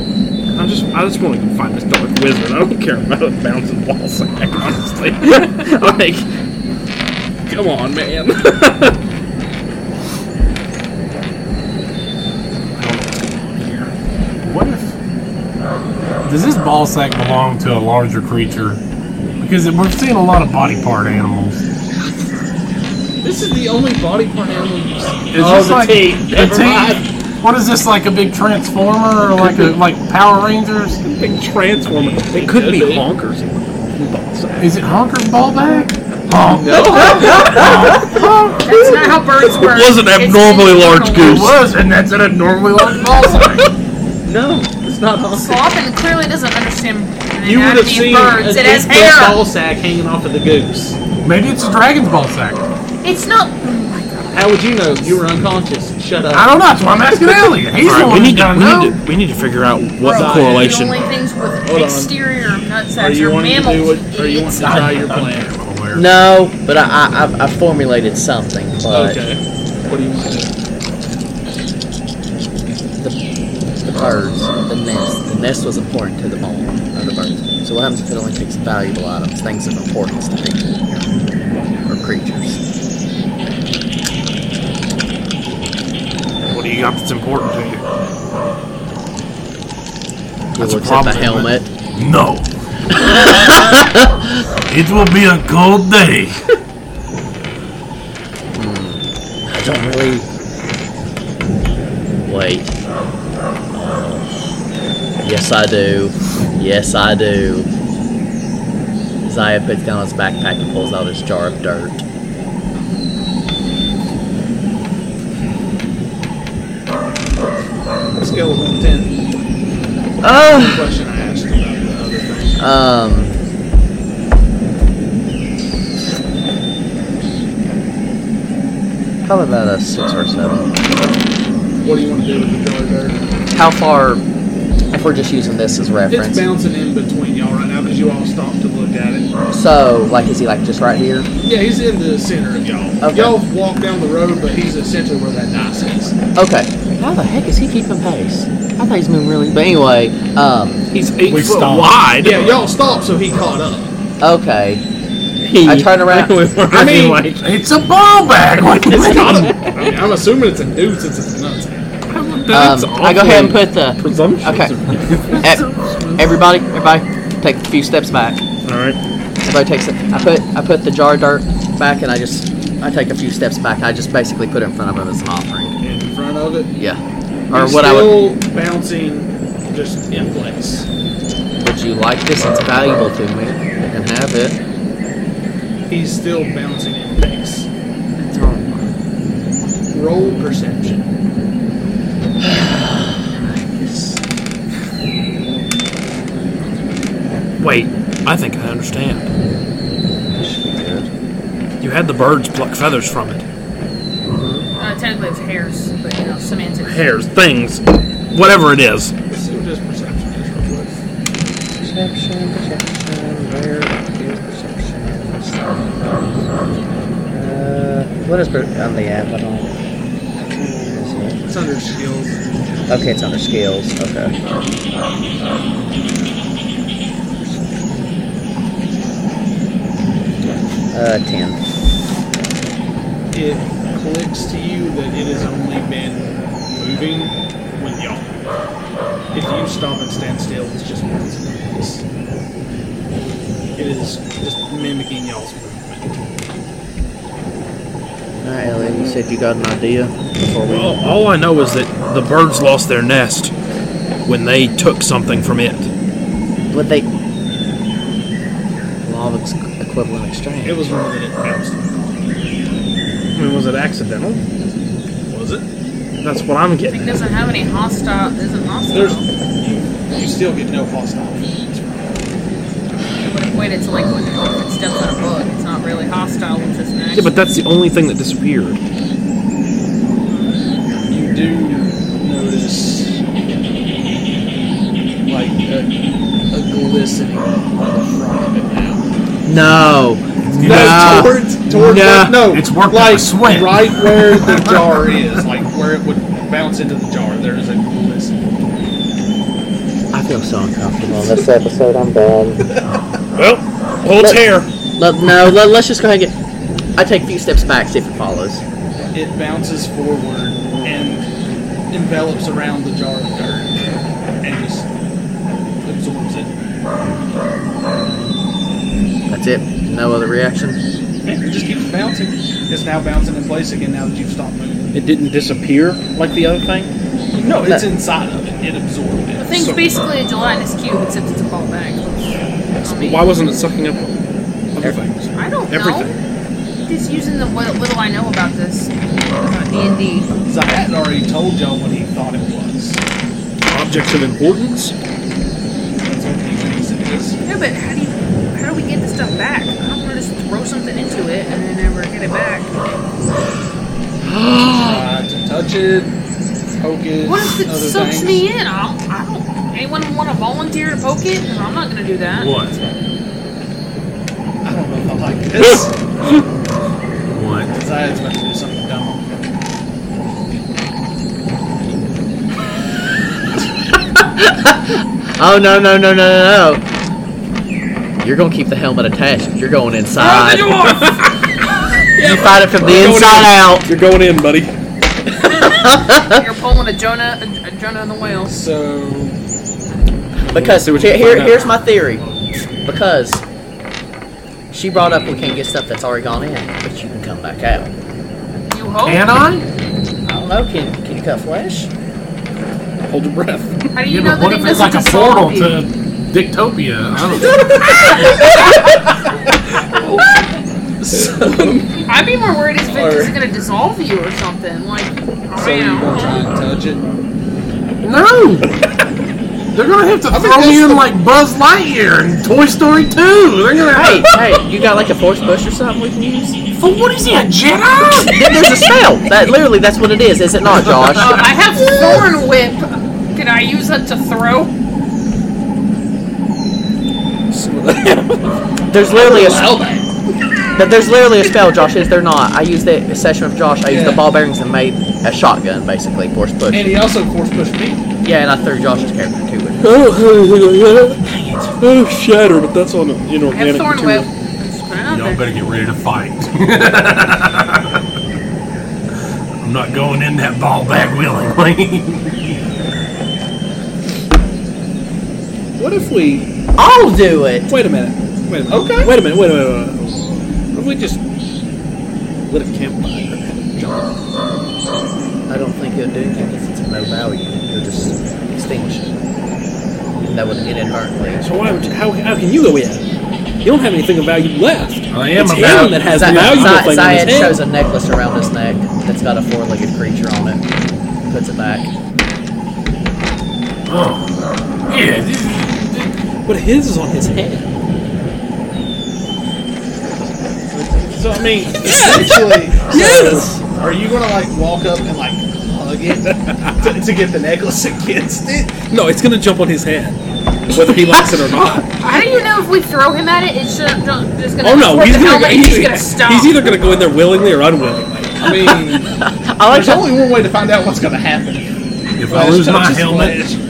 [SPEAKER 6] I just, I just want to find this dark wizard. I don't care about a bouncing ball sack, honestly. like, come on, man. I don't know what's going on here.
[SPEAKER 8] What if? Does this ball sack belong to a larger creature? Because we're seeing a lot of body part animals.
[SPEAKER 6] This is the only body part animal you've seen.
[SPEAKER 21] Oh,
[SPEAKER 8] Is this like a team? What is this like a big transformer or like a like Power Rangers?
[SPEAKER 6] Big transformer. It could be honkers.
[SPEAKER 8] Is it Honker's ball Oh, bag?
[SPEAKER 7] That's not how birds work.
[SPEAKER 6] It was an abnormally large goose.
[SPEAKER 8] It was, and that's an abnormally large ball sack.
[SPEAKER 5] No, it's not on.
[SPEAKER 7] Slothing clearly doesn't understand the
[SPEAKER 3] You would have
[SPEAKER 7] anatomy
[SPEAKER 3] seen
[SPEAKER 7] of birds.
[SPEAKER 3] a
[SPEAKER 7] It has
[SPEAKER 3] big goose
[SPEAKER 7] hair.
[SPEAKER 3] ball sack hanging off of the goose.
[SPEAKER 8] Maybe it's a dragon's ball sack.
[SPEAKER 7] It's not.
[SPEAKER 3] How would you know? You were unconscious. Shut up.
[SPEAKER 8] I don't know. That's why I'm asking Ellie. He's
[SPEAKER 21] All right,
[SPEAKER 8] the one
[SPEAKER 21] we
[SPEAKER 8] who's
[SPEAKER 21] need to
[SPEAKER 8] gotta
[SPEAKER 21] we
[SPEAKER 8] know.
[SPEAKER 21] need to we need to figure out what
[SPEAKER 7] Bro,
[SPEAKER 21] correlation.
[SPEAKER 7] The only things with
[SPEAKER 21] Hold on.
[SPEAKER 7] exterior
[SPEAKER 21] Are
[SPEAKER 7] nutsacks
[SPEAKER 21] you
[SPEAKER 7] are,
[SPEAKER 21] wanting to do
[SPEAKER 7] mammals.
[SPEAKER 21] what- are you
[SPEAKER 7] idiots.
[SPEAKER 21] wanting to try your
[SPEAKER 5] plan? No, but I, I, I've, I've formulated something. But
[SPEAKER 6] Okay. What do you want to do?
[SPEAKER 5] the, the birds, the nest. The nest was important to the mole of the birds. So what happens if it only takes valuable items, things of importance to people or creatures?
[SPEAKER 21] What do you got that's important to you?
[SPEAKER 5] He looks at the helmet.
[SPEAKER 19] No. it will be a cold day.
[SPEAKER 5] I don't really. Wait. Yes, I do. Yes, I do. Zaya puts down his backpack and pulls out his jar of dirt.
[SPEAKER 3] Scale of one to ten.
[SPEAKER 5] Uh,
[SPEAKER 3] question I asked about the other thing.
[SPEAKER 5] Um. Probably about a six or seven.
[SPEAKER 3] What do you want to do with the jar of dirt?
[SPEAKER 5] How far, if we're just using this as reference?
[SPEAKER 3] It's bouncing in between y'all right now because you all stopped to look at it.
[SPEAKER 5] So, like, is he like just right here?
[SPEAKER 3] Yeah, he's in the center of y'all.
[SPEAKER 5] Okay.
[SPEAKER 3] Y'all walk down the road, but he's essentially where that dice is.
[SPEAKER 5] Okay. How the heck is he keeping pace? I thought he's moving really. But anyway, um, he's
[SPEAKER 6] eight We foot stopped. wide.
[SPEAKER 3] Yeah, y'all stopped, so he caught up.
[SPEAKER 5] Okay. I turn around.
[SPEAKER 3] I mean,
[SPEAKER 8] it's a ball bag. What do you
[SPEAKER 3] it's
[SPEAKER 8] mean?
[SPEAKER 3] got him. I mean, I'm assuming it's a dude since it's nuts.
[SPEAKER 5] Um, I go ahead and put the Okay. E- everybody, everybody, take a few steps back.
[SPEAKER 6] All right.
[SPEAKER 5] Everybody takes it. I put I put the jar of dirt back, and I just I take a few steps back. I just basically put it in front of him as an offering.
[SPEAKER 3] in front of it.
[SPEAKER 5] Yeah. Or
[SPEAKER 3] He's
[SPEAKER 5] what I would.
[SPEAKER 3] still bouncing just in place.
[SPEAKER 5] Would you like this? It's valuable to me. You can have it.
[SPEAKER 3] He's still bouncing in place. Roll perception.
[SPEAKER 21] Wait, I think I understand. You had the birds pluck feathers from it.
[SPEAKER 7] Uh, technically, it's hairs, but you know, semantics.
[SPEAKER 21] Hairs, things, whatever it is.
[SPEAKER 3] Let's see what his perception is real quick.
[SPEAKER 5] Perception, perception, where is perception? Uh, what is per- on the app? I don't.
[SPEAKER 3] It's under skills.
[SPEAKER 5] Okay, it's under skills. Okay. Uh, ten.
[SPEAKER 3] It clicks to you that it has only been moving when y'all. If you stop and stand still, it's just bouncing in place. It is just mimicking y'all's movement.
[SPEAKER 5] All right, Elliot, you said you got an idea before we.
[SPEAKER 3] Oh.
[SPEAKER 21] All, all I know is that the birds lost their nest when they took something from it.
[SPEAKER 5] What they? Law of ex- equivalent exchange.
[SPEAKER 3] It was more than it bounced.
[SPEAKER 6] I mean, was it accidental?
[SPEAKER 3] Was it?
[SPEAKER 6] That's what I'm
[SPEAKER 7] It
[SPEAKER 6] getting.
[SPEAKER 7] doesn't have any hostile. Isn't hostile.
[SPEAKER 3] There's. You, you still get no hostile feelings from it.
[SPEAKER 7] It would have waited till like when the elephant steps on a book. It's not really hostile once it's next.
[SPEAKER 21] Yeah, but that's the only thing that disappeared.
[SPEAKER 3] you do notice like a, a glistening on the front of it now.
[SPEAKER 5] No.
[SPEAKER 3] No,
[SPEAKER 5] no.
[SPEAKER 3] towards towards
[SPEAKER 5] no.
[SPEAKER 3] like- no,
[SPEAKER 8] It's working
[SPEAKER 3] like
[SPEAKER 8] like sweat.
[SPEAKER 3] right where the jar is, like where it would bounce into the jar. There is a glisten.
[SPEAKER 5] feel so uncomfortable on this episode. I'm done.
[SPEAKER 21] Well, hold
[SPEAKER 5] Let-
[SPEAKER 21] tear.
[SPEAKER 5] Let, no, let, let's just go ahead and get. I take a few steps back, see if it follows.
[SPEAKER 3] It bounces forward and envelops around the jar of dirt and just absorbs it.
[SPEAKER 5] That's it. No other reaction.
[SPEAKER 3] And it just keeps bouncing. It's now bouncing in place again now that you've stopped moving.
[SPEAKER 9] It didn't disappear like the other thing.
[SPEAKER 3] No, it's inside of it. It absorbed it.
[SPEAKER 7] The thing's
[SPEAKER 3] So-
[SPEAKER 7] basically a gelatinous cube, except it's a ball bag.
[SPEAKER 9] Why wasn't it sucking up other things?
[SPEAKER 7] I don't
[SPEAKER 9] Everything.
[SPEAKER 7] know. Just using the what little I know about this. uh, About D&D.
[SPEAKER 3] I had already told y'all what he thought it was.
[SPEAKER 9] Objects of importance.
[SPEAKER 3] That's what he thinks it is.
[SPEAKER 7] Yeah, but how do you, how do we get this stuff back? I don't want to just throw something into it and then never get it back.
[SPEAKER 3] Try to touch it, poke it,
[SPEAKER 7] What if it
[SPEAKER 3] other
[SPEAKER 7] sucks
[SPEAKER 3] things.
[SPEAKER 7] me in? I don't, I don't. Anyone want to volunteer to poke it? 'Cause I'm not gonna do that.
[SPEAKER 3] I don't know if I like this. what? Because I was about to do something dumb.
[SPEAKER 5] Oh no no no no no no! You're gonna keep the helmet attached. but You're going inside. you fight it from the inside out.
[SPEAKER 9] You're going in, buddy.
[SPEAKER 7] You're pulling a Jonah, a, a Jonah and the whale.
[SPEAKER 3] So
[SPEAKER 5] Because
[SPEAKER 9] See
[SPEAKER 5] here,
[SPEAKER 9] what you
[SPEAKER 5] here-
[SPEAKER 9] find out.
[SPEAKER 5] here's my theory. Because she brought up we can't get stuff that's already gone in, but you can come back out.
[SPEAKER 7] you hope.
[SPEAKER 5] I don't know. Can can you cut flesh?
[SPEAKER 9] Hold your breath.
[SPEAKER 7] How do you
[SPEAKER 4] Yeah,
[SPEAKER 7] know
[SPEAKER 4] but what if
[SPEAKER 7] that it
[SPEAKER 4] it's like
[SPEAKER 7] doesn't
[SPEAKER 4] a
[SPEAKER 7] dissolve
[SPEAKER 4] portal
[SPEAKER 7] you?
[SPEAKER 4] to Dictopia? I don't know.
[SPEAKER 7] I'd be more worried if it's gonna dissolve you or something. Like,
[SPEAKER 3] So you gonna try and touch it?
[SPEAKER 4] No! They're gonna have to throw me in like Buzz Lightyear and Toy Story 2! They're gonna
[SPEAKER 5] Hey, hey, you got like a force push or something we can use?
[SPEAKER 4] For what is he, a Jedi?
[SPEAKER 5] Then there's a spell. That literally, that's what it is, is it not, Josh?
[SPEAKER 7] Um, I have thorn whip. Can I use that to throw?
[SPEAKER 5] There's literally a spell. That there's literally a spell, Josh. Is there not? I used the session with Josh. I used the
[SPEAKER 3] Yeah.
[SPEAKER 5] ball bearings and made a shotgun, basically force push.
[SPEAKER 3] And he also force pushed me.
[SPEAKER 5] yeah, and I threw Josh's character to it.
[SPEAKER 9] Oh, oh, shatter, but that's on an
[SPEAKER 7] I have
[SPEAKER 9] inorganic
[SPEAKER 7] thorn
[SPEAKER 9] material.
[SPEAKER 7] whip. I'm just putting it out there.
[SPEAKER 4] better get ready to fight. I'm not going in that ball bag willingly.
[SPEAKER 9] What if we?
[SPEAKER 5] I'll do it.
[SPEAKER 9] Wait a minute. Wait a minute. Okay. Wait a minute. Wait a minute. Wait a minute. What if we just lit a campfire?
[SPEAKER 5] I don't think it'll do anything because it's of no value. You'll just extinguish it. That would inadvertently.
[SPEAKER 9] So why would you, how, how can you go in? You don't have anything of value left.
[SPEAKER 4] I am
[SPEAKER 9] it's
[SPEAKER 4] a
[SPEAKER 9] him
[SPEAKER 4] value-
[SPEAKER 9] that has
[SPEAKER 5] Zy-
[SPEAKER 9] the valuable thing
[SPEAKER 5] Zy-
[SPEAKER 9] on his
[SPEAKER 5] Zion
[SPEAKER 9] head.
[SPEAKER 5] shows a necklace around his neck that's got a four-legged creature on it. Puts it back.
[SPEAKER 4] Oh, yeah, this is-
[SPEAKER 9] But his is on his head.
[SPEAKER 3] So I mean, essentially, yes. are you gonna like walk up and like hug it to, to get the necklace against it?
[SPEAKER 9] No, it's gonna jump on his head, whether he likes it or not.
[SPEAKER 7] How do you know if we throw him at it, it should don't, just gonna
[SPEAKER 9] Oh no,
[SPEAKER 7] absorb
[SPEAKER 9] he's
[SPEAKER 7] the
[SPEAKER 9] gonna,
[SPEAKER 7] helmet and he's gonna stop.
[SPEAKER 9] he's either gonna go in there willingly or unwillingly.
[SPEAKER 3] I mean,
[SPEAKER 5] I like
[SPEAKER 3] there's only one way to find out what's gonna happen.
[SPEAKER 4] If I
[SPEAKER 3] Flash
[SPEAKER 4] lose my
[SPEAKER 3] touches
[SPEAKER 4] helmet,
[SPEAKER 3] flash.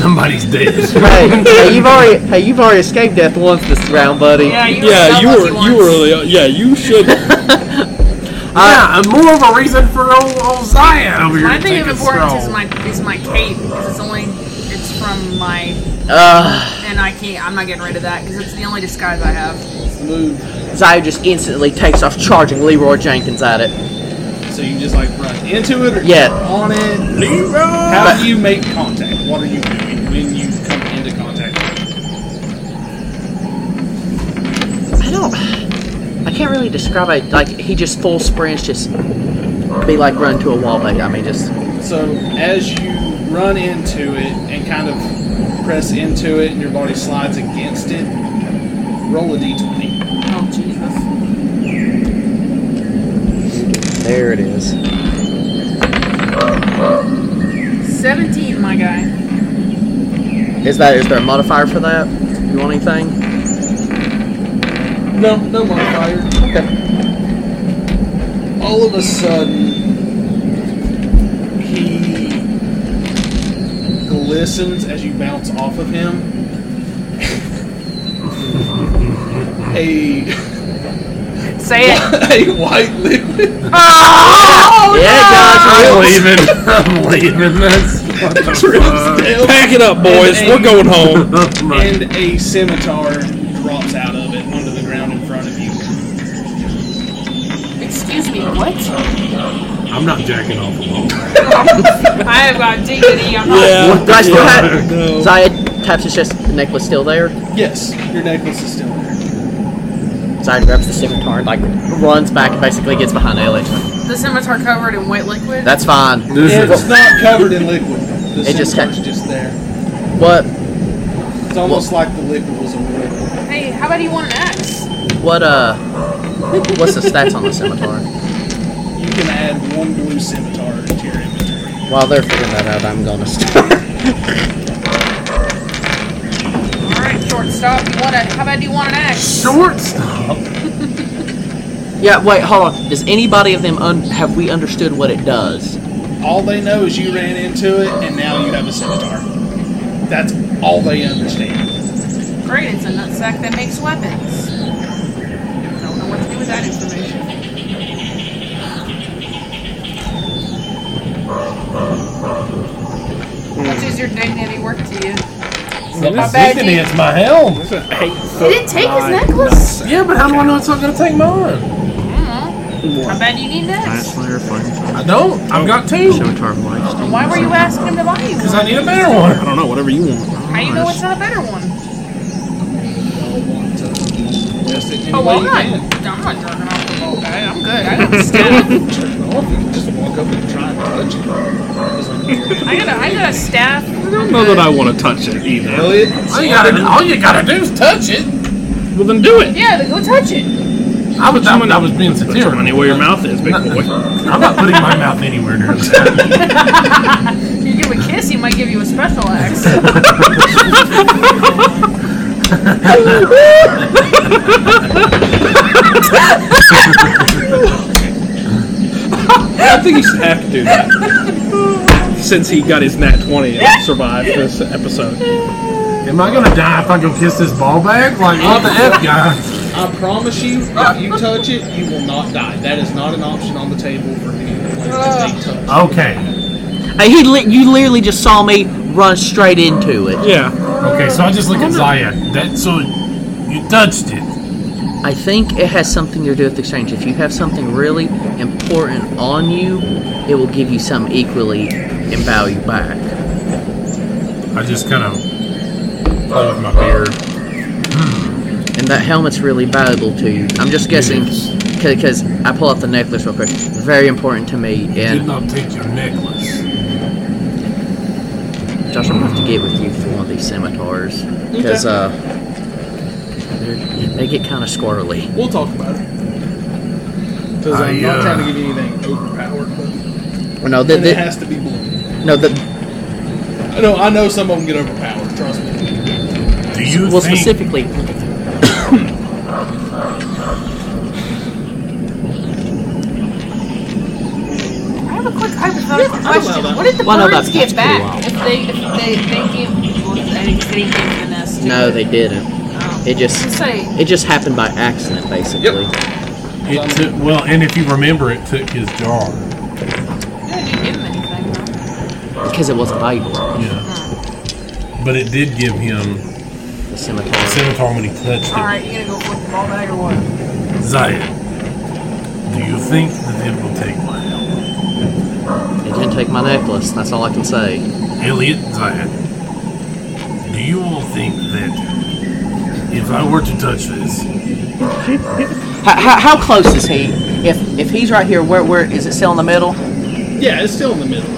[SPEAKER 4] somebody's dead.
[SPEAKER 5] hey, hey, you've already, hey, you've already escaped death once this round, buddy.
[SPEAKER 7] yeah, you
[SPEAKER 9] Yeah, you
[SPEAKER 7] were, so
[SPEAKER 9] were,
[SPEAKER 7] lucky
[SPEAKER 9] you
[SPEAKER 7] once.
[SPEAKER 9] were, yeah, you should.
[SPEAKER 4] yeah, and more of a reason for old, old Zion over here
[SPEAKER 7] My
[SPEAKER 4] to
[SPEAKER 7] thing
[SPEAKER 4] take
[SPEAKER 7] of
[SPEAKER 4] a
[SPEAKER 7] importance is
[SPEAKER 4] stroll.
[SPEAKER 7] my is my cape because it's only it's from my
[SPEAKER 5] Uh,
[SPEAKER 7] and I can't I'm not getting rid of that because it's the only disguise I have.
[SPEAKER 3] Move.
[SPEAKER 5] Zio just instantly takes off charging Leroy Jenkins at it.
[SPEAKER 3] So you just like run into it or
[SPEAKER 5] Yeah.
[SPEAKER 3] on it. How do you make contact? What are you doing when you come into contact?
[SPEAKER 5] I don't. I can't really describe it. Like he just full sprints, just be like run to a wall. Like I mean, just
[SPEAKER 3] So as you run into it and kind of press into it, and your body slides against it, roll a d20.
[SPEAKER 7] Oh Jesus!
[SPEAKER 5] there it is.
[SPEAKER 7] Seventeen, my guy.
[SPEAKER 5] Is that is there a modifier for that? You want anything?
[SPEAKER 3] No, no modifier.
[SPEAKER 5] Okay.
[SPEAKER 3] All of a sudden, he glistens as you bounce off of him. a
[SPEAKER 7] Say it.
[SPEAKER 3] a white liquid.
[SPEAKER 7] Oh,
[SPEAKER 6] I'm
[SPEAKER 5] Ah!
[SPEAKER 7] no!
[SPEAKER 6] leaving. I'm leaving. That's Pack it up, boys.
[SPEAKER 3] And a-
[SPEAKER 6] We're going home.
[SPEAKER 3] and a scimitar drops out of it onto the ground in front of you.
[SPEAKER 7] Excuse me, what?
[SPEAKER 8] I'm not jacking off alone.
[SPEAKER 7] I have got dignity. I'm not.
[SPEAKER 5] Do I still have?
[SPEAKER 3] No.
[SPEAKER 5] Zayed taps his chest. The necklace still there.
[SPEAKER 3] Yes, your necklace is still there.
[SPEAKER 5] Zayed grabs the scimitar and like runs back and basically gets behind Ellie.
[SPEAKER 7] The scimitar covered in white liquid.
[SPEAKER 5] That's fine.
[SPEAKER 3] It's not covered in liquid. The
[SPEAKER 5] It just
[SPEAKER 3] scimitar's just there.
[SPEAKER 5] What?
[SPEAKER 3] It's almost like the liquid was a wood.
[SPEAKER 7] Hey, how about you want an axe?
[SPEAKER 5] What? Uh, what's the stats on the scimitar?
[SPEAKER 3] You can add one blue scimitar to your inventory.
[SPEAKER 5] While they're figuring that out, I'm gonna start.
[SPEAKER 7] All right, shortstop. You want a? How about you want an axe?
[SPEAKER 5] Shortstop. yeah. Wait. Hold on. Does anybody of them un- have we understood what it does?
[SPEAKER 3] All they know is you ran into it, and now you have a scimitar. That's all they understand.
[SPEAKER 7] Great, it's a nutsack that makes weapons. Don't know what to do with that information. How much is your dignity worth to you?
[SPEAKER 8] Well,
[SPEAKER 7] My
[SPEAKER 8] this
[SPEAKER 7] bad
[SPEAKER 8] dignity
[SPEAKER 7] deed.
[SPEAKER 8] is my helm.
[SPEAKER 7] He didn't take his necklace.
[SPEAKER 8] Yeah, but how do I know it's not gonna take mine?
[SPEAKER 7] How bad do you need an axe?
[SPEAKER 8] I don't. I've got two.
[SPEAKER 7] And why were you asking him to buy you
[SPEAKER 8] Because
[SPEAKER 7] one?
[SPEAKER 8] I need a better one.
[SPEAKER 6] I don't know. Whatever you want.
[SPEAKER 7] How you know it's not a better one?
[SPEAKER 3] Just in any
[SPEAKER 7] Oh,
[SPEAKER 3] way
[SPEAKER 7] well, I'm
[SPEAKER 3] you
[SPEAKER 7] not.
[SPEAKER 3] can.
[SPEAKER 7] I'm not jerking off the boat. guy. I'm good. I don't stab.
[SPEAKER 3] Turn it off. You can just walk up and try and touch it. It's like,
[SPEAKER 7] I got a, I got a staff. I
[SPEAKER 6] I don't know that I want to touch it either.
[SPEAKER 3] Elliot,
[SPEAKER 8] All you gotta, all you gotta do is touch it.
[SPEAKER 6] Well, then do it.
[SPEAKER 7] Yeah, then go touch it.
[SPEAKER 8] I was, I was, I was being
[SPEAKER 6] Put your
[SPEAKER 8] satirical.
[SPEAKER 6] money where your mouth is, big boy.
[SPEAKER 8] I'm not putting my mouth anywhere near that.
[SPEAKER 7] You give him a kiss, he might give you a special axe.
[SPEAKER 1] I think he should have to do that. Since he got his nat 20 and survived this episode.
[SPEAKER 8] Am I gonna die if I go kiss this ball bag? Like what the f, guys?
[SPEAKER 3] I promise you, if you touch it, you will not die. That is not an option on the table for any of the players that they touch.
[SPEAKER 8] Okay.
[SPEAKER 5] Hey, he li- you literally just saw me run straight into it.
[SPEAKER 6] Yeah.
[SPEAKER 8] Okay. So I just look at Zaya. That so you touched it.
[SPEAKER 5] I think it has something to do with exchange. If you have something really important on you, it will give you something equally in value back.
[SPEAKER 8] I just kind of play with my beard.
[SPEAKER 5] Hmm. And that helmet's really valuable to you. I'm just guessing because I pull out the necklace real quick. Very important to me,
[SPEAKER 8] Did
[SPEAKER 5] and
[SPEAKER 8] not take your necklace.
[SPEAKER 5] Josh, I'm gonna have to get with you for one of these scimitars because uh, they're- they get kind of squirrely.
[SPEAKER 3] We'll talk about it. Because I'm
[SPEAKER 8] I,
[SPEAKER 3] not
[SPEAKER 8] uh,
[SPEAKER 3] trying to give you anything overpowered, but
[SPEAKER 5] Well, no, the,
[SPEAKER 3] and it
[SPEAKER 5] the,
[SPEAKER 3] has to be blue.
[SPEAKER 5] no, the,
[SPEAKER 3] I know, I know some of them get overpowered. Trust me.
[SPEAKER 8] Do you
[SPEAKER 5] well,
[SPEAKER 8] think
[SPEAKER 5] specifically,
[SPEAKER 7] I have a quick hypothetical question. What did the
[SPEAKER 5] Well, no,
[SPEAKER 7] birds
[SPEAKER 5] that's-
[SPEAKER 7] get
[SPEAKER 5] that's pretty
[SPEAKER 7] back if they if they they give well, I think they didn't give the nest?
[SPEAKER 5] no, they didn't. It
[SPEAKER 7] Just
[SPEAKER 5] just
[SPEAKER 7] say
[SPEAKER 5] it just happened by accident, basically.
[SPEAKER 8] it took? Well, and if you remember, it took his jar.
[SPEAKER 7] yeah, you didn't give them anything. huh?
[SPEAKER 5] Because it wasn't valuable.
[SPEAKER 8] Yeah. But it did give him
[SPEAKER 5] The scimitar.
[SPEAKER 8] scimitar when he touched
[SPEAKER 7] All
[SPEAKER 8] it.
[SPEAKER 7] right, you gonna go flip the ball bag or what?
[SPEAKER 8] Zaya, do you think that it will take my help?
[SPEAKER 5] It didn't take my necklace. That's all I can say.
[SPEAKER 8] Elliot, Zaya, do you all think that if I were to touch this,
[SPEAKER 5] How, how, how close is he? If if he's right here, where where is it still in the middle?
[SPEAKER 3] Yeah, it's still in the middle.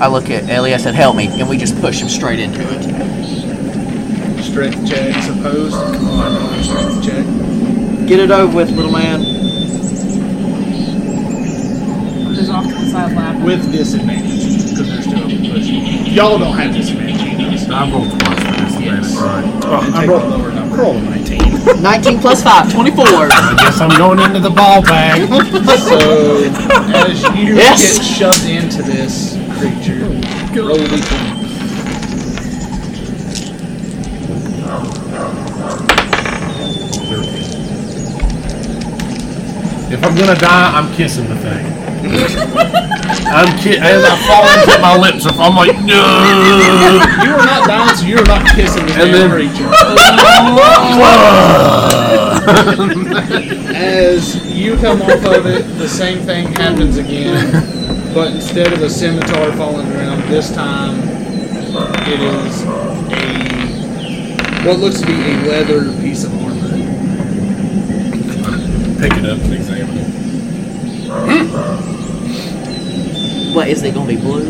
[SPEAKER 5] I look at Ellie. I said, "Help me," and we just push him straight into it.
[SPEAKER 3] Strength check, supposed. Come on, strength check.
[SPEAKER 5] Get it over with, little man.
[SPEAKER 7] Just off to the side lap.
[SPEAKER 3] With disadvantage, because there's two of them pushing. Y'all don't have disadvantage. you guys.
[SPEAKER 8] I roll twice for this yes. right?
[SPEAKER 3] You take the lower number.
[SPEAKER 1] Roll a 19.
[SPEAKER 5] 19 plus 5, 24.
[SPEAKER 8] I guess I'm going into the ball bag.
[SPEAKER 3] So, as you
[SPEAKER 5] Yes.
[SPEAKER 3] get shoved into this creature, roll a d20.
[SPEAKER 22] If I'm gonna die, I'm kissing the thing. I'm ki- as I fall into my lips. If I'm like, no.
[SPEAKER 1] You are not dying, so you're not kissing this
[SPEAKER 22] And
[SPEAKER 1] damn
[SPEAKER 22] then-
[SPEAKER 1] creature.
[SPEAKER 3] As you come off of it, the same thing happens again, but instead of a scimitar falling around, this time it is a what looks to be a leather piece of armor.
[SPEAKER 22] Pick it up and examine it.
[SPEAKER 5] What is it gonna be blue?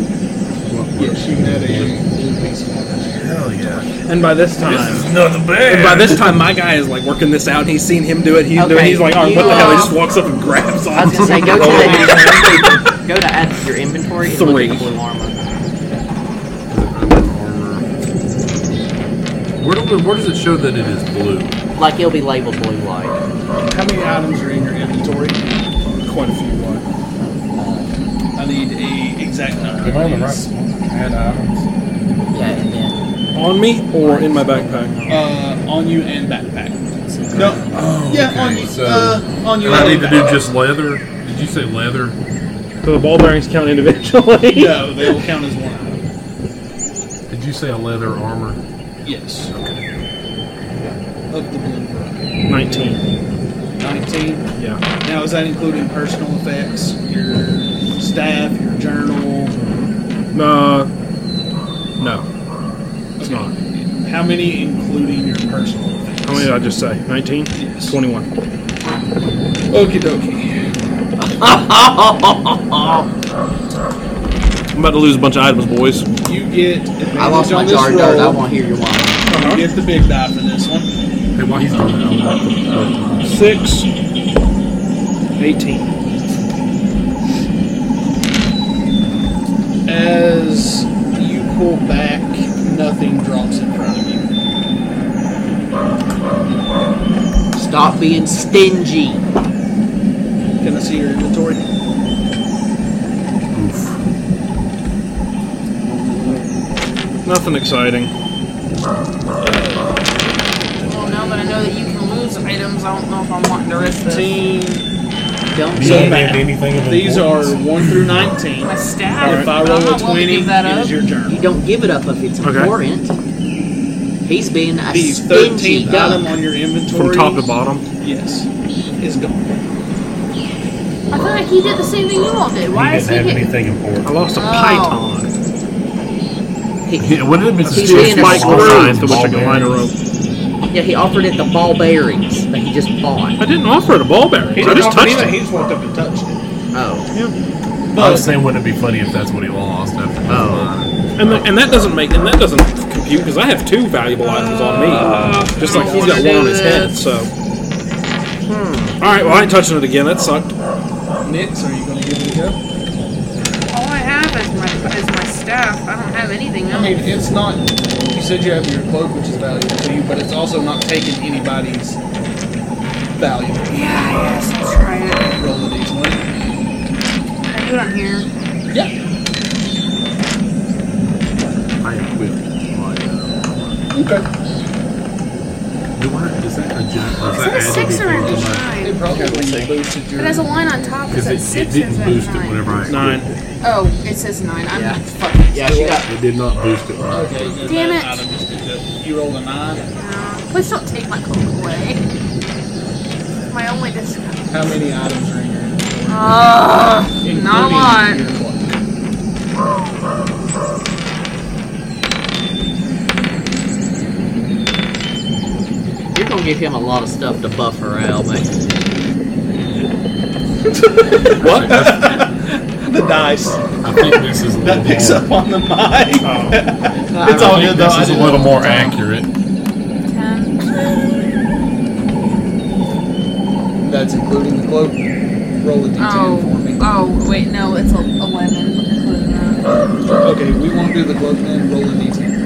[SPEAKER 3] Yes, you had a blue piece of armor.
[SPEAKER 22] Hell yeah.
[SPEAKER 1] and by this time,
[SPEAKER 22] This is not the
[SPEAKER 1] and
[SPEAKER 22] bad.
[SPEAKER 1] by this time, my guy is like working this out, and he's seen him do it. He's doing.
[SPEAKER 5] Okay,
[SPEAKER 1] He's like, oh, what the
[SPEAKER 5] you,
[SPEAKER 1] hell? He
[SPEAKER 5] uh,
[SPEAKER 1] just walks up and grabs.
[SPEAKER 5] I was gonna say go to the, go to add your inventory and look
[SPEAKER 1] Three.
[SPEAKER 5] at the blue armor.
[SPEAKER 8] Where, do, we- where does it show that it is blue?
[SPEAKER 5] Like it'll be labeled blue light.
[SPEAKER 3] How many items are in your inventory?
[SPEAKER 1] Quite a few. Like,
[SPEAKER 3] I need a exact number.
[SPEAKER 22] Am I on the
[SPEAKER 3] please.
[SPEAKER 22] right? Add items.
[SPEAKER 5] Yeah, and then
[SPEAKER 1] on me or in my backpack?
[SPEAKER 3] Uh, on you and backpack. No. yeah, on you.
[SPEAKER 8] Oh, so-
[SPEAKER 3] uh, on you.
[SPEAKER 8] And I
[SPEAKER 3] and
[SPEAKER 8] need to do
[SPEAKER 3] backpack.
[SPEAKER 8] just leather. Did you say leather?
[SPEAKER 23] So the ball bearings count individually.
[SPEAKER 3] No, they will count as one item.
[SPEAKER 8] Did you say a leather armor?
[SPEAKER 3] Yes. Of the blue bracket.
[SPEAKER 23] Nineteen.
[SPEAKER 3] 19.
[SPEAKER 23] Yeah.
[SPEAKER 3] Now, is that including personal effects, your staff, your journal?
[SPEAKER 23] Uh, no.
[SPEAKER 3] It's
[SPEAKER 23] not.
[SPEAKER 3] How many including your personal effects?
[SPEAKER 23] How many did I just say? Nineteen.
[SPEAKER 3] Yes.
[SPEAKER 23] Twenty-one.
[SPEAKER 3] Okie dokie.
[SPEAKER 6] I'm about to lose a bunch of items, boys.
[SPEAKER 3] You get advantage
[SPEAKER 24] I lost my
[SPEAKER 3] on this
[SPEAKER 24] jar of dirt. I
[SPEAKER 3] roll.
[SPEAKER 24] want to hear your wine.
[SPEAKER 3] You get the big die for this one.
[SPEAKER 8] Hey, why he's
[SPEAKER 23] Six. Eighteen.
[SPEAKER 3] As you pull back, nothing drops in front of you.
[SPEAKER 5] Stop being stingy.
[SPEAKER 3] Can I see your inventory?
[SPEAKER 23] Nothing exciting.
[SPEAKER 7] Well, now that I know that you can lose items, I don't know if I'm wanting to risk this.
[SPEAKER 5] Don't
[SPEAKER 22] Do
[SPEAKER 5] be
[SPEAKER 22] you
[SPEAKER 3] So
[SPEAKER 22] need
[SPEAKER 3] bad.
[SPEAKER 22] anything of
[SPEAKER 3] These are
[SPEAKER 22] importance?
[SPEAKER 3] 1 through 19.
[SPEAKER 7] My staff.
[SPEAKER 3] If I roll a
[SPEAKER 7] won't
[SPEAKER 3] 20,
[SPEAKER 7] give that
[SPEAKER 3] it
[SPEAKER 7] up.
[SPEAKER 3] is your turn.
[SPEAKER 5] You don't give it up if it's important. He's being a
[SPEAKER 3] The
[SPEAKER 5] stingy
[SPEAKER 3] 13th item
[SPEAKER 5] duck.
[SPEAKER 3] on your inventory.
[SPEAKER 6] From top to bottom.
[SPEAKER 3] Yes. Is gone.
[SPEAKER 7] I feel like he did the same thing you all did. Why
[SPEAKER 22] You
[SPEAKER 7] is he
[SPEAKER 22] didn't have
[SPEAKER 7] getting?
[SPEAKER 22] anything important.
[SPEAKER 6] I lost a
[SPEAKER 7] Oh.
[SPEAKER 6] python.
[SPEAKER 5] He,
[SPEAKER 8] Yeah, wouldn't it have been
[SPEAKER 5] He's
[SPEAKER 8] steel
[SPEAKER 5] being a
[SPEAKER 6] Spike
[SPEAKER 5] screw.
[SPEAKER 6] or
[SPEAKER 5] Screws.
[SPEAKER 6] nine through which I can line a rope.
[SPEAKER 5] yeah, he offered it the ball bearings that he just bought.
[SPEAKER 6] I didn't offer it a ball bearing. I just touched it.
[SPEAKER 3] He just walked up and touched it.
[SPEAKER 5] Oh,
[SPEAKER 8] I was saying, wouldn't it be funny if that's what he lost after oh.
[SPEAKER 6] And, the, and that doesn't make and that doesn't compute because I have two valuable items on me, just like he's got one on his head. So, Hmm. all right, well I ain't touching it again. That sucked.
[SPEAKER 3] Nix, are you going to give it a go?
[SPEAKER 7] All I have is my is my staff. I don't have anything
[SPEAKER 3] I
[SPEAKER 7] else.
[SPEAKER 3] mean, it's not. You said you have your cloak, which is valuable to you, but it's also not taking anybody's value.
[SPEAKER 7] yeah, yes, let's try it.
[SPEAKER 3] Roll the d20.
[SPEAKER 7] Can I do it on here?
[SPEAKER 3] Yeah.
[SPEAKER 8] I equipped my. Uh,
[SPEAKER 3] Okay.
[SPEAKER 8] do I, is that a gem? Or is
[SPEAKER 7] Is that a six or a
[SPEAKER 3] It
[SPEAKER 7] nine?
[SPEAKER 3] probably boosted
[SPEAKER 7] It
[SPEAKER 3] your.
[SPEAKER 7] has a line on top. Is
[SPEAKER 8] Because
[SPEAKER 7] that
[SPEAKER 8] it, it
[SPEAKER 7] six or is
[SPEAKER 8] didn't
[SPEAKER 7] that
[SPEAKER 8] boost it
[SPEAKER 7] nine?
[SPEAKER 8] whenever I.
[SPEAKER 6] Nine.
[SPEAKER 7] Oh, it says nine. I'm
[SPEAKER 24] Yeah.
[SPEAKER 7] fucking.
[SPEAKER 24] Yeah, she got.
[SPEAKER 8] It did not boost it. When I
[SPEAKER 3] Okay, then
[SPEAKER 7] Damn
[SPEAKER 3] that
[SPEAKER 7] it.
[SPEAKER 3] item just did that. You rolled a 9.
[SPEAKER 7] Uh, please don't take my coke away. My only discount.
[SPEAKER 3] How many items are in your inventory?
[SPEAKER 7] Uh, not a lot.
[SPEAKER 3] Including your cloak.
[SPEAKER 5] you're gonna give him a lot of stuff to buffer out, man.
[SPEAKER 3] the dice.
[SPEAKER 8] I think this is a little
[SPEAKER 3] That picks
[SPEAKER 8] more,
[SPEAKER 3] up on the mic. it's
[SPEAKER 8] I
[SPEAKER 3] all
[SPEAKER 8] think
[SPEAKER 3] good though.
[SPEAKER 8] this
[SPEAKER 3] I
[SPEAKER 8] is a
[SPEAKER 3] didn't-
[SPEAKER 8] little more accurate.
[SPEAKER 7] Ten.
[SPEAKER 3] That's including the cloak. Roll a d10 for
[SPEAKER 7] Oh,
[SPEAKER 3] me.
[SPEAKER 7] oh, wait, no, it's a Oh, eleven. including that.
[SPEAKER 3] Okay, we won't do the cloak then. Roll a d10.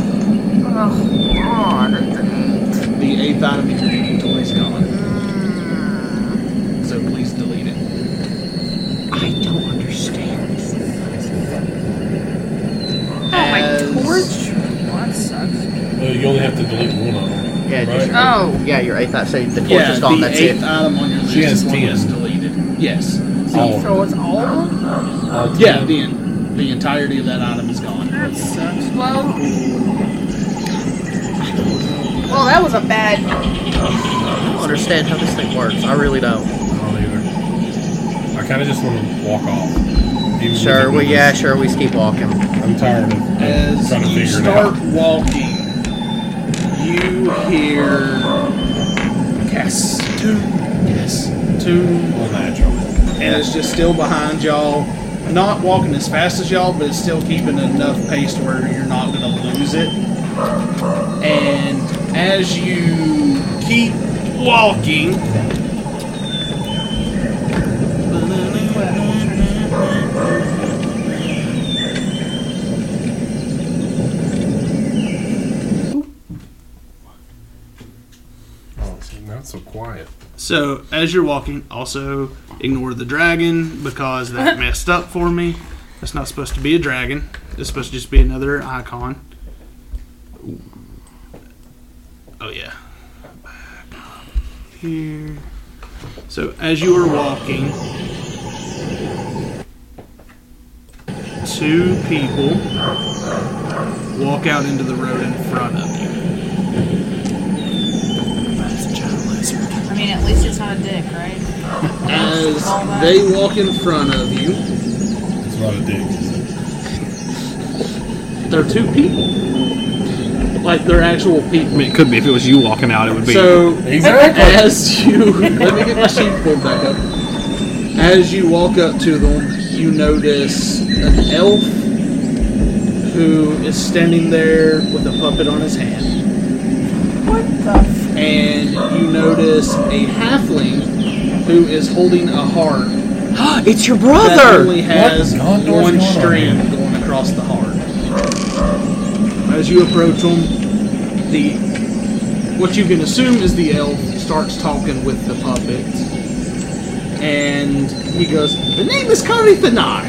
[SPEAKER 7] Oh God, it's an eight.
[SPEAKER 3] The eighth item in your inventory is gone,
[SPEAKER 7] Mm.
[SPEAKER 3] so please delete it.
[SPEAKER 5] I don't understand this.
[SPEAKER 7] Oh my
[SPEAKER 3] As-
[SPEAKER 7] Oh, torch. Well, that sucks.
[SPEAKER 22] Uh, you only have to delete
[SPEAKER 7] No.
[SPEAKER 5] Yeah, your eighth item. So the torch
[SPEAKER 3] Yeah,
[SPEAKER 5] is gone.
[SPEAKER 3] the
[SPEAKER 5] That's
[SPEAKER 3] eighth
[SPEAKER 5] it.
[SPEAKER 3] item on your list
[SPEAKER 5] She has
[SPEAKER 3] is the one
[SPEAKER 5] 10.
[SPEAKER 3] that's deleted. Yes.
[SPEAKER 7] So
[SPEAKER 3] Oh.
[SPEAKER 7] you throw us all of them?
[SPEAKER 3] yeah, the, en- the entirety of that item is gone.
[SPEAKER 7] That sucks. Well, well, that was a bad.
[SPEAKER 5] I don't understand how this thing works. I really don't.
[SPEAKER 1] I kind of just want to walk off. Even
[SPEAKER 5] Sure.
[SPEAKER 1] with
[SPEAKER 5] Well,
[SPEAKER 1] the-
[SPEAKER 5] yeah. Sure. We just keep walking.
[SPEAKER 1] I'm tired of
[SPEAKER 3] As
[SPEAKER 1] trying to
[SPEAKER 3] you
[SPEAKER 1] figure it
[SPEAKER 3] start
[SPEAKER 1] out.
[SPEAKER 3] walking, you hear yes, two, yes, two. And it's just still behind y'all. Not walking as fast as y'all, but it's still keeping enough pace to where you're not going to lose it. And as you keep walking,
[SPEAKER 1] Oh, see, now it's so quiet.
[SPEAKER 3] So as you're walking, also ignore the dragon because that messed up for me. That's not supposed to be a dragon. It's supposed to just be another icon. Oh yeah. Here. So as you are walking, two people walk out into the road in front of you.
[SPEAKER 7] I mean, at least it's not a dick, right?
[SPEAKER 3] As they walk in front of you.
[SPEAKER 1] It's not a dick.
[SPEAKER 3] They're two people. Like they're actual people.
[SPEAKER 25] I mean, it could be if it was you walking out, it would be.
[SPEAKER 3] So as you let me get my sheet pulled back up. As you walk up to them, you notice an elf who is standing there with a puppet on his hand. What the? And you notice a halfling who is holding a heart.
[SPEAKER 5] it's your
[SPEAKER 3] That
[SPEAKER 5] brother.
[SPEAKER 3] only has one string going across the heart. As you approach them, the what you can assume is the elf starts talking with the puppet, and he goes, "The name is Kari Thanar.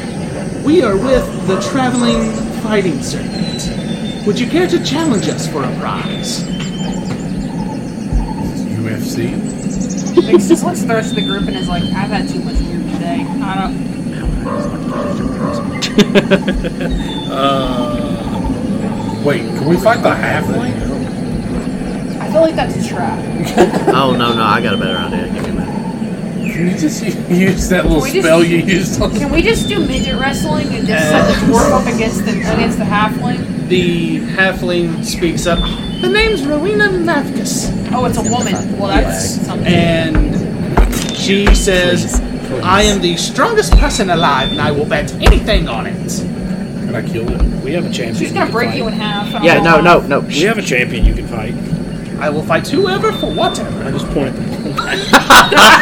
[SPEAKER 3] We are with the traveling fighting circuit. Would you care to challenge us for a prize?"
[SPEAKER 1] UFC.
[SPEAKER 7] just looks at the rest of the group and is like, I've had too much beer today. I don't.
[SPEAKER 1] uh, wait, can we fight the halfling?
[SPEAKER 7] I feel like that's a trap.
[SPEAKER 5] oh no, no. I got a better idea. Give me a minute.
[SPEAKER 1] Can you just u- use that little
[SPEAKER 7] Can we just-
[SPEAKER 1] spell you used on
[SPEAKER 7] Can we just do midget wrestling and just set the dwarf up against the against the halfling?
[SPEAKER 3] The halfling speaks up. The name's Rowena Mavkus.
[SPEAKER 7] Oh, it's a woman. Well, that's something.
[SPEAKER 3] and she says, "I am the strongest person alive, and I will bet anything on it."
[SPEAKER 1] Can I kill it?
[SPEAKER 6] We have a champion.
[SPEAKER 7] She's gonna break you in half. and
[SPEAKER 5] Yeah.
[SPEAKER 7] I'll-
[SPEAKER 5] No. No. No.
[SPEAKER 6] We have a champion you can fight.
[SPEAKER 3] I will fight whoever for whatever.
[SPEAKER 6] I just point at them.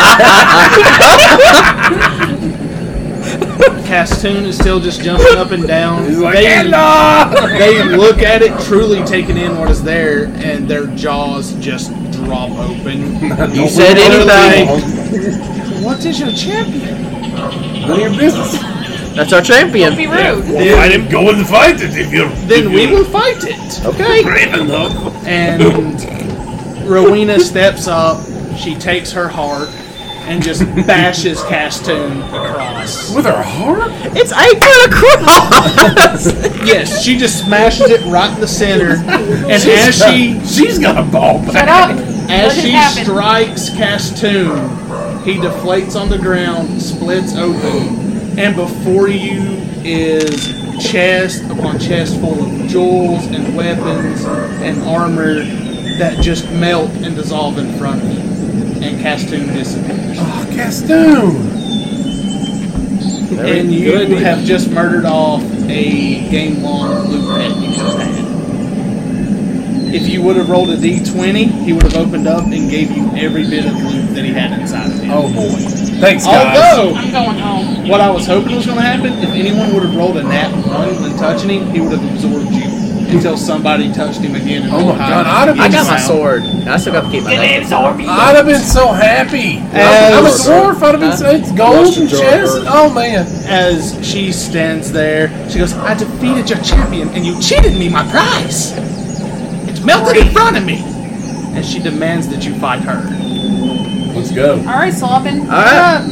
[SPEAKER 3] Castoon is still just jumping up and down.
[SPEAKER 1] He's like,
[SPEAKER 3] they,
[SPEAKER 1] "Hello!"
[SPEAKER 3] they look at it, truly taking in what is there, and their jaws just drop open.
[SPEAKER 1] Don't
[SPEAKER 5] said
[SPEAKER 1] we-
[SPEAKER 5] anything.
[SPEAKER 3] what is your champion?
[SPEAKER 1] None of your business.
[SPEAKER 5] That's our champion.
[SPEAKER 7] Don't be rude.
[SPEAKER 1] Well, fight him. Go and fight it if you're.
[SPEAKER 3] Then we will fight it. Okay.
[SPEAKER 1] brave enough.
[SPEAKER 3] And Rowena steps up. She takes her heart and just bashes Castoon across.
[SPEAKER 1] With our heart?
[SPEAKER 5] It's eight foot across.
[SPEAKER 3] Yes, she just smashes it right in the center, and as she
[SPEAKER 1] She's got a ball
[SPEAKER 7] Shut
[SPEAKER 1] back.
[SPEAKER 7] up.
[SPEAKER 3] as
[SPEAKER 7] Let it
[SPEAKER 3] she
[SPEAKER 7] happen.
[SPEAKER 3] strikes Castoon, he deflates on the ground, splits open, and before you is chest upon chest full of jewels and weapons and armor that just melt and dissolve in front of you, and Castoon disappears.
[SPEAKER 1] Oh, Castoon.
[SPEAKER 3] and you have just murdered off a game long loop that you could have had. If you would have rolled a d20, he would have opened up and gave you every bit of loot that he had inside of him.
[SPEAKER 1] Oh boy. Thanks, guys.
[SPEAKER 3] Although,
[SPEAKER 7] I'm going home.
[SPEAKER 3] what I was hoping was going to happen, if anyone would have rolled a nat 1 when touching him, he would have absorbed you until somebody touched him again. And
[SPEAKER 1] Oh my
[SPEAKER 3] rolled high
[SPEAKER 1] God, I'd have
[SPEAKER 3] enough.
[SPEAKER 5] I got my sword. I still got to keep my. knife.
[SPEAKER 1] I'd have been so happy.
[SPEAKER 3] As-
[SPEAKER 1] I'm a dwarf. I'd have been so it's gold and chest. Oh man.
[SPEAKER 3] As she stands there, she goes, I defeated your champion and you cheated me my prize. It melted in front of me. and she demands that you fight her.
[SPEAKER 8] Let's go.
[SPEAKER 7] All right, Slobbin.
[SPEAKER 3] All right.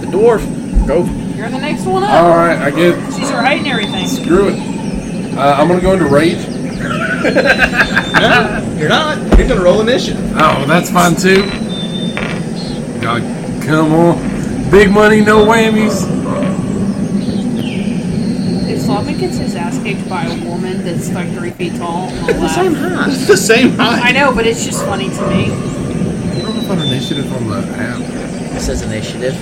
[SPEAKER 8] The dwarf. Go.
[SPEAKER 7] You're the next one up.
[SPEAKER 8] All right, I get.
[SPEAKER 7] She's right and everything.
[SPEAKER 8] Screw it. Uh, I'm gonna go into rage.
[SPEAKER 3] no, you're not. You're gonna roll initiative.
[SPEAKER 8] Oh, that's fine too. God, come on. Big money, no whammies.
[SPEAKER 7] If Slobbin gets his ass kicked by a woman that's like three feet tall, I'll laugh.
[SPEAKER 3] It's the same height.
[SPEAKER 7] I know, but it's just funny to me.
[SPEAKER 8] I don't know if initiative on the app.
[SPEAKER 5] It says initiative.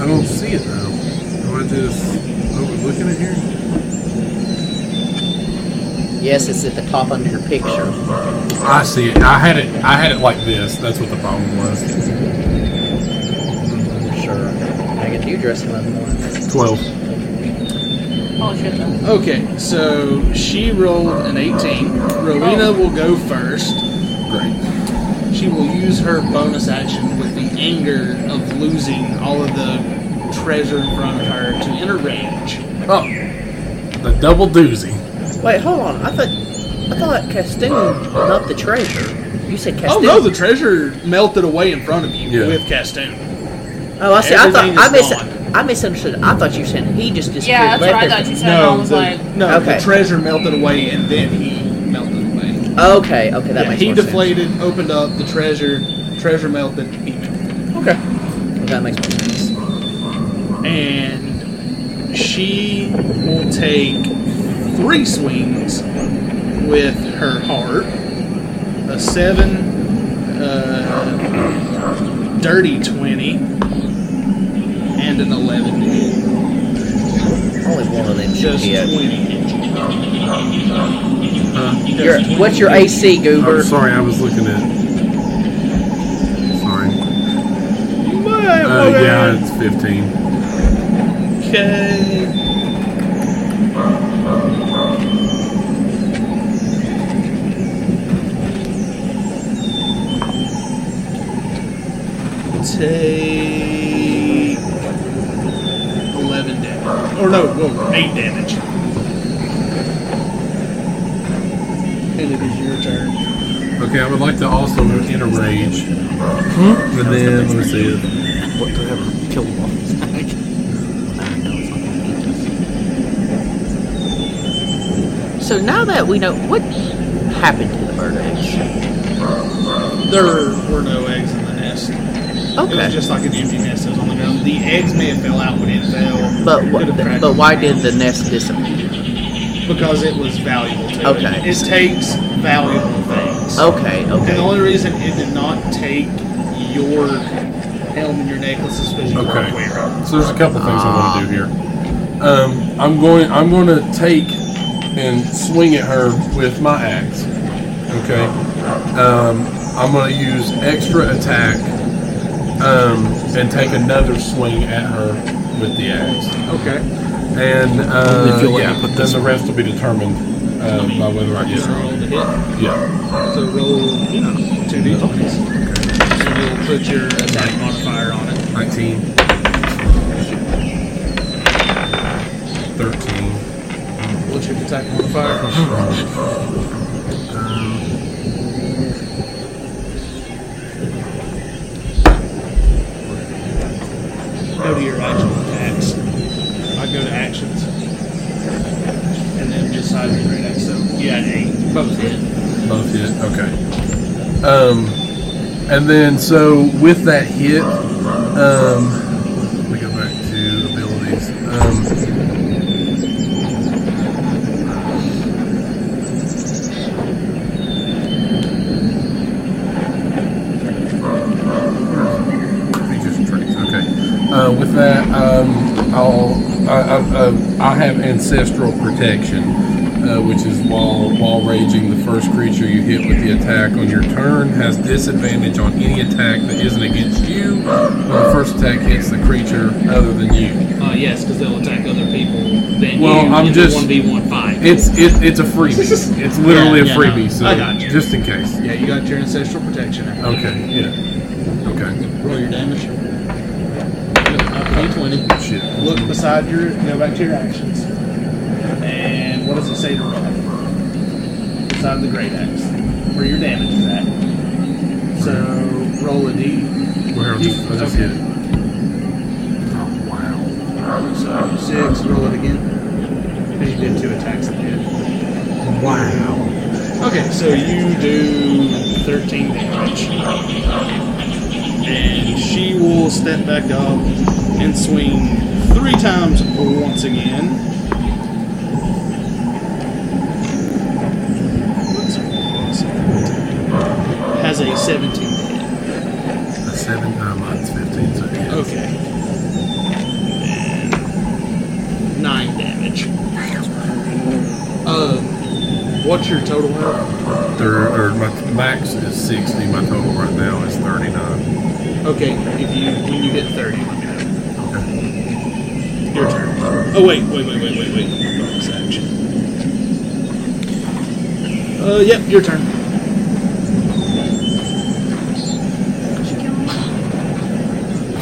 [SPEAKER 8] I don't see it now. Am I just overlooking it here?
[SPEAKER 5] Yes, it's at the top under your picture.
[SPEAKER 8] I see it. I had it. I had it like this. That's what the problem was.
[SPEAKER 5] Sure. I get you dressed up in the morning.
[SPEAKER 8] Twelve.
[SPEAKER 7] Oh shit! though.
[SPEAKER 3] Okay, so she rolled an 18. Rowena will go first.
[SPEAKER 8] Great.
[SPEAKER 3] She will use her bonus action with the anger of losing all of the treasure in front of her to enter range.
[SPEAKER 8] Oh, the double doozy.
[SPEAKER 5] Wait, hold on. I thought I thought Castoon, not the treasure. You said Castoon.
[SPEAKER 3] Oh no, the treasure melted away in front of you
[SPEAKER 8] Yeah.
[SPEAKER 3] with Castoon.
[SPEAKER 5] Oh, I see. I thought
[SPEAKER 3] Everything
[SPEAKER 5] I
[SPEAKER 3] is
[SPEAKER 5] mis-
[SPEAKER 3] gone.
[SPEAKER 5] I misunderstood. I thought you were saying he just disappeared.
[SPEAKER 7] Yeah, that's what I
[SPEAKER 5] left
[SPEAKER 7] thought you said. I was
[SPEAKER 3] the,
[SPEAKER 7] like,
[SPEAKER 3] no,
[SPEAKER 5] Okay.
[SPEAKER 3] the treasure melted away and then he melted away.
[SPEAKER 5] everything. Okay, okay, that
[SPEAKER 3] yeah,
[SPEAKER 5] makes
[SPEAKER 3] he
[SPEAKER 5] more
[SPEAKER 3] deflated, opened up the treasure, treasure melted, he melted.
[SPEAKER 5] sense. Okay, that makes more sense.
[SPEAKER 3] and she will take three swings with her heart. A seven, uh, dirty twenty, and an eleven. to hit.
[SPEAKER 5] Only one of them should
[SPEAKER 3] Just
[SPEAKER 5] be it.
[SPEAKER 3] twenty.
[SPEAKER 5] Your, what's your AC, Goober?
[SPEAKER 8] I'm sorry, I was looking at. Sorry. Uh, yeah, it's 15.
[SPEAKER 3] Okay. Take eleven damage, or no, no, eight damage. And it is your turn.
[SPEAKER 8] Okay, I would like to also enter rage. But then, let me see it.
[SPEAKER 5] So now that we know what happened to the bird eggs.
[SPEAKER 3] There were no eggs in the nest. It was
[SPEAKER 5] Okay,
[SPEAKER 3] just like an empty nest. It was on the ground. The eggs may have fell out when it fell.
[SPEAKER 5] but
[SPEAKER 3] Could have
[SPEAKER 5] what,
[SPEAKER 3] cracked.
[SPEAKER 5] but why did the nest disappear?
[SPEAKER 3] Because it was valuable to
[SPEAKER 5] Okay.
[SPEAKER 3] it. It takes valuable things.
[SPEAKER 5] Okay,
[SPEAKER 3] And the
[SPEAKER 5] okay,
[SPEAKER 3] only reason it did not take your helm and your necklace is because you
[SPEAKER 8] Okay.
[SPEAKER 3] weren't wearing it.
[SPEAKER 8] So there's a couple things I want to do here. Um, I'm going. I'm going to take and swing at her with my axe. Okay. Um, I'm going to use extra attack um, and take another swing at her with the axe.
[SPEAKER 3] Okay.
[SPEAKER 8] And uh,
[SPEAKER 26] Only if you'll let
[SPEAKER 8] yeah,
[SPEAKER 26] me put
[SPEAKER 8] then the rest will be determined uh, by whether I get
[SPEAKER 3] Just
[SPEAKER 8] her.
[SPEAKER 3] roll the hit.
[SPEAKER 8] Yeah.
[SPEAKER 3] So roll, you know, two d20s. And you'll put your attack modifier on it.
[SPEAKER 8] 19. 13.
[SPEAKER 3] What's your attack modifier? Go to your actual attacks. I go to actions. And then decide the great axe. So yeah, eight. Both hit.
[SPEAKER 8] Both hit. Okay. Um, and then so with that hit, um, let me go back to abilities. Um, features traits, okay. Uh, with that, um, I'll I, I, uh, I have ancestral protection, uh, which is while while raging, the first creature you hit with the attack on your turn has disadvantage on any attack that isn't against you when the first attack hits the creature other than you.
[SPEAKER 3] Uh, yes, because they'll attack other people. Then
[SPEAKER 8] Well, I'm just-
[SPEAKER 3] one v one five.
[SPEAKER 8] It's it, it's a freebie. It's literally
[SPEAKER 3] Yeah,
[SPEAKER 8] a
[SPEAKER 3] yeah, no.
[SPEAKER 8] freebie. So
[SPEAKER 3] I got you.
[SPEAKER 8] just in case.
[SPEAKER 3] Yeah, you got your ancestral protection. out.
[SPEAKER 8] Okay. Yeah. Okay.
[SPEAKER 3] Roll your damage. D20.
[SPEAKER 8] Shit.
[SPEAKER 3] Look beside your, go back to your actions. And what does it say to roll? Beside the great axe. where your damage is at. So roll a D.
[SPEAKER 8] Where? I just hit it.
[SPEAKER 3] Oh wow. So six, roll it again. Because you did two attacks that did. Wow. Okay, so you do thirteen damage. And she will step back up and swing three times once again. Has a 17 to hit.
[SPEAKER 8] A seven, no, mine's 15, so yeah.
[SPEAKER 3] Okay. And nine damage. Um, what's your total health?
[SPEAKER 8] Thir- or my max is 60. My total right now is 39.
[SPEAKER 3] Okay, if you when you hit 30, let me know. Your turn.
[SPEAKER 1] Oh wait, wait, wait, wait, wait, wait. Bonus action. Uh, yep, your turn.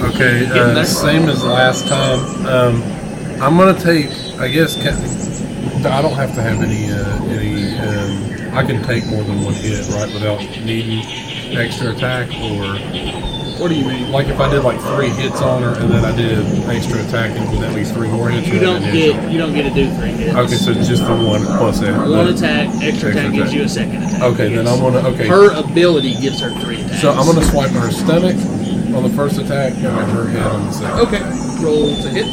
[SPEAKER 8] Okay,
[SPEAKER 27] Getting
[SPEAKER 8] uh,
[SPEAKER 27] there.
[SPEAKER 8] same as last time. Um, I'm gonna take. I guess ca- I don't have to have any. Uh, any. Um, I can take more than one hit, right, without needing extra attack or.
[SPEAKER 3] What do you mean?
[SPEAKER 8] Like if I did like three hits on her and then I did extra attacking with at least three more hits.
[SPEAKER 3] You
[SPEAKER 8] rather
[SPEAKER 3] don't
[SPEAKER 8] than
[SPEAKER 3] get you don't get to do three hits.
[SPEAKER 8] Okay, so just the one plus that.
[SPEAKER 3] One attack, extra attack gives you a second attack.
[SPEAKER 8] Okay, then
[SPEAKER 3] Yes.
[SPEAKER 8] I'm gonna. Okay,
[SPEAKER 3] Her ability gives her three attacks.
[SPEAKER 8] so I'm gonna swipe her stomach on the first attack and then her head on the second.
[SPEAKER 3] Okay, roll to hit.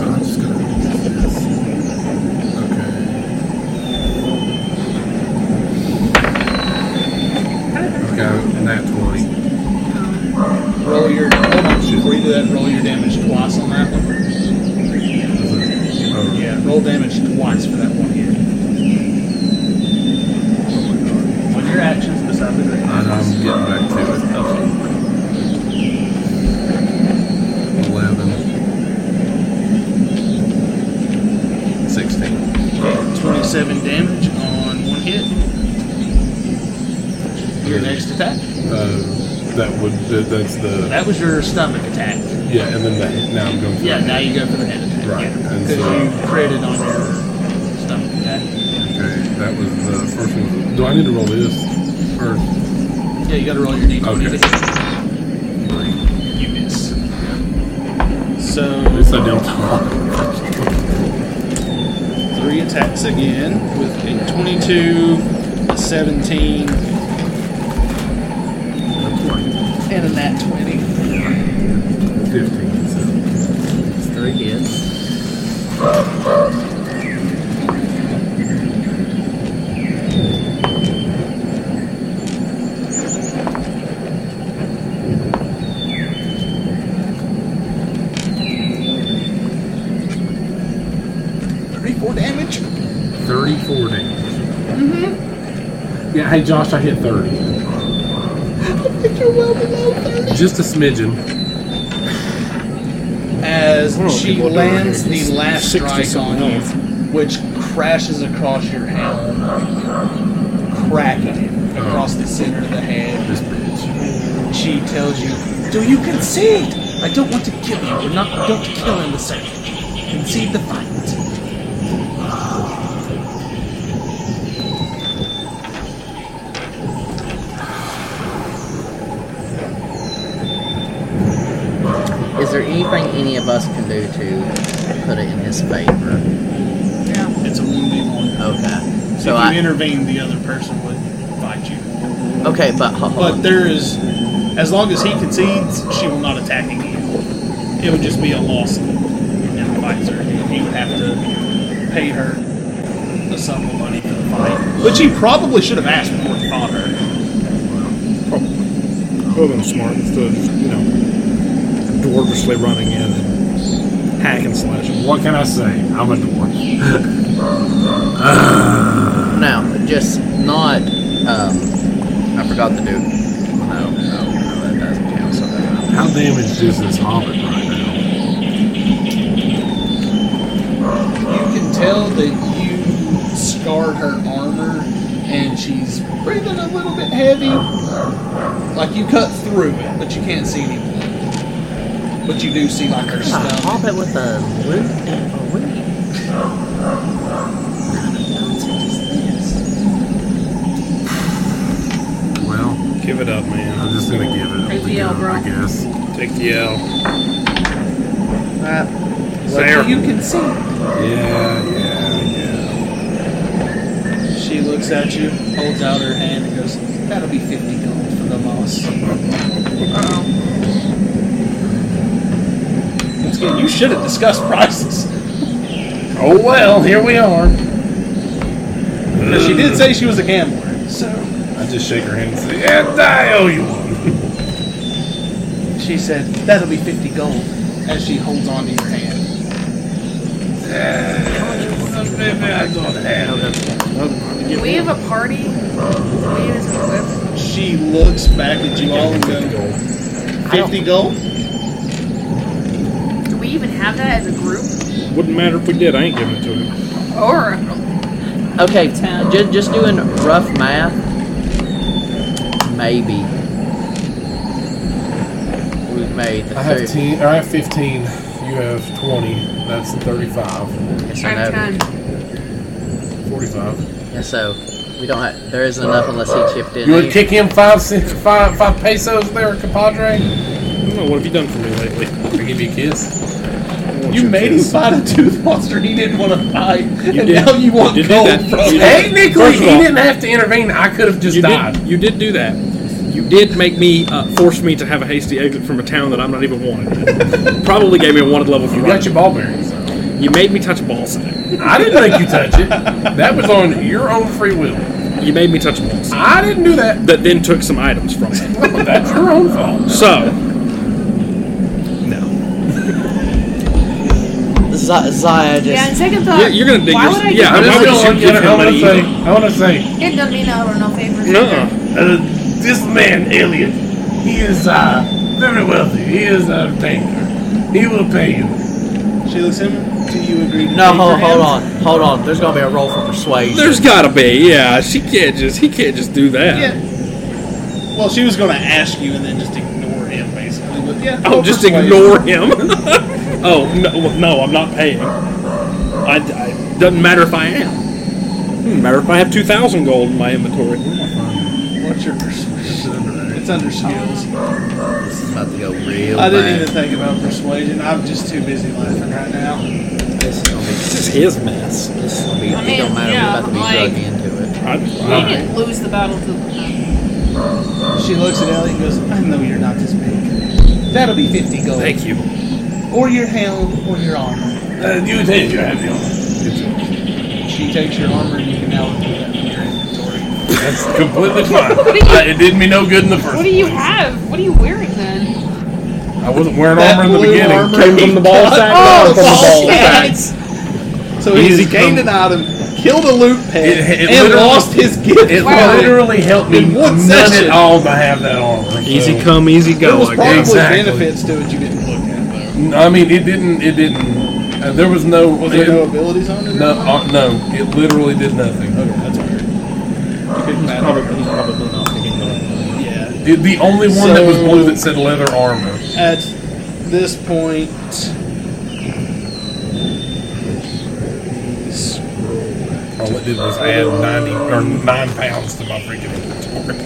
[SPEAKER 8] I'm just gonna. Okay. Okay, nat twenty.
[SPEAKER 3] Roll your hold on, before you do that, roll your damage twice on that one. Oh, Yeah, roll damage twice for that one hit. On your actions beside the green.
[SPEAKER 8] And I'm getting back to it. Eleven. Sixteen.
[SPEAKER 3] Twenty-seven damage on one hit. Your next attack.
[SPEAKER 8] Uh, that would. That, that's the.
[SPEAKER 3] That was your stomach attack.
[SPEAKER 8] Yeah, and then the, now I'm going. For
[SPEAKER 3] Yeah,
[SPEAKER 8] it.
[SPEAKER 3] now you go for the head attack.
[SPEAKER 8] Right, and
[SPEAKER 3] Because
[SPEAKER 8] so-
[SPEAKER 3] you critted on your stomach attack.
[SPEAKER 8] Okay, that was the first one. Do I need to roll this? Or
[SPEAKER 3] Yeah, you gotta roll your D20
[SPEAKER 8] okay.
[SPEAKER 3] to hit. You miss. So
[SPEAKER 8] At least I don't.
[SPEAKER 3] three attacks again with a 22, a 17, and a nat 20.
[SPEAKER 8] Fifteen. So
[SPEAKER 28] It's three hits.
[SPEAKER 3] Thirty-four damage.
[SPEAKER 8] Thirty-four damage.
[SPEAKER 3] Mm-hmm.
[SPEAKER 8] Yeah. Hey, Josh, I hit thirty.
[SPEAKER 3] I think you're well below 30.
[SPEAKER 8] Just a smidgen.
[SPEAKER 3] As
[SPEAKER 8] Oh,
[SPEAKER 3] she
[SPEAKER 8] people are
[SPEAKER 3] lands
[SPEAKER 8] doing it.
[SPEAKER 3] the last
[SPEAKER 8] Six to
[SPEAKER 3] strike
[SPEAKER 8] something
[SPEAKER 3] on you, which crashes across your helm, cracking it across the center of the head.
[SPEAKER 8] This bitch.
[SPEAKER 3] She tells you, "Do you concede? I don't want to kill you. We're not don't kill in the second. Concede the fight."
[SPEAKER 5] Is there anything any of us can do to put it in his favor?
[SPEAKER 3] Yeah, it's a one v one.
[SPEAKER 5] Okay.
[SPEAKER 3] If
[SPEAKER 5] So
[SPEAKER 3] you
[SPEAKER 5] I. Um,
[SPEAKER 3] intervene, the other person would fight you.
[SPEAKER 5] okay, but hold on.
[SPEAKER 3] But there is, as long as he concedes, she will not attack again. It would just be a loss in the fight, sir. He would have to pay her a sum of money for the fight, which he probably should have asked before he fought her.
[SPEAKER 29] Would have been smart instead of, you know, dwarvishly running in and hack and slash.
[SPEAKER 27] What can I say? I'm a dwarf.
[SPEAKER 5] No, just not. Um, I forgot the dude. No, no, no, that doesn't count. So that
[SPEAKER 8] How damaged is this hobbit right now?
[SPEAKER 3] You can tell that you scarred her armor, and she's breathing a little bit heavy. Like you cut through it, but you can't see any blood. But you do see like her
[SPEAKER 5] a
[SPEAKER 3] stomach.
[SPEAKER 5] hobbit with a loot and a wing.
[SPEAKER 28] What is this?
[SPEAKER 6] Take the L.
[SPEAKER 30] There. You can see.
[SPEAKER 6] Yeah, yeah,
[SPEAKER 3] She looks at you, holds out her hand, and goes, That'll be 50 gold for the loss.
[SPEAKER 8] Um,
[SPEAKER 3] Once again, you should have discussed prices.
[SPEAKER 8] Oh well, here we are.
[SPEAKER 3] Now, she did say she was a gambler, so.
[SPEAKER 8] I just shake her hand and say, "Yeah, I owe you one."
[SPEAKER 3] She said, That'll be 50 gold, as she holds onto your hand.
[SPEAKER 7] We have a party.
[SPEAKER 3] She looks back at you all and goes, 50 gold?
[SPEAKER 7] Do we even have that as a group?
[SPEAKER 6] Wouldn't matter if we did. I ain't giving it to him.
[SPEAKER 7] Or
[SPEAKER 5] Okay, ju- just doing rough math. Maybe. We've made the
[SPEAKER 8] I have
[SPEAKER 5] third-
[SPEAKER 8] ten. Or I have fifteen. You have twenty. That's thirty-five.
[SPEAKER 5] Yes, I know. I have
[SPEAKER 8] Forty-five.
[SPEAKER 5] Yeah, so we don't have. There isn't enough unless he chipped in.
[SPEAKER 8] You want to
[SPEAKER 5] eight.
[SPEAKER 8] kick him five cents, five, five pesos there, compadre? I don't
[SPEAKER 6] know. What have you done for me lately? I
[SPEAKER 8] give you a kiss.
[SPEAKER 3] You made him fight a tooth monster he didn't want to fight, and
[SPEAKER 6] did.
[SPEAKER 3] now you want
[SPEAKER 6] You did
[SPEAKER 3] gold
[SPEAKER 6] that.
[SPEAKER 3] from
[SPEAKER 6] You did.
[SPEAKER 3] him.
[SPEAKER 6] First of all-
[SPEAKER 8] have to intervene. I could have just
[SPEAKER 6] you Did, you did do that. You did make me uh, force me to have a hasty exit from a town that I'm not even wanted. Probably gave me a wanted level. For you
[SPEAKER 8] got your ball bearings.
[SPEAKER 6] You made me touch a ball sack.
[SPEAKER 8] I didn't make you touch it. That was on your own free will.
[SPEAKER 6] You made me touch a ball sack.
[SPEAKER 8] I didn't do that.
[SPEAKER 6] That then took some items from me.
[SPEAKER 8] That's your own fault.
[SPEAKER 6] So,
[SPEAKER 31] Z- Zaya
[SPEAKER 7] yeah, and
[SPEAKER 31] just.
[SPEAKER 7] second thought.
[SPEAKER 6] You're- you're gonna dig
[SPEAKER 7] why
[SPEAKER 6] your-
[SPEAKER 7] would I
[SPEAKER 6] yeah,
[SPEAKER 7] give-
[SPEAKER 6] why would
[SPEAKER 8] I
[SPEAKER 6] you give him
[SPEAKER 8] want
[SPEAKER 6] money?
[SPEAKER 8] to say, I want to say,
[SPEAKER 7] It doesn't mean I owe her no favors. either.
[SPEAKER 8] uh, this man, Elliot, he is uh, very wealthy. He is a banker. He will pay you.
[SPEAKER 3] She looks at him. Do you agree? to
[SPEAKER 31] No,
[SPEAKER 3] pay
[SPEAKER 31] hold,
[SPEAKER 3] for
[SPEAKER 31] hold
[SPEAKER 3] him?"
[SPEAKER 31] on, hold on. There's gonna be a roll for persuasion.
[SPEAKER 6] there's gotta be. Yeah, she can't just. He can't just do that.
[SPEAKER 3] Yeah. Well, she was going to ask you and then just ignore him, basically. But yeah.
[SPEAKER 6] Oh, just
[SPEAKER 3] persuasion.
[SPEAKER 6] ignore him. oh no, well, no, I'm not paying. I, I- doesn't matter if I am. Doesn't matter if I have two thousand gold in my inventory.
[SPEAKER 3] What's your persuasion? It's under skills.
[SPEAKER 5] This is about to go real
[SPEAKER 3] I didn't
[SPEAKER 5] bad.
[SPEAKER 3] even think about persuasion. I'm just too busy laughing right now.
[SPEAKER 5] This is gonna be.
[SPEAKER 6] This is his mess.
[SPEAKER 5] This is gonna be.
[SPEAKER 7] I
[SPEAKER 5] it don't
[SPEAKER 7] mean,
[SPEAKER 5] matter.
[SPEAKER 7] yeah,
[SPEAKER 5] we're about to be
[SPEAKER 7] like-
[SPEAKER 5] drugged into it.
[SPEAKER 7] He didn't lose the battle to
[SPEAKER 3] She looks at Ellie and goes, I know you're not this big. That'll be 50 gold.
[SPEAKER 6] Thank you.
[SPEAKER 3] Or your helm, or your armor.
[SPEAKER 8] Uh, you take your happy on.
[SPEAKER 3] She takes your armor and you can now put that in your inventory.
[SPEAKER 8] That's completely fine.
[SPEAKER 7] What do you-
[SPEAKER 8] I, it did me no good in the first.
[SPEAKER 7] What do you have? What are you wearing then?
[SPEAKER 8] I wasn't wearing
[SPEAKER 3] That
[SPEAKER 8] armor in the
[SPEAKER 3] blue
[SPEAKER 8] beginning.
[SPEAKER 3] armor he got- Oh, the ball sack. So he
[SPEAKER 8] Easy
[SPEAKER 3] just gained an
[SPEAKER 8] come-
[SPEAKER 3] item, killed a loot peg,
[SPEAKER 8] It, it
[SPEAKER 3] and
[SPEAKER 8] literally-
[SPEAKER 3] lost his gift.
[SPEAKER 8] It
[SPEAKER 3] card.
[SPEAKER 8] literally helped me
[SPEAKER 3] In one
[SPEAKER 8] none
[SPEAKER 3] session.
[SPEAKER 8] at all to have that armor.
[SPEAKER 6] Easy
[SPEAKER 8] so.
[SPEAKER 6] come, easy
[SPEAKER 3] There
[SPEAKER 6] go.
[SPEAKER 3] was
[SPEAKER 6] I
[SPEAKER 3] probably
[SPEAKER 6] guess.
[SPEAKER 3] benefits to it you didn't look at,
[SPEAKER 8] N- I mean, it didn't. It didn't. Uh, there was no.
[SPEAKER 3] though. Was there
[SPEAKER 8] it-
[SPEAKER 3] no abilities on it?
[SPEAKER 8] no, uh, no. It literally did nothing. Uh,
[SPEAKER 3] Okay, that's weird.
[SPEAKER 8] He's
[SPEAKER 3] probably-
[SPEAKER 8] he's probably not picking
[SPEAKER 3] Yeah.
[SPEAKER 8] The, the only one that was
[SPEAKER 3] So-
[SPEAKER 8] blue that said leather armor.
[SPEAKER 3] At this point,
[SPEAKER 8] All it did was add ninety or nine pounds to my freaking inventory.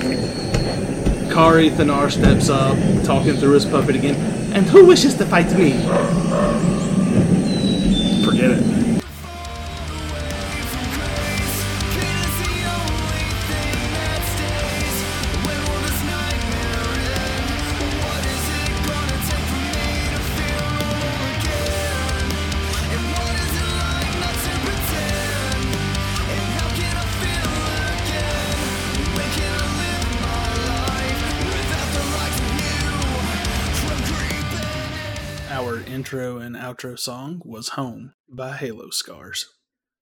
[SPEAKER 3] Kari Thanar steps up, talking through his puppet again. And who wishes to fight me?
[SPEAKER 6] Forget it.
[SPEAKER 30] Our intro and outro song was Home by Halo Scars.